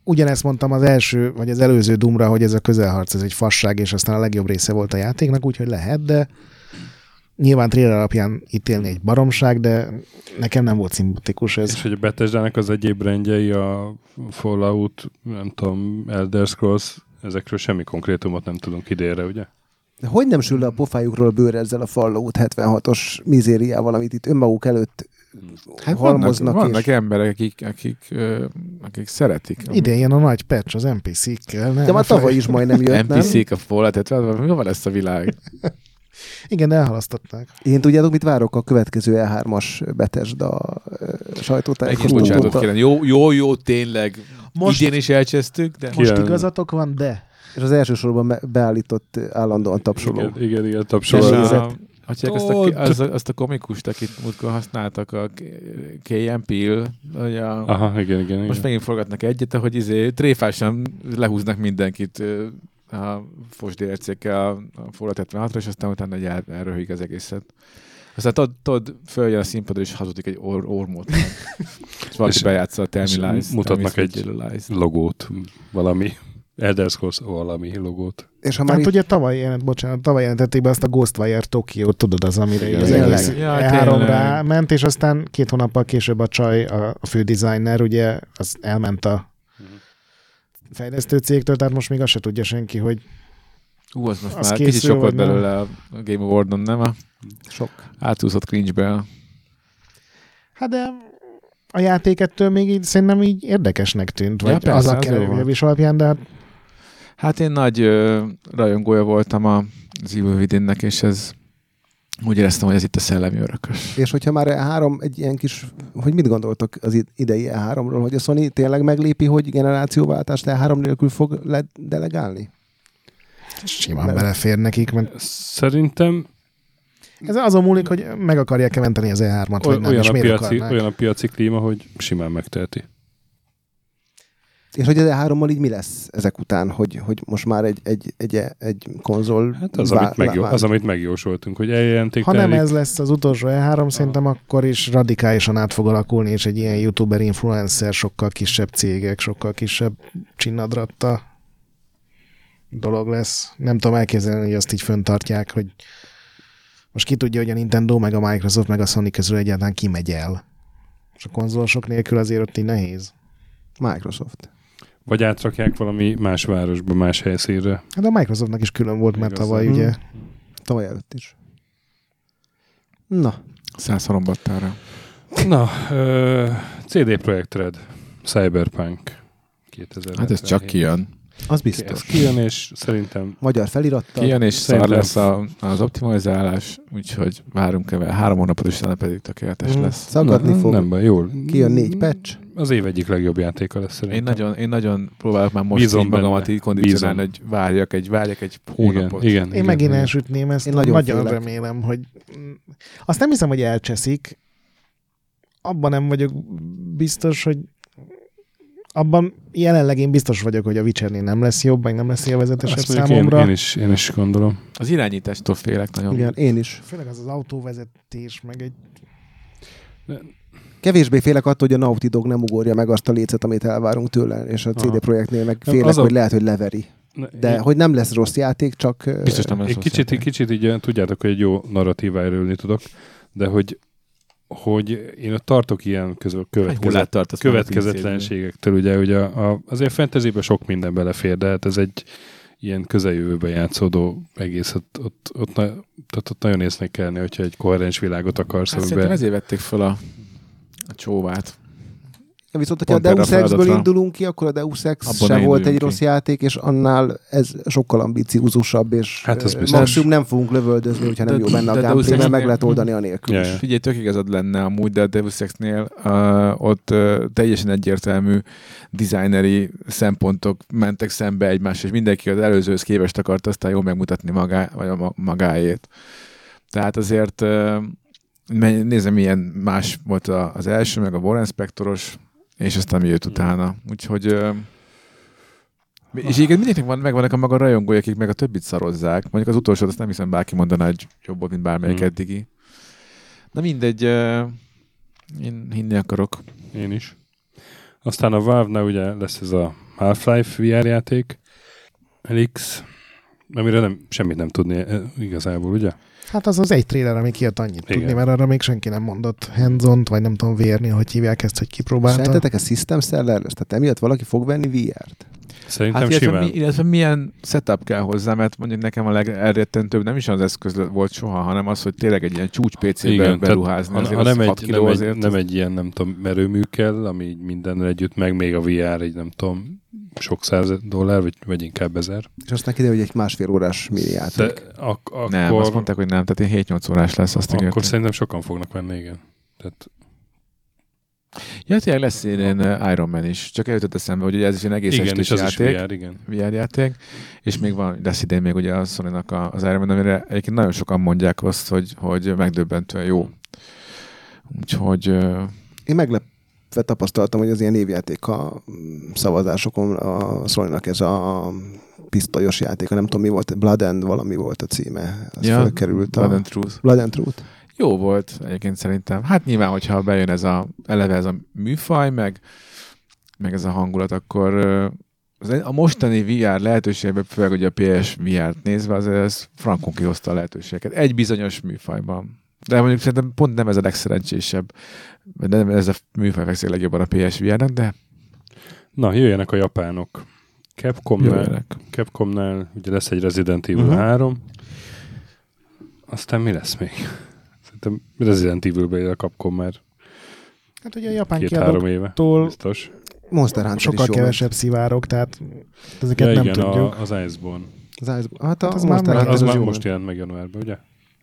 D: ugyanezt mondtam az első, vagy az előző dumra, hogy ez a közelharc, ez egy fasság, és aztán a legjobb része volt a játéknak, úgyhogy lehet, de nyilván trailer alapján ítélni egy baromság, de nekem nem volt szimpatikus ez.
A: És hogy a Bethesda-nek az egyéb rendjei, a Fallout, nem tudom, Elder Scrolls, ezekről semmi konkrétumot nem tudunk idénre, ugye?
B: De hogy nem sül le a pofájukról a bőr ezzel a Fallout 76-os mizériával, amit itt önmaguk előtt hát halmoznak
C: vannak,
B: és-
C: vannak emberek, akik, akik, ö, akik szeretik.
D: Idén jön a nagy patch az NPC-kkel.
B: De már tavaly is majdnem jött, nem?
C: NPC-k a Fallout 70, mi van lesz a világ?
D: Igen, de elhalasztották.
B: Én tudjátok, mit várok a következő E3-as Bethesda ö,
C: Egész
B: sajtótájékoztatótól?
C: bocsánatot kérem. Jó, jó, jó, tényleg. Most... Idén is elcsesztük, de...
A: Ki-
D: Most
A: Ilyen-
D: igazatok van, de
B: És az elsősorban me- beállított ö, állandóan tapsoló.
A: Igen, igen, igen
C: És
A: tapsoló.
C: a,
B: Sorozat.
C: Hagyják azt, a, az, azt a komikust, akit múltkor használtak, a KM Peel, hogy a,
A: Aha, igen, igen,
C: most
A: Ah, igen.
C: megint forgatnak egyet, hogy izé, tréfásan lehúznak mindenkit ö, a fosdércékkel a Fallout 76-ra, és aztán utána egy el, elröhög az egészet. Aztán Todd, Todd följön a színpadra, és hazudik egy or, ormot. és valaki
A: És-
C: bejátsza a Tell
A: és
C: Me Lies.
A: mutatnak
C: Tell Me
A: egy-
C: Sweet Little Lies.
A: Logót, valami. Elder Scrolls valami logót.
B: És ha már
D: Hát
B: itt
D: ugye tavaly jelent, bocsánat, tavaly jelentették be azt a Ghostwire Tokyo, tudod az, amire így az
B: tényleg.
D: egész
C: Ja,
D: E3 rá
C: tényleg.
D: ment, és aztán két hónappal később a csaj, a, a fő designer, ugye, az elment a fejlesztő cégtől, tehát most még azt se tudja senki, hogy
C: Ú, az most
D: Az
C: már kicsit
D: készül,
C: sok volt
D: vagy nem?
C: belőle a a Game Award-on, nem? A
B: sok.
C: átúszott cringe-be.
D: hát de a játék ettől még így szerintem így érdekesnek tűnt,
C: Ja,
D: vagy
C: persze,
D: az a
C: az jó volt.
D: kerülés alapján, de hát
C: Hát én nagy ö, rajongója voltam a, az Evil Within-nek, és ez úgy éreztem, hogy ez itt a szellemi örökös.
B: És hogyha már E3 egy ilyen kis, hogy mit gondoltok az i- idei E3-ról, hogy a Sony tényleg meglépi, hogy generációváltást E3 nélkül fog le- delegálni?
D: simán
B: Bele-
D: belefér nekik, mert
A: Szerintem
D: Hát, ez azon múlik, hogy meg akarják-e menteni az E3-at, vagy
A: oly-
D: nem,
A: olyan
D: és
A: a,
D: miért
A: piaci,
D: akarnák.
A: olyan a piaci klíma, hogy simán megteheti.
B: És hogy az E3-mal így mi lesz ezek után, hogy, hogy most már egy, egy, egy, egy konzol
A: Hát az,
B: vá-
A: amit, megjó,
B: vá-
A: az, amit megjósoltunk, hogy eljelenték.
D: Ha nem ez lesz az utolsó E3, szerintem akkor is radikálisan át fog alakulni, és egy ilyen youtuber influencer, sokkal kisebb cégek, sokkal kisebb csinnadratta dolog lesz. Nem tudom elképzelni, hogy azt így föntartják, hogy most ki tudja, hogy a Nintendo, meg a Microsoft, meg a Sony közül egyáltalán kimegy el. És a konzolosok nélkül azért ott így nehéz.
B: Microsoft.
A: Vagy átrakják valami más városba, más helyszínre.
D: Hát a Microsoftnak is külön volt, mert
A: Igaz.
D: tavaly
B: Mhm.
D: ugye
B: Tavaly előtt is. Na,
C: Száz harombattára.
A: Na, ö, CD Projekt Red, Cyberpunk 2000.
C: Hát ez csak kijön.
B: az
A: Ez
B: biztos.
A: kijön, és szerintem
B: Magyar felirattal.
C: Kijön és szar
A: Szerintem-
C: lesz a, az optimalizálás, úgyhogy várunk ebben három hónapot, és utána pedig tökéletes
A: Hmm.
B: Mhm.
C: lesz.
B: Szakadni
A: Na,
B: fog.
A: Nem baj, jól.
B: Kijön négy patch.
A: Az év egyik legjobb játéka lesz
C: Én
A: szerintem.
C: nagyon, én nagyon próbálok már most
A: Bízom
C: így magamat
A: benne.
C: így kondicionálni,
A: Bízom.
C: hogy várjak egy, várjak egy
A: igen,
C: hónapot.
A: igen,
D: Én
A: igen,
D: megint
A: igen.
D: elsütném ezt.
B: Én
D: Én
B: nagyon
D: nagyon, nagyon
B: félek.
D: remélem, hogy... Azt nem hiszem, hogy elcseszik. Abban nem vagyok biztos, hogy abban jelenleg én biztos vagyok, hogy a Witchernél nem lesz jobb, meg nem lesz élvezetesebb
A: Azt mondjuk
D: számomra.
A: Én, én, is, én is gondolom.
C: Az irányítástól félek nagyon.
B: Igen, én is.
D: Főleg az az autóvezetés, meg egy...
B: Kevésbé félek attól, hogy a Naughty Dog nem ugorja meg azt a lécet, amit elvárunk tőle, és a CD
A: Aha.
B: Projektnél meg
A: Nem,
B: félek,
A: az a-
B: hogy lehet, hogy leveri. De hogy nem lesz rossz játék, csak... ö,
C: Biztos nem lesz
A: Egy
C: rossz
A: kicsit,
C: játék.
A: kicsit így, eh, tudjátok, hogy egy jó narratívájára ülni tudok, de hogy hogy én ott tartok ilyen közül következő,
C: Hullát tartasz már a
A: következetlenségektől, ugye, hogy a, a, azért fantasybe sok minden belefér, de hát ez egy ilyen közeljövőben játszódó egész, ott, ott, ott, na, tehát ott nagyon észnek kellene, hogyha egy koherens világot akarsz,
C: Hát
A: amiben
C: szerintem ezért vették fel a, a csóvát.
B: Viszont, hogyha a
C: Pont erre a
B: Deus Ex-ből
C: feladatra.
B: indulunk ki, akkor a Deus Ex
C: Abból
B: se
C: ne
B: volt egy
C: induljunk
B: rossz
C: ki.
B: játék, és annál ez sokkal ambiciózusabb, és
A: Hát ez
B: ö,
A: biztos.
B: maximum nem fogunk lövöldözni, hogyha nem
C: De-
B: jó benne a
C: de Deus
B: gameplay, mert meg
C: Exnél-
B: lehet oldani a nélkül.
A: Ja,
B: is.
A: ja.
C: Figyelj, tök igazad lenne amúgy, de a Deus Ex-nél uh, ott uh, teljesen egyértelmű designeri szempontok mentek szembe egymással, és mindenki az előzőhöz képest akart aztán jól megmutatni magá, vagy a ma- magáét. Tehát azért uh, nézem, milyen más volt a, az első, meg a Warren Spectoros, és aztán mi jött
A: Hmm.
C: utána. Úgyhogy uh, és igen, mindenkinek van, megvannak a maga rajongói, akik meg a többit szarozzák. Mondjuk az utolsót azt nem hiszem bárki mondaná, hogy jobb volt, mint bármelyik
A: Mm.
C: mm. eddigi. Na mindegy, ö, én hinni akarok.
A: Én is. Aztán a Valve-nál ugye lesz ez a Half-Life VR játék, Elix, amiről nem, semmit nem tudni eh, igazából, ugye?
D: Hát az az egy trailer, ami kijött annyit
A: Igen.
D: Igen. tudni, mert arra még senki nem mondott hands vagy nem tudom vérni, hogy hívják ezt, hogy kipróbálta.
B: Szerintetek a System Seller lesz? Tehát emiatt valaki fog venni VR-t?
A: Szerintem
C: Hát
A: hát,
C: illetve,
A: simán.
C: mi, illetve milyen setup kell hozzá, mert mondjuk nekem a legelrettentőbb nem is az eszköz volt soha, hanem az, hogy tényleg egy ilyen csúcs PC-be
A: Igen,
C: beruházni.
A: tehát ha-
C: azért
A: ha
C: az
A: nem,
C: 6
A: egy,
C: kiló
A: nem, egy,
C: azért
A: nem egy ilyen, nem tudom, merőmű kell, ami így mindennel együtt, meg még a VR, egy nem tudom, sok száz dollár, vagy, vagy inkább ezer.
B: És aztán kiderül, hogy egy másfél órás mini játék.
A: De ak- akkor,
C: Nem, azt mondták, hogy nem, tehát én 7-8 órás lesz, azt
A: akkor
C: ígérték.
A: szerintem sokan fognak venni, igen. Tehát,
C: Ja, tényleg lesz ilyen ö, Iron Man is, csak eljutott eszembe, hogy ugye ez is egy egész
A: igen,
C: estés
A: és az is
C: játék.
A: VR, igen.
C: VR játék, és még van, lesz idén még ugye a sony az Iron Man, amire egyébként nagyon sokan mondják azt, hogy, hogy megdöbbentően jó. Úgyhogy ö,
B: Én meglepve tapasztaltam, hogy az ilyen évjáték a mm, szavazásokon a szólnak ez a pisztolyos játék, nem tudom mi volt, Blood and valami volt a címe. Az
C: Ja,
B: ja, felkerült
C: Blood
B: a...
C: and Truth.
B: Blood and Truth.
C: Jó volt egyébként szerintem. Hát nyilván, hogyha bejön ez a, eleve ez a műfaj, meg, meg ez a hangulat, akkor ö, az egy- a mostani VR lehetőségben, főleg ugye a PS VR-t nézve, az ez frankon kihozta a lehetőségeket. Egy bizonyos műfajban. De mondjuk szerintem pont nem ez a legszerencsésebb. vagy Nem ez a műfaj fekszik legjobban a PS VR-nak, de
A: Na, jöjjenek a japánok. Capcomnál,
C: jöjjenek.
A: Capcomnál ugye lesz egy Resident Evil
D: Mhm.
A: uh-huh. 3, aztán mi lesz még? Szerintem Resident Evil-be él a Capcom már
D: Hát ugye a japán
A: két-három éve.
D: kiadóktól
A: Biztos.
B: Monster Hunter
D: sokkal
B: is jó
D: kevesebb szivárok, tehát ezeket ja, nem igen, tudjuk.
A: A, az Iceborne.
B: ment. Az Ice- hát a
D: Hát
B: az
D: az már
B: Monster
D: meg-
B: Hunter
A: Az, az
B: az,
A: már
B: jó
A: most
B: most
A: jelent meg januárban, ugye?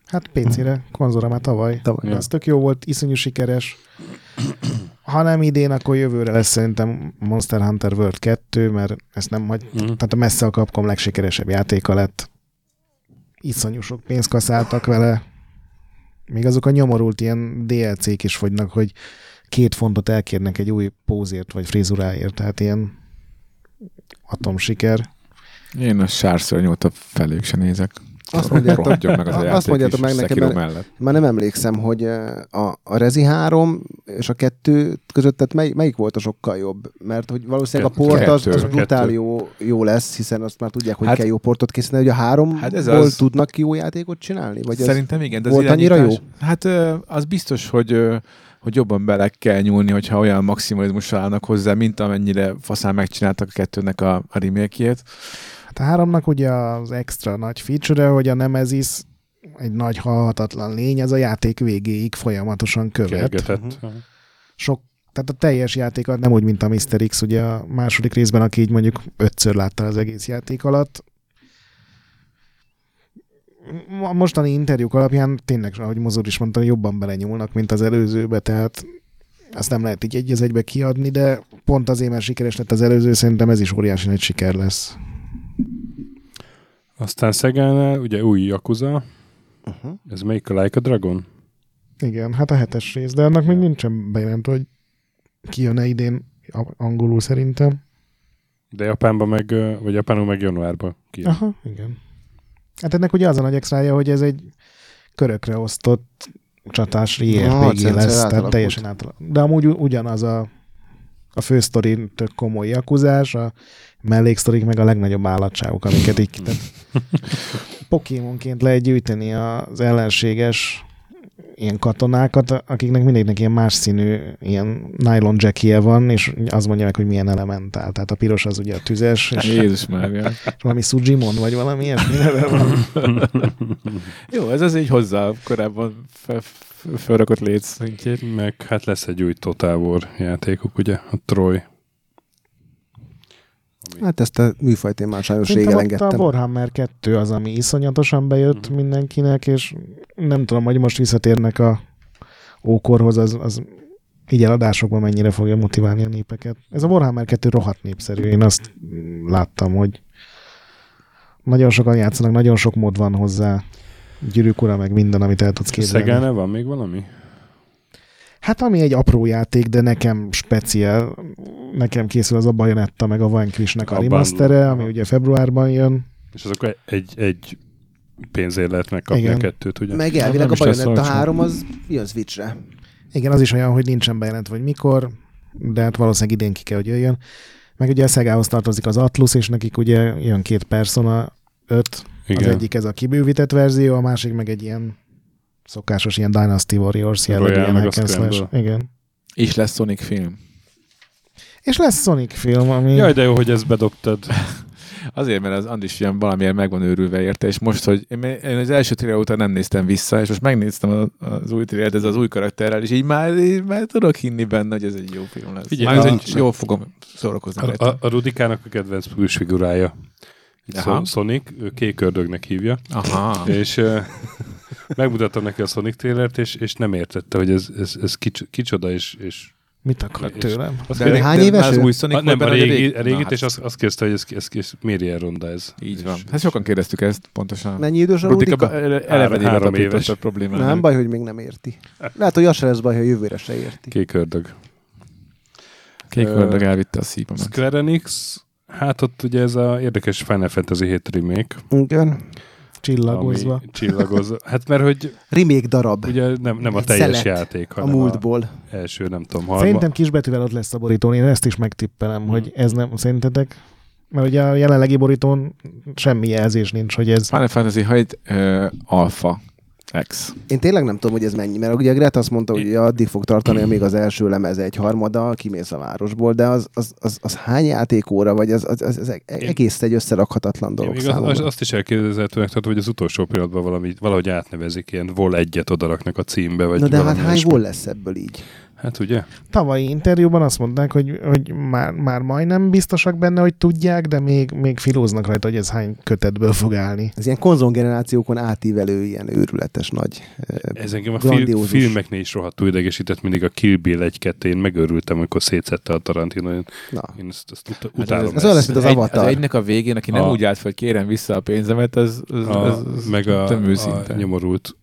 D: Hát PC-re, konzolra már tavaly.
B: Tavaly.
D: Ja. Ez tök jó volt, iszonyú sikeres. Ha nem idén, akkor jövőre lesz szerintem Monster Hunter World 2, mert ezt nem hagy...
A: Mm.
D: Tehát a messze a Capcom legsikeresebb játéka lett. Iszonyú sok pénzt kaszáltak vele. Még azok a nyomorult ilyen DLC-k is fogynak, hogy két fontot elkérnek egy új pózért vagy frizuráért, tehát ilyen atomsiker.
C: Én a sárszörny óta feléjük se nézek.
B: Azt mondjátok-
C: Rohadjon meg az a
B: azt
C: játék
B: mondjátok
C: is,
B: meg nekem,
C: Sekiro
B: mert-
C: mellett.
B: Már nem emlékszem, hogy eh, a, a Rezi 3 és a 2 között, tehát mely, melyik volt a sokkal jobb? Mert hogy valószínűleg a
A: Kettő.
B: port az, az
C: Kettő.
B: brutál
A: Kettő.
B: jó, jó lesz, hiszen azt már tudják, hogy
C: Hát-
B: kell jó portot készíteni, hogy a három
C: Hát
B: hát
C: ez az.
B: tudnak jó játékot csinálni? Vagy ez
C: Szerintem igen, de az
B: volt annyira
C: irányítás, Hát ö, az biztos, hogy, ö, hogy jobban bele kell nyúlni, hogyha olyan maximalizmusra állnak hozzá, mint amennyire faszán megcsináltak a kettőnek a, a remake-jét.
D: Hát a háromnak ugye az extra nagy feature hogy a Nemesis egy nagy halhatatlan lény, ez a játék végéig folyamatosan követ.
A: Kergetett. Aha.
D: Sok, tehát a teljes játékat nem úgy, mint a Mr. X, ugye a második részben, aki így mondjuk ötször látta az egész játék alatt. A mostani interjúk alapján tényleg, ahogy Mozor is mondta, jobban belenyúlnak, mint az előzőbe, tehát azt nem lehet így egy az egybe kiadni, de pont azért, mert sikeres lett az előző, szerintem ez is óriási nagy siker lesz.
A: Aztán Szegánál ugye új Yakuza.
B: Uh-huh.
A: Ez melyik a Like a Dragon?
D: Igen, hát a hetes rész, de annak még nincsen bejelentve, hogy kijön-e idén a- angolul szerintem.
A: De Japánban meg, ö, vagy Japánon meg januárban kijön.
D: Aha, igen. Hát ennek ugye az a nagy extrája, hogy ez egy körökre osztott csatás
B: Ah,
D: RPG
B: egyszer
D: lesz, tehát
B: átalakult.
D: teljesen átalakult. De amúgy u- ugyanaz a, a fősztori tök komoly akuzás, a melléksztorik meg a legnagyobb állatságok, amiket így tehát Pokémonként lehet gyűjteni az ellenséges ilyen katonákat, akiknek mindegyiknek ilyen más színű, ilyen nylon jackje van, és az mondja meg, hogy milyen elementál. Tehát a piros az ugye a tüzes, és
C: Jézus már.
D: valami Sujimon, vagy valami ilyesmi neve van.
C: Jó, ez az így hozzá korábban fe- f- felrakott létszintjét.
A: Meg hát lesz egy új Total War játékuk, ugye? A Troy.
B: Hát ezt a műfajt én már sajnos
D: Szerintem
B: régen
D: ott A
B: engedtem.
D: Warhammer 2 az, ami iszonyatosan bejött mindenkinek, és nem tudom, hogy most visszatérnek a ókorhoz, az, az így eladásokban mennyire fogja motiválni a népeket. Ez a Warhammer 2 rohadt népszerű. Én azt láttam, hogy nagyon sokan játszanak, nagyon sok mód van hozzá. Gyűrűk ura, meg minden, amit el tudsz képzelni.
A: Szegánál van még valami?
D: Hát ami egy apró játék, de nekem speciál, nekem készül az a Bajonetta, meg a Vanquishnek a,
A: A
D: a
A: bundle.
D: remastere, ami ugye februárban jön.
A: És azok egy, egy pénzért lehet megkapni Igen.
D: Igen.
A: a kettőt, ugye?
E: Meg elvileg
A: Nem
E: a
A: is lesz
E: Bajonetta
A: olcsó.
E: 3 az jön Switchre.
D: Igen, az is olyan, hogy nincsen bejelentve, hogy mikor, de hát valószínűleg idén ki kell, hogy jöjjön. Meg ugye a Szegához tartozik az Atlus, és nekik ugye jön két Persona 5, Igen.
A: Igen.
D: az egyik ez a kibővített verzió, a másik meg egy ilyen szokásos ilyen Dynasty Warriors jellegű
A: Royale,
D: ilyen
A: meg a
D: hack and slash.
A: Scramble.
D: Igen.
C: És lesz Sonic film.
D: És lesz Sonic film, ami...
A: Jaj, de jó, hogy ezt bedobtad.
C: Azért, mert az Andis ilyen valamiért meg van őrülve érte, és most, hogy én, én az első trailer után nem néztem vissza, és most megnéztem a- az új trailert, ez az új karakterrel, és így már, így már tudok hinni benne, hogy ez egy jó film lesz.
A: Figyelj,
C: Figyelj, már,
A: a-
C: hogy jól fogom szórakozni
A: A,
C: rajta.
A: a, a Rudikának a kedvenc figurája.
C: Aha.
A: Szon, Sonic, ő kék ördögnek hívja.
C: Aha.
A: és ö, megmutattam neki a Sonic trailert, és, és nem értette, hogy ez, ez, ez kics- kicsoda, és, és
D: Mit akar
A: És-
D: tőlem?
A: azt
C: de,
A: kérde,
B: hány
C: de
B: éves
C: már az
B: ő?
C: új Sonic
A: a, nem, a
C: volt benne, vagy
A: régi, a régit,
C: Na,
A: és
C: hát
A: azt, azt kérdezte, hogy ez, ez, ez miért ilyen ronda ez.
C: Így
A: És-
C: van. Hát sokan kérdeztük ezt pontosan.
B: Mennyi idős a
C: Rudika
B: Rudika?
C: be- ele- eleve
A: Három
C: három
A: éves.
C: éves a problémát.
B: Nem baj, hogy még nem érti. Lehet, hogy az se lesz baj, ha jövőre se érti.
A: Kék ördög.
C: Kék
A: Ö,
C: ördög elvitte a szívemet.
A: Square Enix, hát ott ugye ez a érdekes Final Fantasy 7 remake.
B: Igen.
D: Csillagozva.
A: Ami csillagozva. Hát mert hogy
B: Remake darab.
A: ugye nem, nem a
B: Egy
A: teljes
B: szelet
A: játék,
B: a
A: hanem
B: múltból.
A: a első, nem tudom, harma.
D: Szerintem kisbetűvel ott lesz a borítón, én ezt is megtippelem, hogy ez nem, szerintetek? Mert ugye a jelenlegi borítón semmi jelzés nincs, hogy ez
C: Final Fantasy 7 uh, Alpha X.
B: Én tényleg nem tudom, hogy ez mennyi, mert ugye a Greta azt mondta, hogy ugye addig fog tartani, amíg az első lemeze egy harmada, kimész a városból, de az, az, az, az hány játékóra, vagy az, az, az, az egész egy összerakhatatlan
A: Én
B: dolog
A: még az, az,
B: számomra.
A: azt is elképzelhetőnek tartom, hogy az utolsó pillanatban valami, valahogy átnevezik, ilyen vol egyet odaraknak a címbe, vagy
B: Na de hát
A: valami
B: hány
A: ilyesmi.
B: volt lesz ebből így?
A: Hát ugye?
D: tavalyi interjúban azt mondták, hogy, hogy már, már majdnem biztosak benne, hogy tudják, de még, még filóznak rajta, hogy ez hány kötetből fog állni.
B: Ez ilyen konzongenerációkon átívelő, ilyen őrületes nagy. eh,
A: Ez engem a fil-
B: Grandiózus.
A: filmeknél is rohadtul idegesített mindig a Kill Bill 1 2 én megőrültem, amikor szétszette a Tarantino. Én,
B: Na.
A: én ezt, ezt ut- utálom.
B: ez- ez olyan lesz, mint Hát az
C: egy,
B: Avatar.
C: Az egynek a végén, aki nem
A: A-
C: úgy állt fel, hogy kérem vissza a pénzemet, az, az,
A: a,
C: az, az
A: meg a,
C: nem
A: a
C: őszinte.
A: nyomorult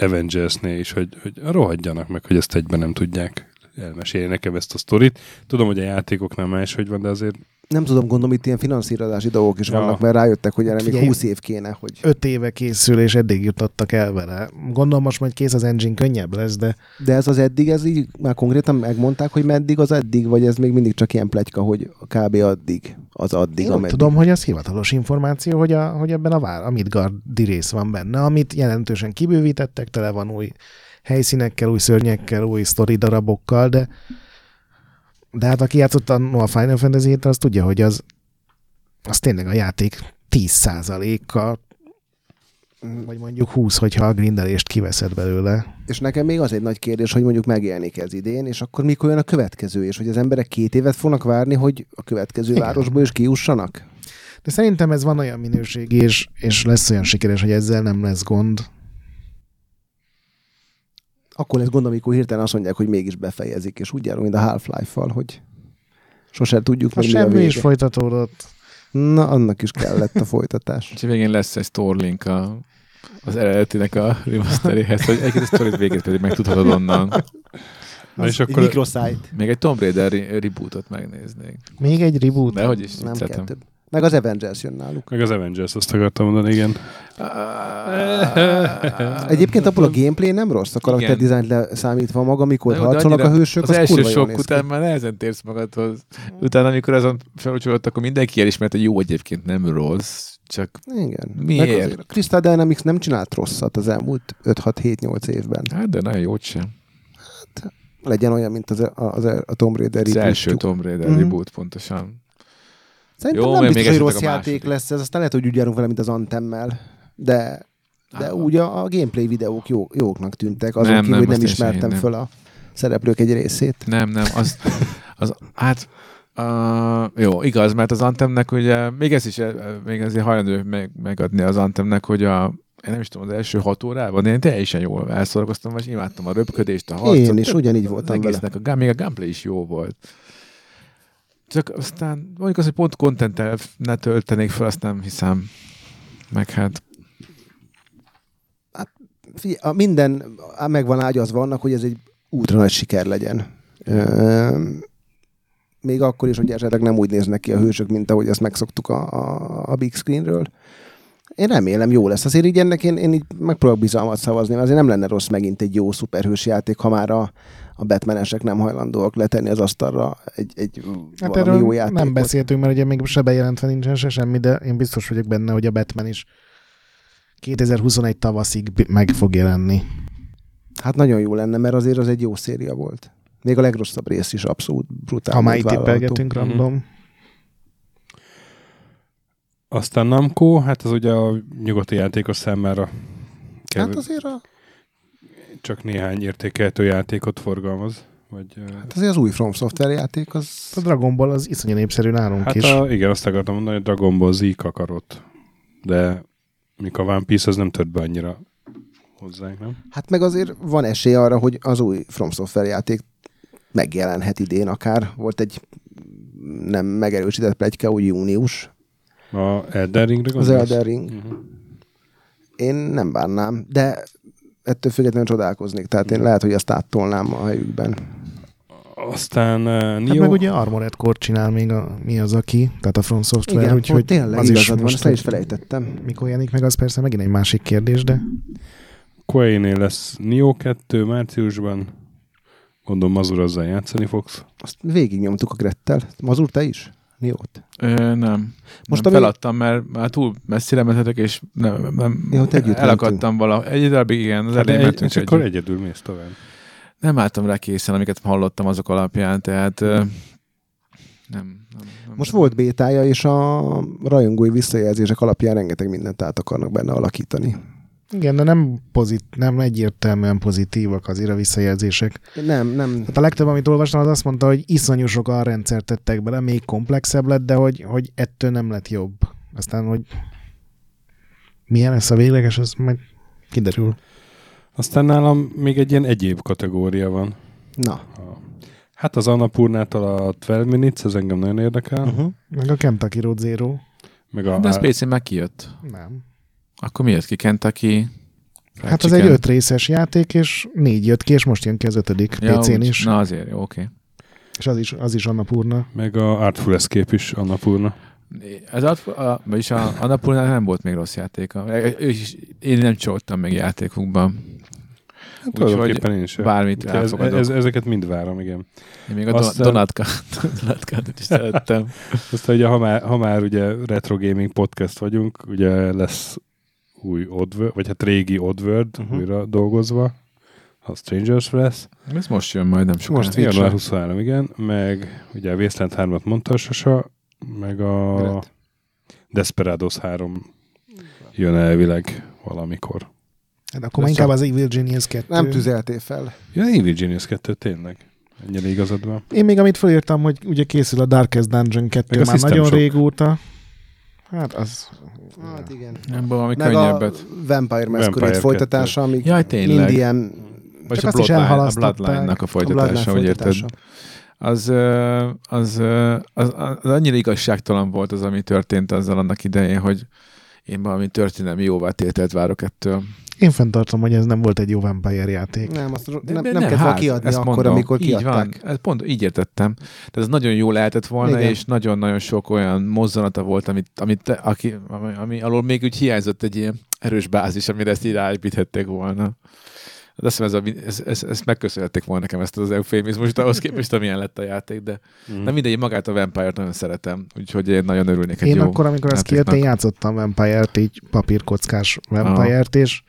A: Avengers-nél is, hogy, hogy rohadjanak meg, hogy ezt egyben nem tudják elmesélni nekem ezt a sztorit. Tudom, hogy a játékoknál máshogy van, de azért
B: Nem tudom, gondolom, itt ilyen finanszírozási dolgok is
A: Ja.
B: vannak, mert rájöttek, hogy erre még
D: Figyelj.
B: 20 év kéne, hogy
D: Öt éve készül, és eddig jutottak el vele. Gondolom most majd kész az engine, könnyebb lesz, de
B: De ez az eddig, ez így már konkrétan megmondták, hogy meddig az eddig, vagy ez még mindig csak ilyen pletyka, hogy kb. addig, az addig,
D: én úgy
B: ameddig.
D: tudom, hogy az hivatalos információ, hogy, a, hogy ebben a, vár, a Midgardi rész van benne, amit jelentősen kibővítettek, tele van új helyszínekkel, új szörnyekkel, új sztori darabokkal, de de hát aki játszott annó a Final fantasy héttel, az tudja, hogy az, az tényleg a játék 10%-a, vagy mondjuk 20, hogyha a grindelést kiveszed belőle.
B: És nekem még az egy nagy kérdés, hogy mondjuk megjelenik ez idén, és akkor mikor jön a következő, és hogy az emberek két évet fognak várni, hogy a következő Igen. városból is kiussanak?
D: De szerintem ez van olyan minőség, és, és lesz olyan sikeres, hogy ezzel nem lesz gond.
B: Akkor lesz gond, amikor hirtelen azt mondják, hogy mégis befejezik, és úgy járunk, mint a Half-Life-val, hogy sose tudjuk,
D: A
A: Hát
B: hogy mi a
D: semmi is
B: vége.
D: folytatódott.
B: Na, annak is kellett a folytatás.
C: És a végén lesz egy Storlink a, az eredetinek a remasteréhez, hogy egy a sztorit végét pedig megtudhatod onnan.
A: Na és
B: Egy
A: akkor-
B: Microsoft,
C: Még egy Tomb Raider re- rebootot megnéznék.
D: Még egy reboot.
C: De hogy is
B: nem kell
C: viccetem.
B: több. Meg az Avengers jön náluk.
A: meg az Avengers, azt akartam mondani, igen.
C: Ah,
B: Egyébként abból a gameplay nem rossz, a karakter
C: Igen.
B: dizájnt leszámítva maga, amikor
C: Na jó, de
B: harcolnak a
C: annyira-
B: hősök,
C: az, az első
B: kurva jól
C: sok
B: néz ki.
C: után már nehezen térsz magadhoz. Utána, amikor azon felúcsolódott, akkor mindenki elismerte, hogy jó, egyébként nem rossz, Csak
B: Igen.
C: Miért?
B: Meg azért a Crystal Dynamics nem csinált rosszat az elmúlt 5-6-7-8 évben.
C: hát de nagyon jót sem.
B: Legyen olyan, mint az, az, a Tomb Raider
C: Az első
B: rebootjuk.
C: Tomb Raider
B: Mhm.
C: reboot pontosan.
B: Szerintem
C: Jó,
B: Jó, nem
C: mert
B: biztos,
C: még
B: hogy rossz
C: esetleg a
B: játék
C: második.
B: lesz ez, aztán lehet, hogy úgy járunk vele, mint az Antemmel. De, de
C: Á.
B: úgy a, a gameplay videók jó, jóknak tűntek, azon
C: Nem,
B: nem, kívül,
C: nem,
B: nem, hogy
C: azt
B: nem
C: én sem
B: ismertem
C: hinném.
B: föl a szereplők egy részét.
C: Nem, nem, az, az hát, uh, jó, igaz, mert az Antemnek ugye, még ez is, eh, még azért hajlandó meg, megadni az Antemnek, hogy a, én nem is tudom, az első hat órában én teljesen jól elszorgoztam, és imádtam a röpködést, a harcot.
B: Én is ugyanígy voltam
C: az
B: vele.
C: egésznek, a, gá- még a gameplay is jó volt. Csak aztán mondjuk az, hogy pont kontenttel ne töltenék fel, azt nem hiszem. Meg hát,
B: Figyelj, a minden á, meg van ágyazva annak, hogy ez egy útra nagy siker legyen. Ö, még akkor is, hogy esetleg nem úgy néznek ki a hősök, mint ahogy ezt megszoktuk a, a, a big screenről. Én remélem jó lesz. Azért így ennek én, én így megpróbálok bizalmat szavazni, mert azért nem lenne rossz megint egy jó szuperhős játék, ha már a, a batmanesek nem hajlandóak letenni az asztalra egy, egy
D: Hát
B: valami jó
D: erről
B: játékot.
D: nem beszéltünk, mert ugye még se bejelentve nincsen se semmi, de én biztos vagyok benne, hogy a Batman is 2021 tavaszig b- meg fog jelenni.
B: Hát nagyon jó lenne, mert azért az egy jó széria volt. Még a legrosszabb rész is abszolút brutál.
D: Ha már
B: volt
D: itt
B: vállalható.
D: tippelgetünk
A: Mhm.
D: random.
A: Aztán Namco, hát az ugye a nyugati játékos számára kev-
B: Hát azért a
A: csak néhány értékeltő játékot forgalmaz. Vagy, ö,
B: Hát azért az új From Software játék az...
D: A Dragon Ball az iszonyú népszerű nálunk
A: hát
D: is.
A: a, igen, azt akartam mondani, hogy Dragon Ball Z kakarot. De mik a One Piece, az nem tört be annyira hozzánk, nem?
B: Hát meg azért van esély arra, hogy az új From Software játék megjelenhet idén akár. Volt egy nem megerősített plegyka, úgy június.
A: A Elden Ringre
B: Az
A: gondolsz?
B: Elden Ring.
A: Mhm.
B: Én nem bánnám, de ettől függetlenül csodálkoznék. Tehát én lehet, hogy azt áttolnám a helyükben.
A: Aztán uh,
D: Hát
A: Nio,
D: meg ugye Armored Core csinál még a, mi az, aki, tehát a From Software,
B: Igen,
D: úgyhogy
B: hogy tényleg
D: az is
B: igazad van,
D: most,
B: ezt el is
D: hogy
B: felejtettem.
D: mikor jelenik meg, az persze megint egy másik kérdés, de
A: Koei-nél lesz Nio 2 márciusban. Gondolom Mazur azzal játszani fogsz.
B: Azt végignyomtuk a Grettel. Mazur, te is? Niót.
C: Ö, nem.
B: Most
C: Most
B: ami-
C: nem feladtam, mert már túl messzire mentetek, és nem, nem
B: Ja, ott együtt
C: elakadtam vala. Egy darabig igen, az hát
A: Hát
C: elején
A: egy,
C: mentünk
A: és
C: együtt.
A: akkor egyedül mész tovább.
C: Nem álltam rá készen, amiket hallottam azok alapján, tehát ö, nem, nem, nem.
B: Most volt bétája, és a rajongói visszajelzések alapján rengeteg mindent át akarnak benne alakítani.
D: igen, de nem, pozit, nem egyértelműen pozitívak azért a visszajelzések.
B: Nem, nem.
D: Hát a legtöbb, amit olvastam, az azt mondta, hogy iszonyú sok arrendszert tettek bele, még komplexebb lett, de hogy, hogy ettől nem lett jobb. Aztán, hogy milyen lesz a végleges, az majd kiderül.
A: Aztán nálam még egy ilyen egyéb kategória van.
B: Na.
A: A- Hát az Annapurnától a 12 Minutes, ez engem nagyon érdekel. Uh-huh.
D: Meg a Kentucky Road Zero.
A: Meg a,
C: Mhm. De ez
A: a-
C: pc már kijött.
D: Nem.
C: Akkor mi jött ki? Kentucky? Fried
D: Hát az egy
C: Chicken?
D: öt részes játék, és négy jött ki, és most jön ki az ötödik
C: Ja,
D: PC-n
C: úgy.
D: is.
C: Na azért, jó, oké.
D: És az is, az is Annapurna.
A: meg a Artful Escape is Annapurna.
C: Hát, Ez a, a, vagyis a Annapurnál nem volt még rossz játéka. Ő is, e- én nem csoltam még játékukban.
A: Hát tulajdonképpen én sem.
C: Bármit
A: ez,
C: elfogadok.
A: ez, ezeket mind várom, igen.
C: Én még a
A: Azt-
C: Azt Donatkát, Donatkát is szerettem.
A: Aztán ugye, ha már, ha már ugye retro gaming podcast vagyunk, ugye lesz új Oddworld, vagy hát régi Oddworld
B: Mhm.
A: uh-huh. újra dolgozva, a Strangers lesz.
C: Hát Ez most jön majd, nem sokára.
B: Most
A: Január
B: Switchre.
A: 23, igen, meg ugye a Wasteland 3-at mondta a Sasa, meg a
B: Gret.
A: Desperados 3 jön elvileg valamikor.
D: Hát akkor már inkább az Evil Genius 2.
B: Nem tüzeltél fel.
A: Ja, Evil Genius 2 tényleg. Ennyire igazad van.
D: Én még amit fölírtam, hogy ugye készül a Darkest Dungeon 2
A: Meg a
D: már
A: System
D: nagyon
A: Shock.
D: régóta. Hát az...
B: Hát igen.
C: Nem, valami
B: Meg a
C: könnyebbet.
B: Vampire Masquerade
A: kettő.
B: folytatása, ami
C: hát- Jaj, tényleg.
B: mind ilyen
C: Vagy
D: Csak
C: a
D: azt is
C: Bloodline, a
D: elhalasztották.
C: Bloodline-nak a
B: Bloodline
C: folytatása, úgy érted?
B: folytatása.
C: Az, ö, az, ö, az, az, az annyira igazságtalan volt az, ami történt azzal annak idején, hogy én valami történelmi jóvá tételt várok ettől.
D: Én fenntartom, hogy ez nem volt egy jó Vampire játék.
B: Nem, azt ro- nem, nem, nem kellett volna kiadni
C: hát, ezt
B: akkor,
C: mondom.
B: amikor
C: így
B: kiadták.
C: Van, ez pont így értettem. Tehát ez nagyon jól lehetett volna,
B: Igen.
C: Igen. és nagyon-nagyon sok olyan mozzanata volt, amit, amit te, aki, ami, ami alól még úgy hiányzott egy ilyen erős bázis, amire ezt így ráépíthették volna. Hát azt hiszem, ez a, vin- ez, ez, ezt megköszönhették volna nekem ezt az eufémizmust ahhoz képest, amilyen lett a játék, de
A: Hm.
C: mm. nem mindegy, én magát a Vampire-t nagyon szeretem, úgyhogy én nagyon örülnék egy
D: Én
C: jó
D: akkor, amikor ez kijött, én
C: játéknak.
D: játszottam Vampire-t, így papírkockás Vampire-t, és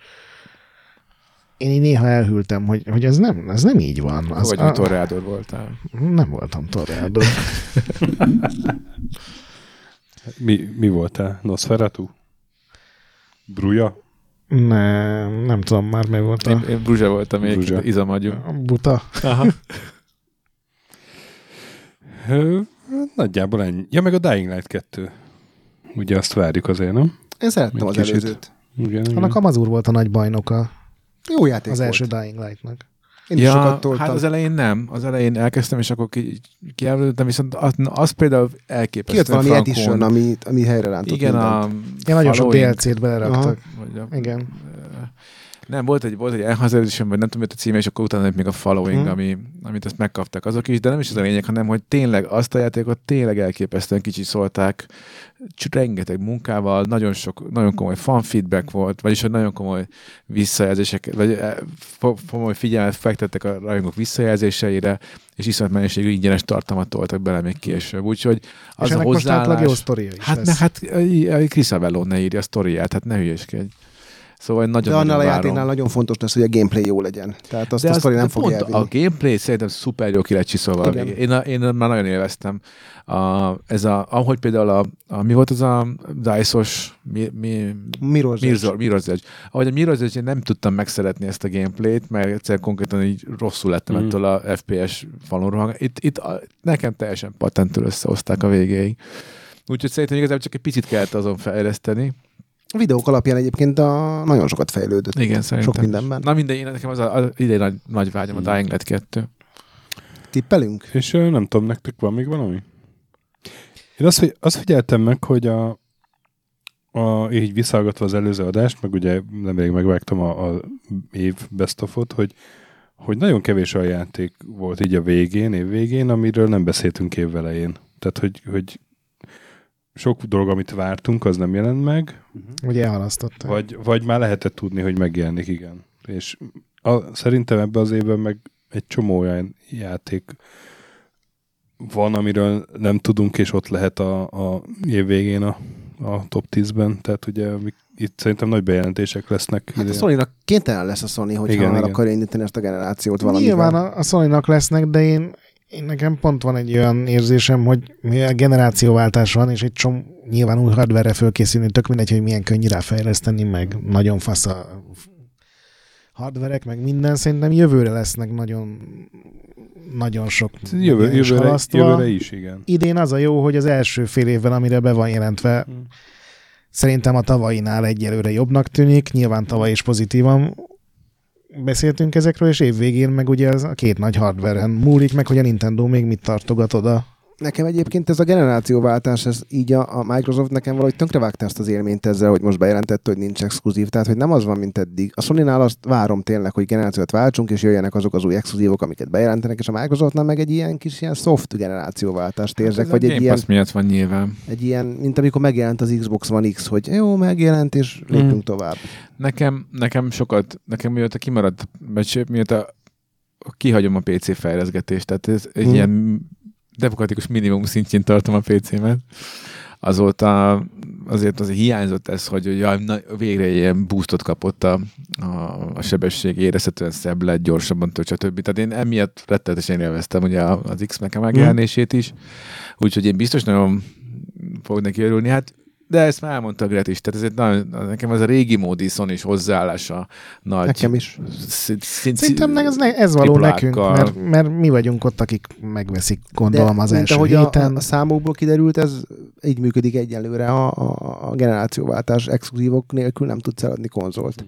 D: én így néha elhűltem, hogy, hogy ez, nem, ez nem így van. Az,
C: Vagy a... Torrádor voltál.
D: nem voltam torrádó.
A: Mi, mi voltál? Nosferatu? Bruja?
D: nem, nem tudom már, mi volt
C: Én,
D: a
C: én Bruzsa voltam, én
A: Bruzsa.
C: izamagyú.
D: a buta.
A: Ö, hát Nagyjából ennyi. Ja, meg a Dying Light 2. Ugye azt várjuk azért, nem?
B: Én szerettem
A: Még
B: az
A: kicsit.
B: előzőt.
A: Igen, igen.
D: Annak Amazur volt a nagy bajnoka
B: Jó játék
D: az
B: volt.
D: első Dying Light-nak.
B: Én ja, sokat toltam.
C: hát az elején nem. Az elején elkezdtem, és akkor ki, kielődöttem, viszont az, na, az például elképesztő.
B: Kijött valami
C: frankon.
B: edition, ami, ami helyre rántott
C: Igen,
B: mindent.
C: a...
D: Ja, nagyon sok
C: Following,
D: DLC-t beleraktak.
C: vagy a-
D: Igen.
C: Nem, volt egy, volt egy elhazárisom, vagy nem tudom, mi a címe, és akkor utána jött még a following,
D: Mhm.
C: ami, amit ezt megkaptak azok is, de nem is ez a lényeg, hanem hogy tényleg azt a játékot tényleg elképesztően kicsi szólták, Cs- rengeteg munkával, nagyon sok, nagyon komoly fan feedback volt, vagyis hogy nagyon komoly visszajelzések, vagy eh, fo- komoly figyelmet fektettek a rajongók visszajelzéseire, és iszonyat mennyiségű ingyenes tartalmat toltak bele még később. Úgyhogy
D: Az
C: az
D: és
C: a
D: ennek most átlag jó
C: hozzáállás...
D: sztoria is
C: Hát, ne,
D: lesz.
C: hát Kriszavello ne írja a sztoriát, hát ne hülyéskedj. Szóval én
B: De
C: nagyon,
B: annál
C: nagyon
B: a
C: várom.
B: játéknál nagyon fontos lesz, hogy a gameplay jó legyen. Tehát azt
C: De
B: a
C: az-
B: sztori nem
C: de
B: fogja
C: pont
B: elvinni.
C: A gameplay szerintem szuper jó ki lett csiszolva. a
B: Igen.
C: végén. Én, a- én már nagyon élveztem. A, ez a, ahogy például a, a, mi volt az a Dice-os, mi, mi,
B: Mirror's Edge.
C: Mirror, Mirror's Edge. Ahogy a Mirror's Edge, én nem tudtam megszeretni ezt a gameplayt, mert egyszer konkrétan így rosszul lettem
A: Mhm.
C: ettől a FPS falon rohang. Itt, itt a, nekem teljesen patentül összehozták a végéig. Úgyhogy szerintem igazából csak egy picit kellett azon fejleszteni.
B: A videók alapján egyébként a, nagyon sokat fejlődött.
C: Igen, szerintem.
B: Sok mindenben.
C: Na mindegy, én- nekem az, a, az idén nagy, nagy vágyam, a
A: Mhm.
C: Dying Light 2.
B: Tippelünk?
A: És ö, nem tudom, nektek van még valami? Én azt, figy- azt figyeltem meg, hogy a, a, így visszahallgatva az előző adást, meg ugye nemrég megvágtam a, a év best of-ot, hogy, hogy nagyon kevés olyan játék volt így a végén, év végén, amiről nem beszéltünk évvelején. Tehát, hogy, hogy sok dolog, amit vártunk, az nem jelent meg,
D: Ugye elhalasztották.
A: vagy, vagy már lehetett tudni, hogy megjelenik, igen. És a, szerintem ebben az évben meg egy csomó olyan játék van, amiről nem tudunk, és ott lehet a, a év végén a, a top 10-ben. Tehát ugye amik- itt szerintem nagy bejelentések lesznek.
B: Hát a
A: idén.
B: sony kénytelen lesz a Sony, hogyha
A: Igen,
B: igen, el
A: igen.
B: akarja indítani ezt a generációt valamivel.
D: Nyilván a, a sony lesznek, de én, én nekem pont van egy olyan érzésem, hogy mivel generációváltás van, és egy csomó nyilván új hardware fölkészülni, tök mindegy, hogy milyen könnyű ráfejleszteni, meg nagyon fasz a hardverek, meg minden, szerintem jövőre lesznek nagyon nagyon sok
A: Jövő,
D: megjelenés
A: jövőre,
D: halasztva.
A: jövőre is, igen.
D: Idén az a jó, hogy az első fél évben, amire be van jelentve,
B: Hm.
A: Mm.
D: szerintem a tavainál egyelőre jobbnak tűnik, nyilván tavaly is pozitívan beszéltünk ezekről, és évvégén meg ugye ez a két nagy hardveren múlik meg, hogy a Nintendo még mit tartogat oda.
B: Nekem egyébként ez a generációváltás, ez így a, a Microsoft nekem valahogy tönkrevágta ezt az élményt ezzel, hogy most bejelentette, hogy nincs exkluzív, tehát hogy nem az van, mint eddig. A Sony-nál azt várom tényleg, hogy generációt váltsunk, és jöjjenek azok az új exkluzívok, amiket bejelentenek, és a Microsoftnál meg egy ilyen kis ilyen soft generációváltást érzek,
C: Hát Ez
B: vagy
C: a
B: egy
C: Game
B: ilyen,
C: Pass miatt van nyilván.
B: egy ilyen, mint amikor megjelent az Xbox One X, hogy jó, megjelent, és lépjünk
C: Mm.
B: tovább.
C: Nekem, nekem sokat, nekem mióta kimaradt, vagy sőt, mióta kihagyom a PC fejleszgetést, tehát ez egy
B: Mhm.
C: ilyen demokratikus minimum szintjén tartom a PC-met. Azóta azért az hiányzott ez, hogy hogy jaj, na, végre ilyen boostot kapott a, a, a sebesség, érezhetően szebb lett, gyorsabban tört, stb. Tehát én emiatt rettenetesen élveztem ugye a- az X-nek a megjelenését is, úgyhogy én biztos nagyon fog neki örülni. Hát de ezt már elmondta Gret is, tehát ez egy nagyon, nekem ez a régi módi is hozzáállása nagy.
B: Nekem is.
C: Szint, szint,
D: Szerintem ez, ne, ez való nekünk,
C: triplákkal.
D: mert, mert mi vagyunk ott, akik megveszik, gondolom, az
B: mint
D: első
B: ahogy a,
D: héten.
B: a számokból kiderült, ez így működik egyelőre a, a, a generációváltás exkluzívok nélkül nem tudsz eladni konzolt.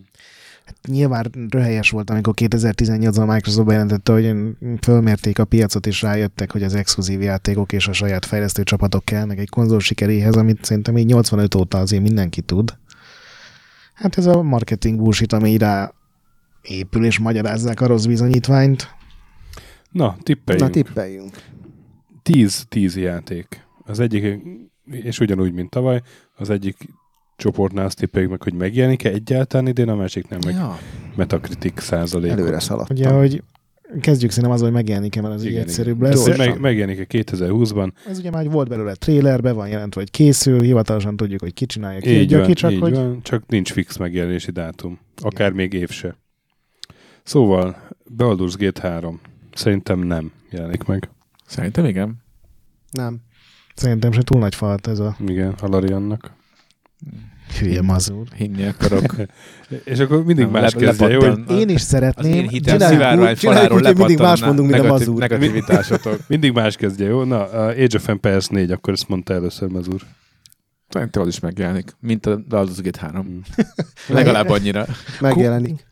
D: Nyilván röhelyes volt, amikor 2018-ban a Microsoft bejelentette, hogy fölmérték a piacot, és rájöttek, hogy az exkluzív játékok és a saját fejlesztő csapatok kellnek egy konzol sikeréhez, amit szerintem így 85 óta azért mindenki tud. Hát ez a marketing bullshit, ami így rá épül, és magyarázzák a rossz bizonyítványt.
A: Na,
B: Na
A: tippeljünk.
B: tippeljünk.
A: 10-10 játék. Az egyik, és ugyanúgy, mint tavaly, az egyik csoportnál azt tippeljük meg, hogy megjelenik-e egyáltalán idén, a másik nem, meg ja.
E: Ja,
A: Metacritic százalék.
E: előre szaladt.
D: Ugye, hogy kezdjük szerintem azzal, hogy megjelenik-e, mert ez így
A: Igen,
D: egyszerűbb
A: igen.
D: lesz.
A: Jó, Meg, megjelenik-e 2020-ban?
D: Ez ugye már volt belőle trailer, be van jelentve, hogy készül, hivatalosan tudjuk, hogy ki csinálja, ki
A: Így
D: adja
A: van,
D: ki, csak
A: így
D: hogy
A: van, csak nincs fix megjelenési dátum. Akár még év se. Szóval, Baldur's Gate 3. Szerintem nem jelenik meg.
C: Szerintem igen.
B: Nem.
D: szerintem se túl nagy falt ez a
A: Igen, Halariannak.
D: hülye mazur.
C: Hinni akarok.
A: És akkor mindig
C: Nem,
A: más
C: le-
A: kezdje, jó?
C: lepattan.
A: hogy
D: Én is
C: Az én
D: szeretném.
C: hitem
B: csináljuk
C: szivárvány
B: úgy- csináljuk
C: faláról
B: úgy, hogy mindig más
C: lepattanná
B: mondunk, mint a
C: negatív-
B: mazur.
C: Negativitásotok.
A: Mindig más kezdje, jó? Na, a Age of Empires 4, akkor ezt mondta először Mazur.
C: Szerintem az is megjelenik, mint a Baldur's Gate 3.
A: Mm.
C: Legalább annyira.
B: Megjelenik.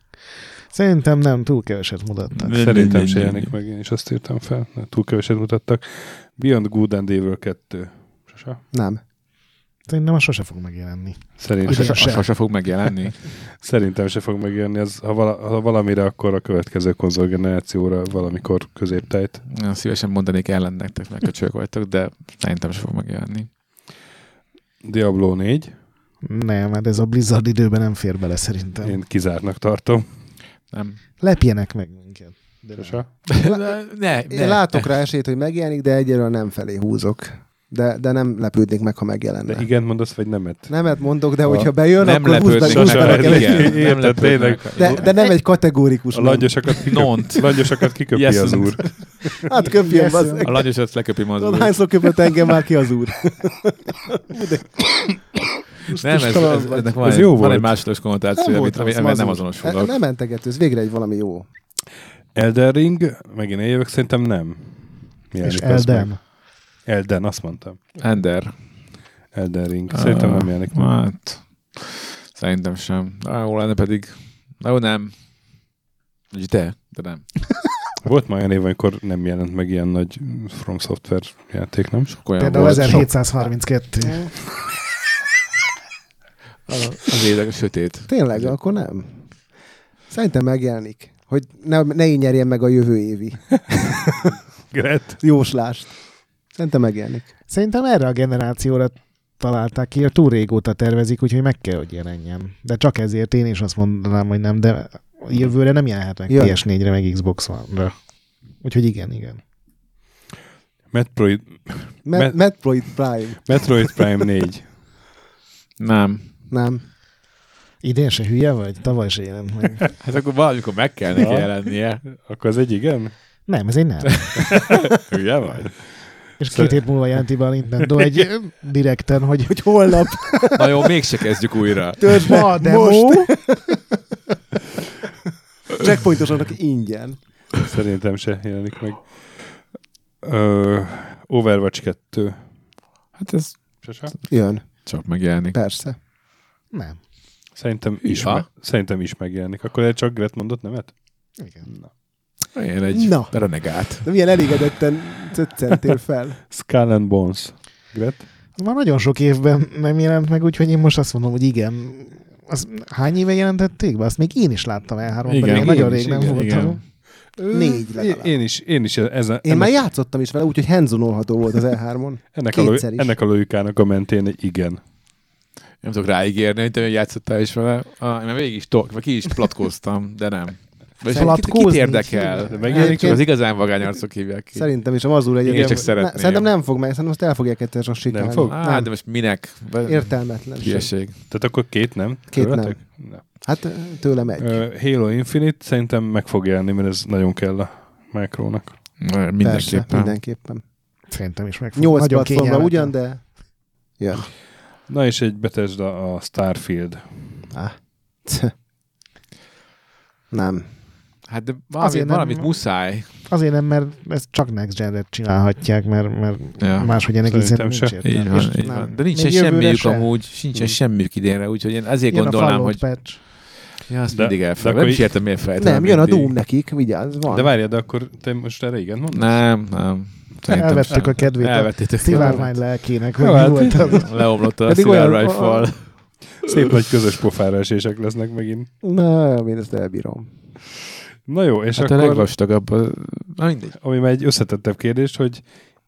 D: Szerintem nem, túl keveset mutattak.
A: Szerintem se jelenik meg, én is azt írtam fel. Na, túl keveset mutattak. Beyond Good and Evil 2. Sose?
B: Nem.
D: Szerintem az sose fog megjelenni.
A: Szerintem,
C: Sose,
D: se.
C: sose fog megjelenni.
A: szerintem se fog megjönni. Ez, ha, vala, ha valamire, akkor a következő konzolgenerációra valamikor középtájt.
C: Nagyon szívesen mondanék ellen nektek, mert köcsög vagytok, de szerintem se fog megjelenni.
A: Diablo 4,
D: Nem, mert ez a Blizzard időben nem fér bele szerintem.
A: én kizártnak tartom.
C: Nem.
D: Lepjenek meg minket. De nem.
A: Sose?
C: ne,
B: Én látok rá esélyt, hogy megjelenik, de egyelőre nem felé húzok. De, de nem lepődnék meg, ha megjelenne.
A: De igen mondasz, vagy nemet?
B: Nemet mondok, de
A: Ha
B: hogyha bejön,
C: nem
B: akkor húzd meg,
C: lepődnek
B: húzd meg
A: sose.
B: a
C: meg.
B: kelet-
A: Igen,
C: Igen,
A: érted,
C: nem lepődnek.
A: tényleg.
B: de, de nem egy kategórikus.
A: A
B: nem.
A: langyosakat, kiköp,
C: Nont.
A: langyosakat kiköpi
C: Yes.
A: az úr.
B: Hát köpjön,
D: Yes,
B: az.
D: sir.
C: A langyosat leköpi
B: Tudod,
C: mazur.
B: hányszor köpött engem már ki az úr?
C: Nem, ez,
B: Tustalan
C: ez,
B: vagy.
C: ennek van,
A: Ez
C: egy,
A: jó
C: van
A: volt.
C: egy másodos konnotáció, amit, ami, amivel nem azonosulok.
B: Nem mentegető, ez végre egy valami jó.
A: Elden Ring, megint én jövök, szerintem nem.
D: És
A: Jelenik az meg.
D: Eldem.
A: Elden, azt mondtam.
C: Ender.
A: Elden Ring. Szerintem
C: Ah,
A: nem jelenik meg.
C: Hát, szerintem sem. Na, jó lenne pedig. Na, jó, nem. Ugye te, de nem.
A: Volt már olyan év, amikor nem jelent meg ilyen nagy From Software játék, nem?
C: Sok olyan
D: Például
C: volt, sok,
D: 1732.
C: az élet sötét.
B: Tényleg, akkor nem. Szerintem megjelenik. Hogy ne, ne így nyerjen meg a jövő évi
A: Gret.
B: jóslást. Szerintem megjelenik.
D: Szerintem erre a generációra találták ki, a túl régóta tervezik, úgyhogy meg kell, hogy jelenjen. De csak ezért én is azt mondanám, hogy nem, de jövőre nem jelenhet meg
B: Jön.
D: PS4-re, meg Xbox One-ra. Úgyhogy igen, igen.
A: Metroid,
B: Me-
A: Met-
B: Metroid Prime.
A: Metroid Prime 4.
C: Nem.
B: Nem.
D: Idén se hülye vagy? Tavaly se jelent meg.
C: Hát akkor valamikor meg kell neki
A: Ja.
C: jelennie.
A: Akkor az egy igen?
D: Nem, ez egy nem.
A: Ugye vagy?
D: És két hét múlva jelenti be a Nintendo egy direkten, hogy
B: Hogy holnap
C: Na jó, mégse kezdjük újra.
B: törzs
D: ma demo, most.
B: checkpointosanak ingyen.
A: Szerintem se jelenik meg. Ö, Overwatch 2.
C: Hát ez
A: Sose?
B: Jön,
C: csak megjelenik.
B: persze.
D: nem.
A: Szerintem is,
C: Ja.
A: me- szerintem is megjelenik. Akkor egy csak Gret mondott nemet?
D: Igen.
C: Én egy
B: Na.
C: Na. renegát.
B: De milyen elégedetten cöccentél fel.
A: Skull and Bones. Gret?
D: Az Már nagyon sok évben nem jelent meg, úgyhogy én most azt mondom, hogy igen. Az hány éve jelentették be? Azt még én is láttam el három pedig
C: Igen,
D: én
C: én
D: nagyon
A: is,
D: rég nem
A: igen,
D: voltam.
C: igen.
B: Négy
A: Én,
B: legalább.
A: én is, én is ezen,
B: Én
A: ennek,
B: már játszottam is vele, úgyhogy handzonolható volt az E E3-on.
A: ennek, a, lo-
B: kétszer is.
A: ennek a logikának a mentén egy igen.
C: Nem tudok ráígérni, hogy te játszottál is vele. Ah, én már végig is tolk, vagy ki is platkoztam, de nem. Vagy kit, kit
D: Platkozni?
C: érdekel? Hát,
A: De
B: Egyébként-
A: megjelenik
C: Csak az igazán vagány arcok hívják ki.
B: Szerintem is a mazur egy
C: Igen, csak szeretném.
B: Szerintem nem fog meg, szerintem azt el fogják egyszer csak sikálni.
A: fog?
C: Á,
B: Nem.
C: de most minek? Vagy-
B: Értelmetlen.
C: Hülyeség.
A: Tehát akkor két nem?
B: Két nem.
A: nem.
B: Hát tőlem egy.
A: Ö, Halo Infinite szerintem meg fog jelenni, mert ez nagyon kell a Macrónak.
C: Na,
B: Persze,
C: Mindenképpen.
B: mindenképpen.
D: Szerintem is meg fog.
B: Nyolc
D: Nagyon
B: platformra
D: kényelmetlen.
B: ugyan, de jön.
A: Na és egy Bethesda a Starfield.
B: Nem.
C: Hát de
D: Azért
C: valami,
D: nem-
C: valamit muszáj.
D: Azért nem, mert ezt csak Next Gen-et csinálhatják, mert, mert
C: Ja.
D: máshogy ennek
A: Szerintem
D: hiszen
A: se.
D: nincs
C: Így
D: értelme.
C: van,
D: És
C: így
B: nem.
C: van. De nincsen
D: Még jövőre
C: semmiük
D: se.
C: amúgy, sincsen semmiük idénre, úgygy én azért
D: Ilyen a
C: gondolnám,
D: Fallout
C: hogy
D: patch.
C: ja, azt
A: De-
C: mindig
A: de
C: elfelejtem.
A: akkor
C: Nem is
A: így-
C: értem, miért felejtem.
B: Hát Nem, jön a
C: mindig.
B: Doom nekik, vigyázz, van.
A: De várjál, de akkor te most erre igen mondasz?
C: Nem, nem. Szerintem
D: Elvettük
C: sem.
D: a kedvét a
C: Elvettétek. Hát
D: Szivárvány lelkének, hogy
A: Jó,
D: mi
A: hát-
D: volt az.
C: Leomlott a
B: Pedig
C: szivárvány
B: olyan-
C: fal.
A: Szép nagy közös pofára esések lesznek megint.
B: Na, én ezt elbírom.
A: Na jó, és
C: Hát a
A: akkor,
C: legvastagabb. a- Na mindegy.
A: ami már egy összetettebb kérdés, hogy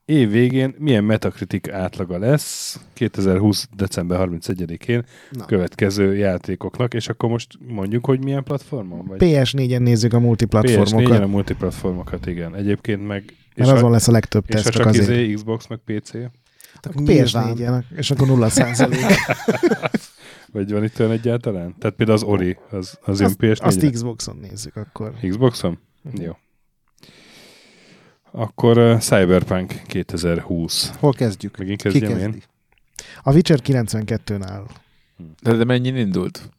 A: év végén milyen metakritik átlaga lesz 2020. december 31-én
E: Na.
A: következő játékoknak, és akkor most mondjuk, hogy milyen platformon? Vagy
D: PS4-en nézzük a
A: PS4-en
D: multiplatformokat,
A: a multiplatformokat, igen. Egyébként meg...
D: mert azon lesz a legtöbb
A: és ha
D: teszt, csak
A: csak
D: azért.
A: izé, Xbox, meg PC,
D: Akkor PS4-en, és akkor 0 százalék.
A: vagy van itt olyan egyáltalán? Tehát például az Ori, az, az azt, ps
D: Azt Xboxon nézzük akkor.
A: Xboxom? Jó. Akkor uh, Cyberpunk 2020.
B: Hol kezdjük?
A: Megint
B: Ki
A: kezdjem én?
B: kezdi?
D: A Witcher 92-n áll.
C: De, de mennyi indult?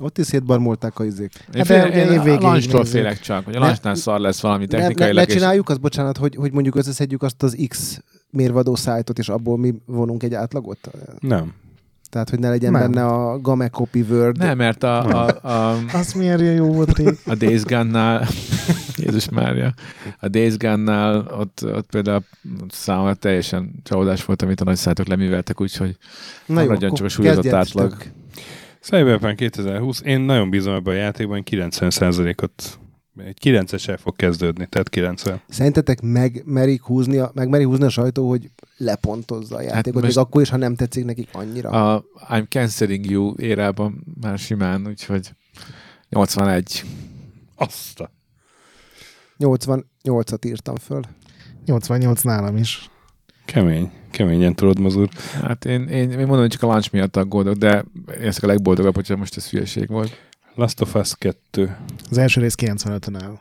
B: Ott is szétbarmolták a izék.
C: Én,
D: de ugye
C: fél, Hát én,
D: évvégéig
C: én launchtól
D: nézzük.
C: félek csak, hogy a launchnál szar lesz valami
B: Ne, ne,
C: technikai
B: ne csináljuk azt, bocsánat, hogy, hogy mondjuk összeszedjük azt az X mérvadó szájtot, és abból mi vonunk egy átlagot?
A: Nem.
B: Tehát, hogy ne legyen
D: Nem.
B: nem. benne a Game Copy Word.
C: Nem, mert a, a, a,
D: Az milyen jó volt rég.
C: a Days Gone-nál, Jézus Mária, a Days Gone-nál ott, ott például számomra teljesen csalódás volt, amit a nagy szájtok leműveltek, úgyhogy
B: Na
C: maradjon csak a
B: akkor
C: súlyozott
B: kezdjetek.
C: átlag.
A: Cyberpunk 2020, én nagyon bízom ebben a játékban, 90%-ot, egy 9-esel fog kezdődni, tehát 90.
B: Szerintetek meg merik húzni a, meg meri húzni a sajtó, hogy lepontozza a játékot,
C: most-
B: még akkor is, ha nem tetszik nekik annyira? A...
C: a I'm canceling you érában már simán, úgyhogy 81.
A: Azt a...
B: 88-at írtam föl.
D: 88 nálam is.
A: Kemény, keményen tudod, mazur.
C: Hát én, én, én mondom, hogy csak a launch miatt aggódok, de én ezek a legboldogabb, hogyha most ez hülyeség volt.
A: Last of Us 2.
D: Az első rész 95-ön áll.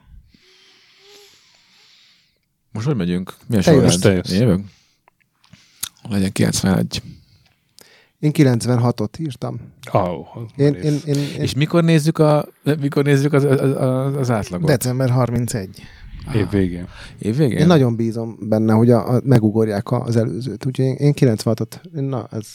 C: Most hogy megyünk? Milyen
B: Te
C: sorrend?
A: jössz, te jössz.
C: Én jövök? Legyen 91.
B: Én 96-ot írtam.
A: Oh, az
B: Én,
A: már
B: én,
A: is.
B: én, én,
C: És mikor nézzük, a, mikor nézzük az, az, az, az átlagot?
D: December 31.
A: Év végén.
C: Év végén?
B: én nagyon bízom benne, hogy a, a, megugorják a- az előzőt. Úgyhogy én, én 96-ot, na ez...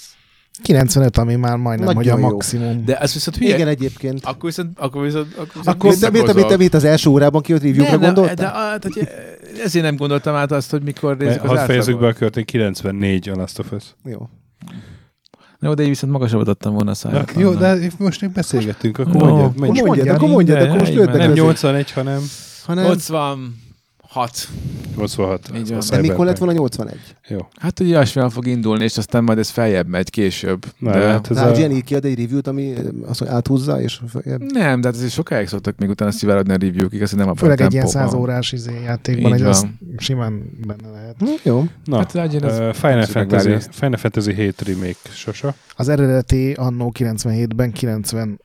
D: 95, ami már majdnem,
B: Nagyon
D: hogy a
B: jó.
D: maximum.
C: De ez viszont hülye.
B: Igen, egyébként.
C: Akkor viszont, akkor viszont, akkor viszont
B: Akkor mit, mit, mit, mit, az első órában kijött
C: nem,
B: review-ra
C: nem, de,
B: gondoltál?
C: de, hát, hogy ezért nem gondoltam át azt, hogy mikor nézzük az
A: Hadd fejezzük be
C: átlagot.
A: a kört, én 94 a Last of Us.
B: Jó.
C: Jó, de így viszont magasabbat adtam volna a
A: Na,
C: száját.
A: jó, de most még beszélgettünk, akkor
C: Jó.
A: mondjad,
B: Akkor
A: mondjad.
B: mondjad,
D: mondjad,
B: akkor mondjad,
D: minden,
B: akkor most
C: hely,
B: jöttek
C: mert
A: Nem
B: ezek.
A: 81, hanem
B: hanem...
C: 86.
A: 86. A
C: Így van. De
B: De
A: Cyberpunk.
B: mikor lett volna 81?
A: Jó.
C: Hát ugye olyasmivel fog indulni, és aztán majd ez feljebb megy később.
A: Na,
C: de...
A: hát ez
B: Hát
A: a...
B: Jenny kiad egy review-t, ami eh, azt mondja, áthúzza, és följebb.
C: Nem, de hát azért sokáig szoktak még utána szivárodni a review-kig, azt nem abban
D: Főleg
C: a
D: egy ilyen
C: tempóban.
D: 100 órás izé játékban,
C: Így
D: egy az
C: van.
D: simán benne lehet.
B: Hm, Jó.
A: Na,
C: Hát legyen ez-
A: ö, Final,
C: ez megvárja
A: Fantasy,
C: ezt.
A: Final Fantasy 7 remake sosa.
D: Az eredeti annó 97-ben, 92-n.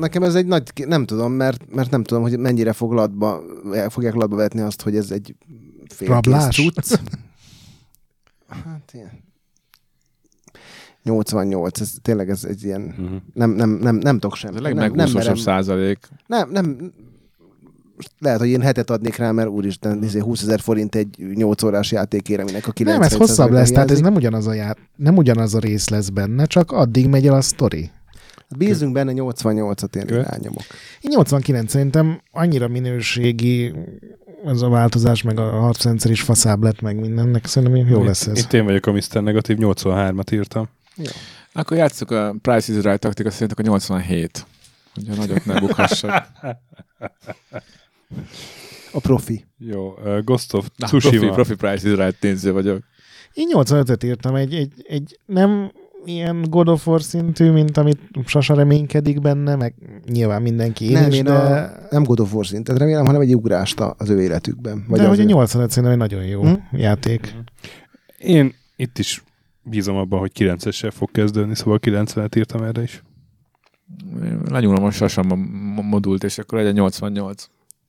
B: Nekem ez egy nagy, ki- nem tudom, mert, mert nem tudom, hogy mennyire fog latba, fogják latba vetni azt, hogy ez egy félkész
D: Rablás?
B: cucc. Hát ilyen. 88, ez tényleg ez egy ilyen,
A: Uh-huh.
B: nem, nem, nem, nem tudok
C: Ez
B: semmit.
C: a
B: nem, nem, merem,
C: legmegúszósabb százalék.
B: nem, nem, most lehet, hogy én hetet adnék rá, mert úristen, izé 20 ezer forint egy 8 órás játékére, aminek a 90
D: Hmm. Nem, ez hosszabb lesz, tehát ez nem ugyanaz a ját, nem ugyanaz a rész lesz benne, csak addig megy el a sztori.
B: Hát Bízunk benne 88-at én
A: Követ.
B: irányomok.
D: Én 89 szerintem annyira minőségi ez a változás, meg a harcrendszer is faszább lett, meg mindennek, szerintem jó lesz ez.
A: Itt én vagyok a Mr. Negatív, 83-at írtam.
C: Akkor játsszuk a Price is Right taktika szerint a 87. Hogy a nagyot ne bukhassak.
B: A profi.
A: Jó, uh, Ghost of
C: Na, profi,
A: Tsushima.
C: profi Price is Right néző vagyok.
D: Én 85-öt írtam, egy, egy, egy nem ilyen God of War szintű, mint amit Sasa reménykedik benne, meg nyilván mindenki én
B: nem,
D: is,
B: én
D: de,
B: a, nem God of War szintet remélem, hanem egy ugrást a- az ő életükben.
D: de
B: az
D: hogy a
B: ő-
D: 85 szerintem egy nagyon jó
B: Hm?
D: játék.
A: Én itt is bízom abban, hogy 9-essel fog kezdődni, szóval 90-et írtam erre is.
C: Én Lenyúlom a sasam a mo- modult, és akkor legyen 88.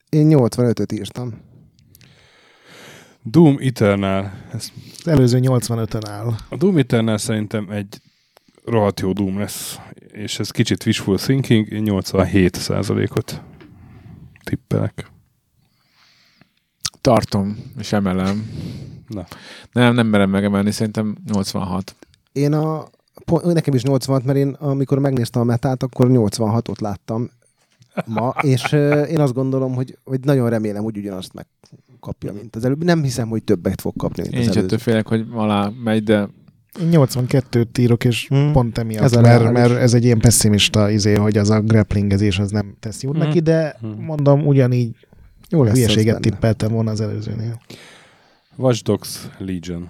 B: Én 85-öt írtam.
A: Doom Eternal. Ez,
D: Az előző 85-ön áll.
A: a Doom Eternal szerintem egy rohadt jó Doom lesz, és ez kicsit wishful thinking, én 87%-ot tippelek.
C: Tartom, és emelem.
A: Na.
C: Nem, nem merem megemelni, szerintem 86.
B: Én a, pont, nekem is 86, mert én amikor megnéztem a metát, akkor 86-ot láttam ma, és ö, én azt gondolom, hogy, hogy nagyon remélem, hogy ugyanazt megkapja, mint az előbb. Nem hiszem, hogy többet fog kapni, mint
C: Én
B: az
C: is
B: előbb.
C: ettől félek, hogy alá megy, de
D: Én 82-t írok, és
B: Hm.
D: hmm. pont emiatt,
B: Ez
D: ez
B: a
D: mert,
B: reális.
D: mert ez egy ilyen pessimista izé, hogy az a grapplingezés az nem tesz jót
A: Hm.
D: neki, de
A: Hm.
D: mondom, ugyanígy
B: Jó lesz ez
D: hülyeséget
B: benne.
D: tippeltem volna az előzőnél.
A: Watch Dogs Legion.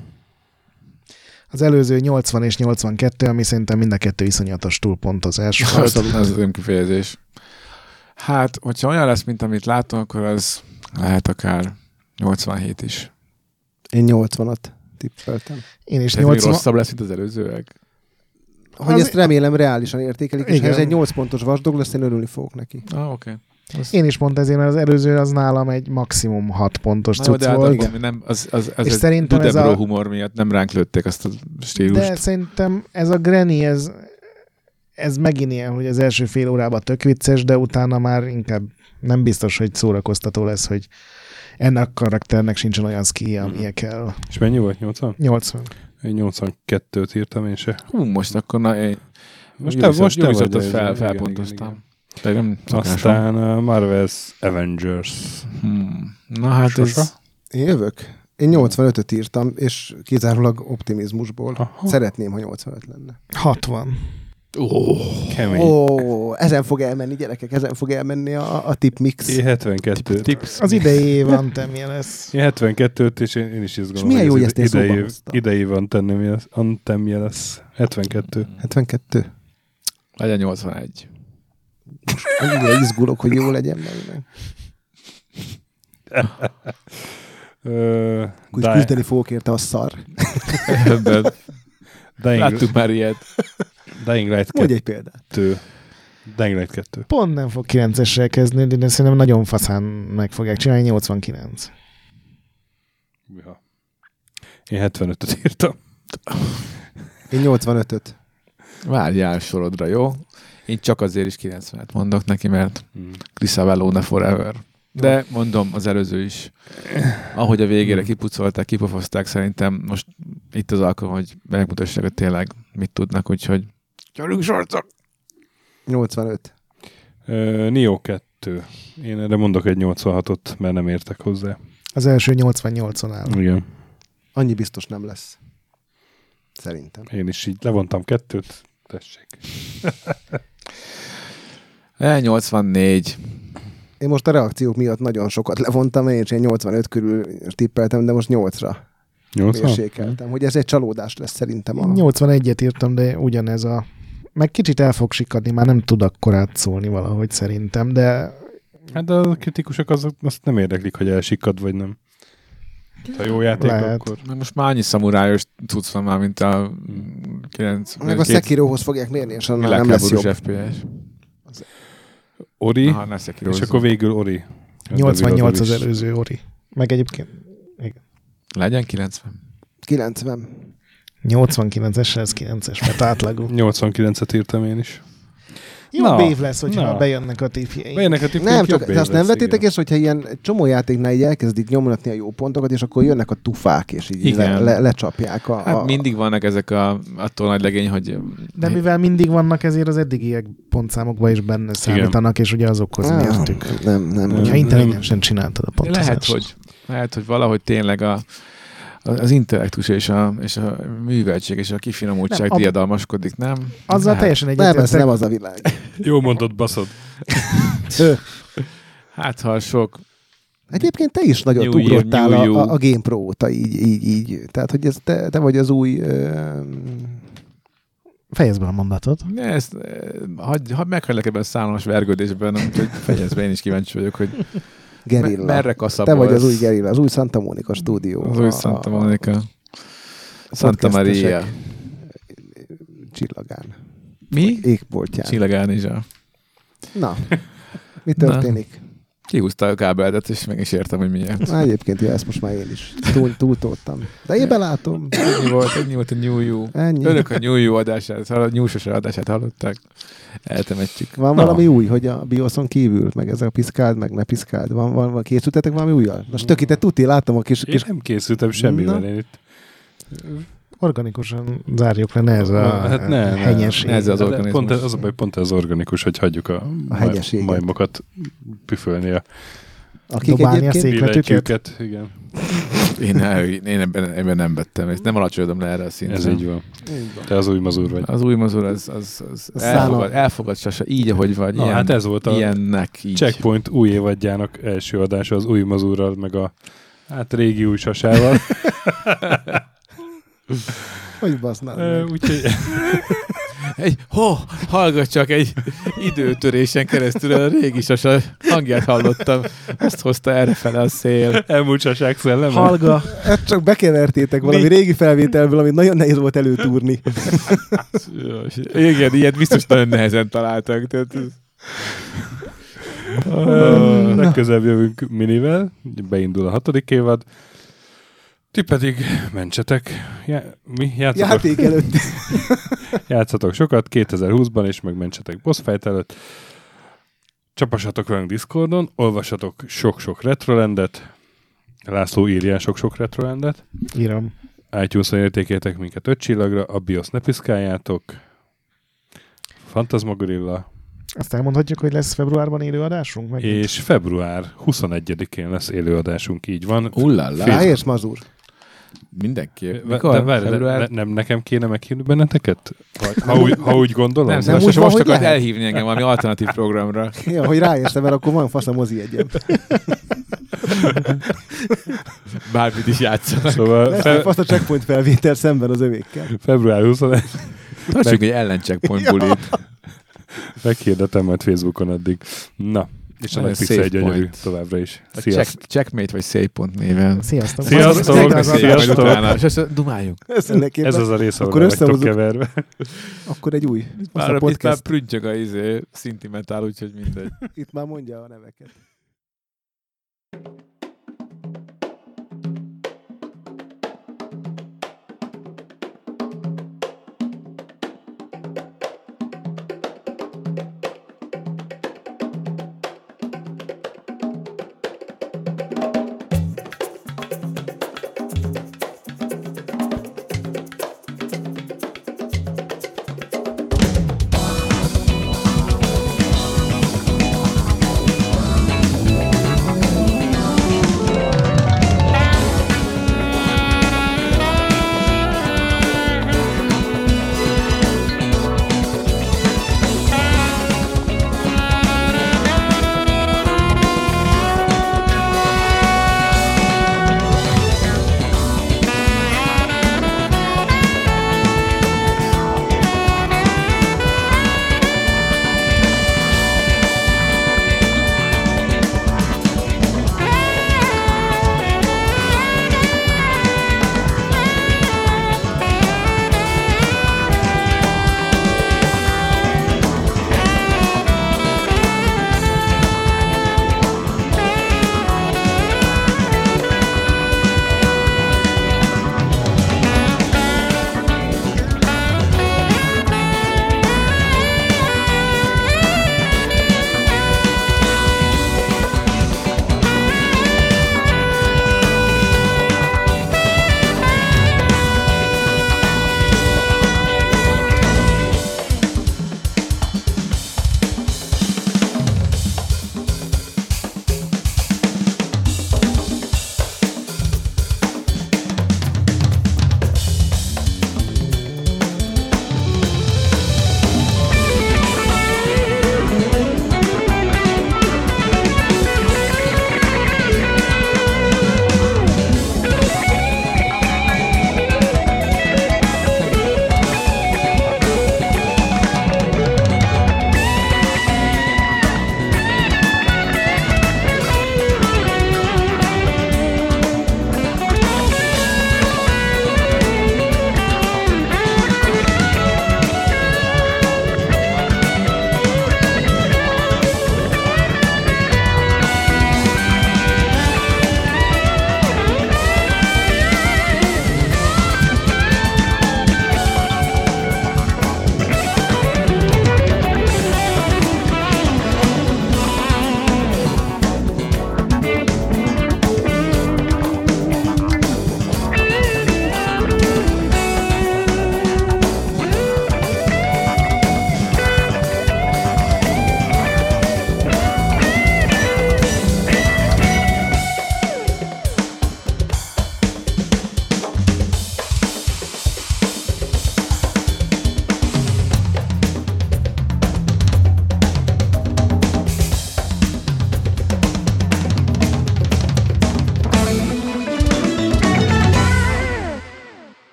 D: Az előző 80 és 82, ami szerintem mind a kettő iszonyatos túlpontozás. volt.
C: Abszolút. Ez az önkifejezés. Hát, hogyha olyan lesz, mint amit látom, akkor ez lehet akár 87 is.
B: Én 80-at tippeltem.
D: Én is
C: És ez 80...
D: 80,
C: rosszabb lesz, mint az előzőek.
B: Hogy
D: Az-
B: ezt remélem reálisan értékelik, és ha
D: Igen.
B: ez egy 8 pontos vasdog lesz, én örülni fogok neki.
C: Ah, oké. Okay.
D: én is pont ezért, mert az előző az nálam egy maximum 6 pontos
C: Na jó,
D: cucc
C: de hát
D: volt.
C: akkor mi nem, az, az, az
D: És
C: ez
D: szerintem ez
C: Dudebro
D: a-
C: humor miatt nem ránk lőtték azt a stílust.
D: De szerintem ez a Granny, ez, ez megint ilyen, hogy az első fél órában tök vicces, de utána már inkább nem biztos, hogy szórakoztató lesz, hogy ennek a karakternek sincsen olyan ski, amilyen kell.
A: És mennyi volt? 80?
D: 80.
A: Én 82-t írtam én se.
C: Hú, most akkor na, én
A: Most te, most te vagy
C: Ubisoft-ot
A: ez.
C: fel,
A: Igen,
C: felpontoztam. De nem
A: igen.
C: szokásom.
A: Aztán a Marvel's Avengers.
C: Hmm. Na hát
A: Sosa?
C: ez...
B: Én jövök? Én 85-öt írtam, és kizárólag optimizmusból.
A: Aha.
B: Szeretném, ha 85 lenne.
D: 60.
A: Kemény.
B: Ó, oh, ezen fog elmenni, gyerekek, ezen fog elmenni a, a tip mix.
A: Én 72
C: Tips.
D: Az idei év Anthem ilyen lesz.
A: Én 72-t, és én, én is izgulom.
B: És milyen jó, hogy ezt én szóba
A: idei,
B: hoztam.
A: idei van tennem, jelez- antem jelez. 72.
B: 72.
C: Legyen 81.
B: Annyira izgulok, hogy jó legyen belőle.
A: Ö,
B: Úgy küzdeni fogok érte a szar.
C: Ebben
A: Dying,
C: láttuk már ilyet.
A: Dying Light
B: Mondj egy példát.
A: 2. Dying Light 2.
D: Pont nem fog 9-essel kezdődni, de szerintem nagyon faszán meg fogják csinálni, 89.
A: Ja. Én 75-öt írtam.
B: Én 85-öt.
C: Várjál sorodra, jó? Én csak azért is 90-et mondok neki, mert
A: Mm.
C: Crisavellone forever. De mondom, az előző is. Ahogy a
B: Mm.
C: végére kipucolták, kipofozták, szerintem most itt az alkalom, hogy megmutassák, hogy tényleg mit tudnak, úgyhogy gyerünk sorcok!
B: 85.
A: Ö, Nio 2. Én erre mondok egy 86-ot, mert nem értek hozzá.
D: Az első 88-on áll.
A: Igen.
B: Annyi biztos nem lesz. Szerintem.
A: Én is így levontam kettőt. Tessék.
C: E, 84.
B: Én most a reakciók miatt nagyon sokat levontam, én is ilyen 85 körül tippeltem, de most 8-ra
A: 80?
B: mérsékeltem, hogy ez egy csalódás lesz szerintem. A...
D: 81-et írtam, de ugyanez a... Meg kicsit el fog sikadni, már nem tud akkorát szólni valahogy szerintem, de
A: Hát de a kritikusok azok, azt nem érdeklik, hogy elsikad vagy nem. Ha jó játék,
D: Lehet.
A: akkor...
C: Meg most már annyi szamurájos cucc van már, mint a 9.
B: Meg a Sekirohoz fogják mérni, és annál nem lesz jobb.
C: világháborús FPS.
A: Ori,
C: Aha, ne
A: és akkor végül Ori.
D: 88 az előző Ori. Meg egyébként
C: Legyen 90.
B: 90.
D: 89-es, ez 9-es, mert átlagú.
A: 89-et írtam én is.
D: Jó
A: Na,
D: na, év lesz, hogyha
A: na.
D: na. bejönnek a tipjeink.
A: Melynek a tippünk
B: Nem,
A: jobb
B: csak
A: év
B: de azt nem
A: lesz,
B: vetétek észre, hogyha ilyen egy csomó játéknál így elkezdik nyomlatni a jó pontokat, és akkor jönnek a tufák, és így
C: Igen.
B: le, le, lecsapják a...
C: Hát
B: a...
C: mindig vannak ezek a, attól nagy legény, hogy...
D: De mivel mindig vannak, ezért az eddigiek pontszámokban is benne számítanak, és ugye azokhoz
B: Ah,
D: mértük.
B: Nem,
A: Mm.
B: nem.
D: Ha
B: nem.
D: intelligensen csináltad a pontozást.
C: Lehet, hogy, lehet, hogy valahogy tényleg a, a- az intellektus és a, és a műveltség és a kifinomultság
D: Nem,
C: nem,
D: ab-
C: diadalmaskodik, nem? Hát,
D: Azzal
C: Lehet.
D: teljesen
B: Nem, ez
D: egyetértek.
B: nem az a világ.
A: Jó mondott, baszod.
B: Ö,
C: Hát ha sok...
B: Egyébként te is nagyon
C: New
B: ugrottál
C: year,
B: a,
C: new you.
B: a, a Game Pro óta, így, így, így. Tehát, hogy ez te, te vagy az új... Ö,
D: Fejezd be a mondatot.
C: Ne, ezt, eh, hagy, hagy meghagylak ebben a számos vergődésben, úgyhogy fejezd be, én is kíváncsi vagyok, hogy me,
B: gerilla.
C: merre kaszabolsz.
B: te vagy az új gerilla, az új Santa Monica stúdió.
C: Az
B: A-
C: új
B: a-
C: Santa Monica. Santa Maria.
B: Csillagán.
C: Mi?
B: Égboltján.
C: Csillagán is a...
B: Na, mi történik?
C: Kihúzta a kábeldet, és meg is értem, hogy miért.
B: Na, egyébként, ja, ezt most már én is túl, túltoltam. De én belátom.
C: Ennyi volt, ennyi volt a New You.
B: Ennyi.
C: Önök a New You adását, hall- nyúsos adását hallották. Eltemetjük.
B: Van valami új, hogy a bioszon kívül, meg ez a piszkáld, meg ne piszkáld. Van, van, van készültetek valami újjal? Most töki, te tuti, látom a kis,
A: Én
B: kis
A: nem készültem semmivel.
B: Na.
A: Én itt.
D: Organikusan zárjuk le, ne ez a
A: Hát ne, ne.
D: henyeség.
C: Ne ez az
A: De
C: organizmus.
A: Pont ez, az a baj, pont ez organikus, hogy hagyjuk a, maj,
B: hegyeséget.
A: majmokat püfölni a
B: akik
D: dobálni a
B: egyébként...
D: szék- Székletüket?
A: billentyűket. Igen,
C: Én, ne- én ebben, ebben nem vettem részt. Nem alacsonyodom le erre a szintre.
A: ez így van. Te az új mazur vagy.
C: Az új mazur, az, az, az
B: A
C: elfogad,
B: szála.
C: elfogad sasa, így, ahogy vagy.
A: Na,
C: ilyen,
A: hát ez volt a
C: Ilyennek így.
A: Checkpoint új évadjának első adása az új mazurral, meg a Hát régi új sasával.
E: Hogy basznád
A: Ö,
E: meg?
A: Úgyhogy
C: Egy, ho, hallgat csak egy időtörésen keresztül a régi sasa hangját hallottam. Azt hozta erre a szél.
A: elmúlt saság szelleme.
D: Hallga,
B: Ezt Hát csak bekevertétek valami régi felvételből, amit nagyon nehéz volt előtúrni.
C: Hát Igen, ilyet biztos nagyon nehezen találtak. Tehát ez...
A: Ö, Legközelebb jövünk minivel, beindul a hatodik évad. Ti pedig mentsetek. Já- mi? Játszatok,
C: hát
B: Játék előtt.
A: játszatok sokat 2020-ban, és meg mentsetek boss fight előtt. Csapassatok velünk Discordon, olvassatok sok-sok retrolendet. László írja sok-sok retrolendet.
D: írom.
A: iTunes-on értékeltek minket öt csillagra, a BIOS ne piszkáljátok. Fantasma Gorilla.
D: Azt elmondhatjuk, hogy lesz februárban élő adásunk? Meg
A: És február 21-én lesz élőadásunk, így van.
C: Ullala,
B: Ráérsz, Mazur?
C: mindenképp.
A: Mikor? De várj, Február... ne, nem nekem kéne meghívni benneteket? Vagy, ha, úgy, ha úgy gondolom?
C: Nem,
A: Nem,
C: nem
B: úgy
C: most,
B: van,
C: most
B: hogy
C: akart
B: lehet.
C: elhívni engem valami alternatív programra.
B: Ja, hogy ráérsz, mert akkor van fasz a mozi egyem.
C: Bármit is játszanak.
A: Szóval
B: Lesz
A: fe,
B: egy fasz a checkpoint felvétel szemben az övékkel.
A: február 21
C: Tartsunk egy ellencheckpoint bulit.
A: meghirdetem majd Facebookon addig. Na, és a
C: Nagyon
A: Netflix
C: safe
A: egy gyönyörű
C: point.
A: továbbra is.
C: A
A: Sziasztok!
C: check, checkmate vagy szépont néven.
D: Sziasztok!
A: Sziasztok!
D: Szia-
A: Sziasztok!
D: Szia-
A: Sziasztok!
C: És azt dumáljuk.
B: Ez, mindenképpen-
A: Ez az a rész, ahol
B: Akkor
A: le vagytok
B: összehozunk.
A: keverve.
B: Akkor egy új.
C: Már,
B: a
C: itt
B: podcast.
C: már prüntjög a izé, szinti metál, úgyhogy mindegy.
B: Itt már mondja a neveket.
G: Thank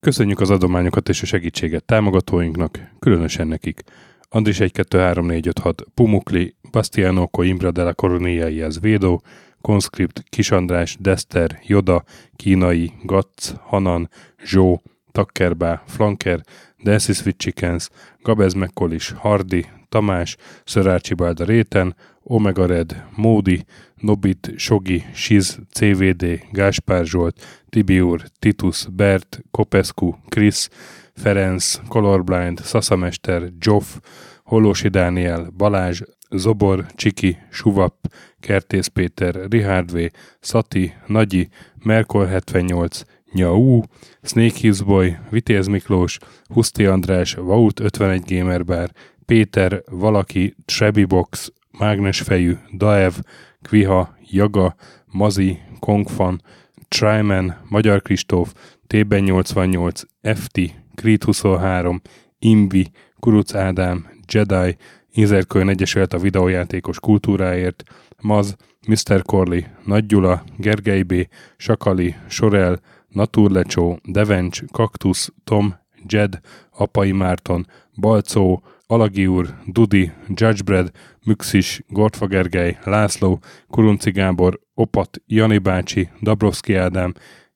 A: Köszönjük az adományokat és a segítséget támogatóinknak, különösen nekik. Andris 1 2 3 4 5 6 Pumukli, Bastiano Coimbra de la Coroniai az Védó, Conscript, Kisandrás, Dester, Joda, Kínai, Gatz, Hanan, Zsó, Takkerbá, Flanker, Dances with Chickens, Gabez Mekkolis, Hardi, Tamás, Szörácsi Bálda Réten, Omega Red, Módi, Nobit, Sogi, Siz, CVD, Gáspár Zsolt, Tibiur, Titus, Bert, Kopescu, Krisz, Ferenc, Colorblind, Szaszamester, Joff, Holósi Dániel, Balázs, Zobor, Csiki, Suvap, Kertész Péter, Rihárd V, Szati, Nagyi, Merkol 78, Nyau, Snake Hills Boy, Vitéz Miklós, Huszti András, Vaut 51 Gamer Bar, Péter, Valaki, Trebi Box, Mágnesfejű, Daev, Kviha, Jaga, Mazi, Kongfan, Tryman, Magyar Kristóf, TB88, FT, Creed 23, Imbi, Kuruc Ádám, Jedi, Inzerkőn Egyesület a videójátékos kultúráért, Maz, Mr. Corley, Nagy Gyula, Gergely B., Sakali, Sorel, Naturlecsó, Devencs, Kaktusz, Tom, Jed, Apai Márton, Balcó, Alagi úr, Dudi, Judgebred, Müxis, Gortfa Gergely, László, Kurunci Gábor, Opat, Jani bácsi, Dabrowski Ádám,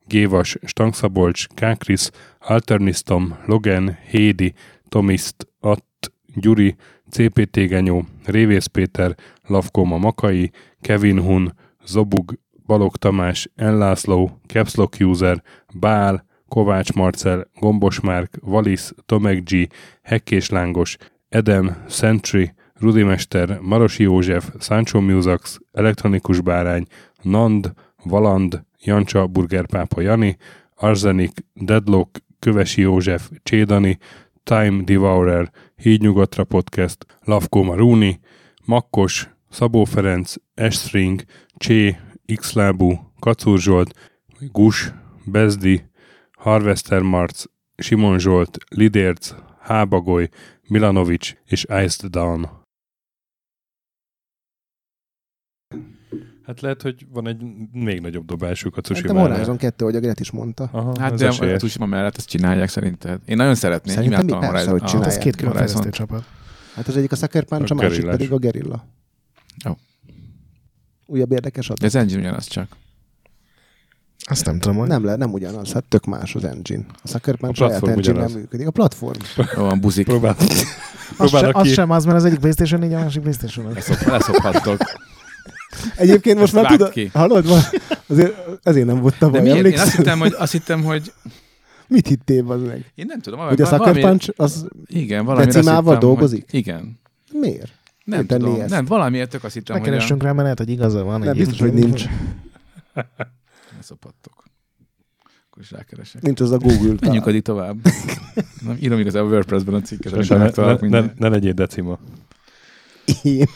A: Gévas, Stangszabolcs, Kákris, Alternisztom, Logan, Hédi, Tomiszt, Att, Gyuri, CPT Genyó, Révész Péter, Lavkoma Makai, Kevin Hun, Zobug, Balog Tamás, Enlászló, Capslock User, Bál, Kovács Marcel, Gombos Márk, Valisz, Tomek G, Hekkés Lángos, Edem, Sentry, Rudimester, Marosi József, Sancho Musax, Elektronikus Bárány, Nand, Valand, Jancsa, Burgerpápa Jani, Arzenik, Deadlock, Kövesi József, Csédani, Time Devourer, Hídnyugatra Podcast, Lavko Maruni, Makkos, Szabó Ferenc, Estring, Csé, Xlábú, Kacúr Zsolt, Gus, Bezdi, Harvester Marc, Simon Zsolt, Lidérc, Hábagoly, Milanovic és Iced Down. Hát lehet, hogy van egy még nagyobb dobásuk a
B: Hát a
A: Tsushima.
B: Horizon 2, hogy a Gret is mondta.
A: Aha,
C: Hát
A: ez
C: de a
A: esélyes.
C: Tsushima mellett ezt csinálják szerinted. Én nagyon szeretném.
B: Szerintem
C: imádtam
B: mi?
C: a
B: Persze,
C: Horizon-
B: hogy
C: a-
B: csinálják.
D: Ez két külön
C: Horizon-t.
D: fejlesztő csapat.
B: Hát az egyik a Sucker Punch, a,
A: A
B: másik
A: gerillás.
B: pedig a Gerilla.
C: Jó.
B: Újabb érdekes adat.
C: Ez engine ugyanaz csak.
D: Azt nem tudom, hogy
B: Nem, le, nem ugyanaz, hát tök más az engine. A Sucker Punch
A: A
B: saját
A: platform
B: engine
A: ugyanaz.
B: működik. A platform.
C: Jó, van buzik.
A: Próbál,
D: Az, se,
A: próbálok
D: az
A: ki.
D: sem az, mert az egyik PlayStation 4, a másik PlayStation 5.
C: Leszop- Leszophattok.
B: Egyébként most
C: Ezt
B: már
C: vágd
B: tudod,
C: ki.
B: hallod? Van, azért, ezért nem volt
C: De
B: tavaly,
C: miért? Én azt
B: emlékszel?
C: hittem, hogy, azt hittem, hogy
B: Mit hittél az meg?
C: én nem tudom.
B: Hogy a
C: valami-
B: Sucker Punch az
C: Igen, valami
B: decimával dolgozik?
C: Hogy, igen.
B: miért?
C: Nem
B: Miért tenné
C: tudom.
B: ezt?
C: Nem, valamiért tök azt hittem, hogy a...
D: Megkeressünk rá, mert lehet, hogy igaza van. izé-
B: Nem, biztos,
D: egyébként.
B: hogy nincs.
C: Leszophattok. Akkor is rákeresek.
B: Nincs az a Google.
C: Menjünk addig tovább. Nem, írom igazából WordPress-ben a cikket, és
A: Ne,
C: megtalálok
A: ne, ne,
C: mindent.
A: ne legyél decima.
B: Én.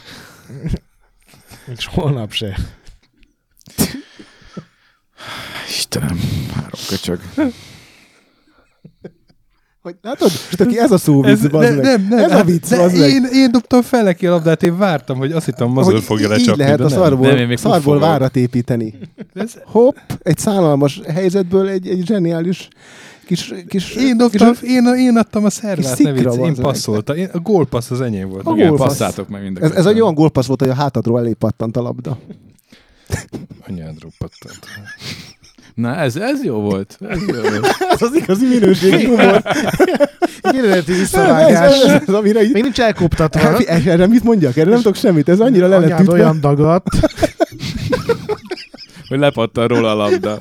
D: És holnap se.
C: Istenem, három köcsög.
B: Hogy, látod, Stöki, ez a szó vicc, ez, meg. ez a vicc,
A: de
B: az meg.
A: én, én dobtam fel neki a labdát, én vártam, hogy azt hittem, mazol
B: Hogy
A: fogja
B: í-
A: lecsapni,
B: Így lehet
A: de
B: a
A: nem.
B: szarból,
C: Nem, én még
B: nem, szarból
C: puffogok.
B: várat építeni. Hopp, egy szállalmas helyzetből egy, egy zseniális kis, kis
A: Én,
B: kis-
A: dobtam, én, én adtam a
B: Kis
A: szervát,
B: szikra
A: ne vicc,
B: van
A: én
B: az
A: passzoltam. Én, a gólpassz az enyém volt.
B: A
A: Igen,
C: Igen,
B: gólpassz.
C: passzátok meg mind a
B: Ez, ez
C: ketten.
B: egy olyan gólpassz volt, hogy a hátadról elé pattant a labda.
A: Anyádról pattant.
C: Na, ez, ez jó volt. Ez jó volt.
B: Ez az igazi minőségi humor.
D: Egy eredeti
B: Ez,
D: visszavágás.
B: ez, ez, amire így,
D: Még nincs elkoptatva.
B: Hát, erre mit mondjak? Erre nem tudok semmit. Ez annyira le lett
D: Anyád
B: ütve.
D: olyan dagat.
C: Hogy lepattan róla a labda.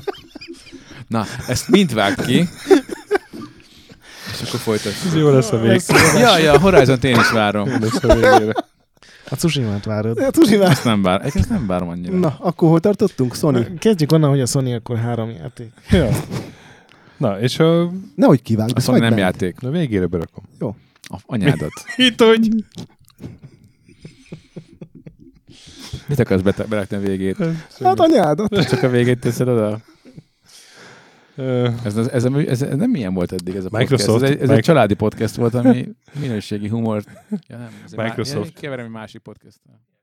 C: Na, ezt mind vág ki. És akkor folytatjuk.
A: Ez jó lesz a vég.
C: Ja, ja, a Horizon-t én is várom.
D: A cusimát várod.
B: Hát, Zsuzsi, már-
C: Ezt nem várom. Ezt nem várom annyira.
B: Na, akkor hol tartottunk? Sony.
D: Kezdjük onnan, hogy a Sony akkor három játék.
A: Ja. Na, és a,
B: Nehogy kivágd.
C: A
B: ezt
C: Sony
B: hagyd
C: nem
B: bent.
C: játék.
A: a végére berakom.
C: A anyádat.
A: Itt, hogy
C: Mit akarsz bete- berakni a végét?
B: Hát anyádat.
C: Csak a végét teszed oda?
A: Ö,
C: Ez, ez, ez, ez, ez nem milyen volt eddig ez a podcast.
A: Microsoft-
C: ez egy, ez
A: Mic-
C: egy családi podcast volt, ami minőségi humor. Ja, nem, ez egy má-
A: Microsoft.
C: Ja, keverem egy másik podcastra.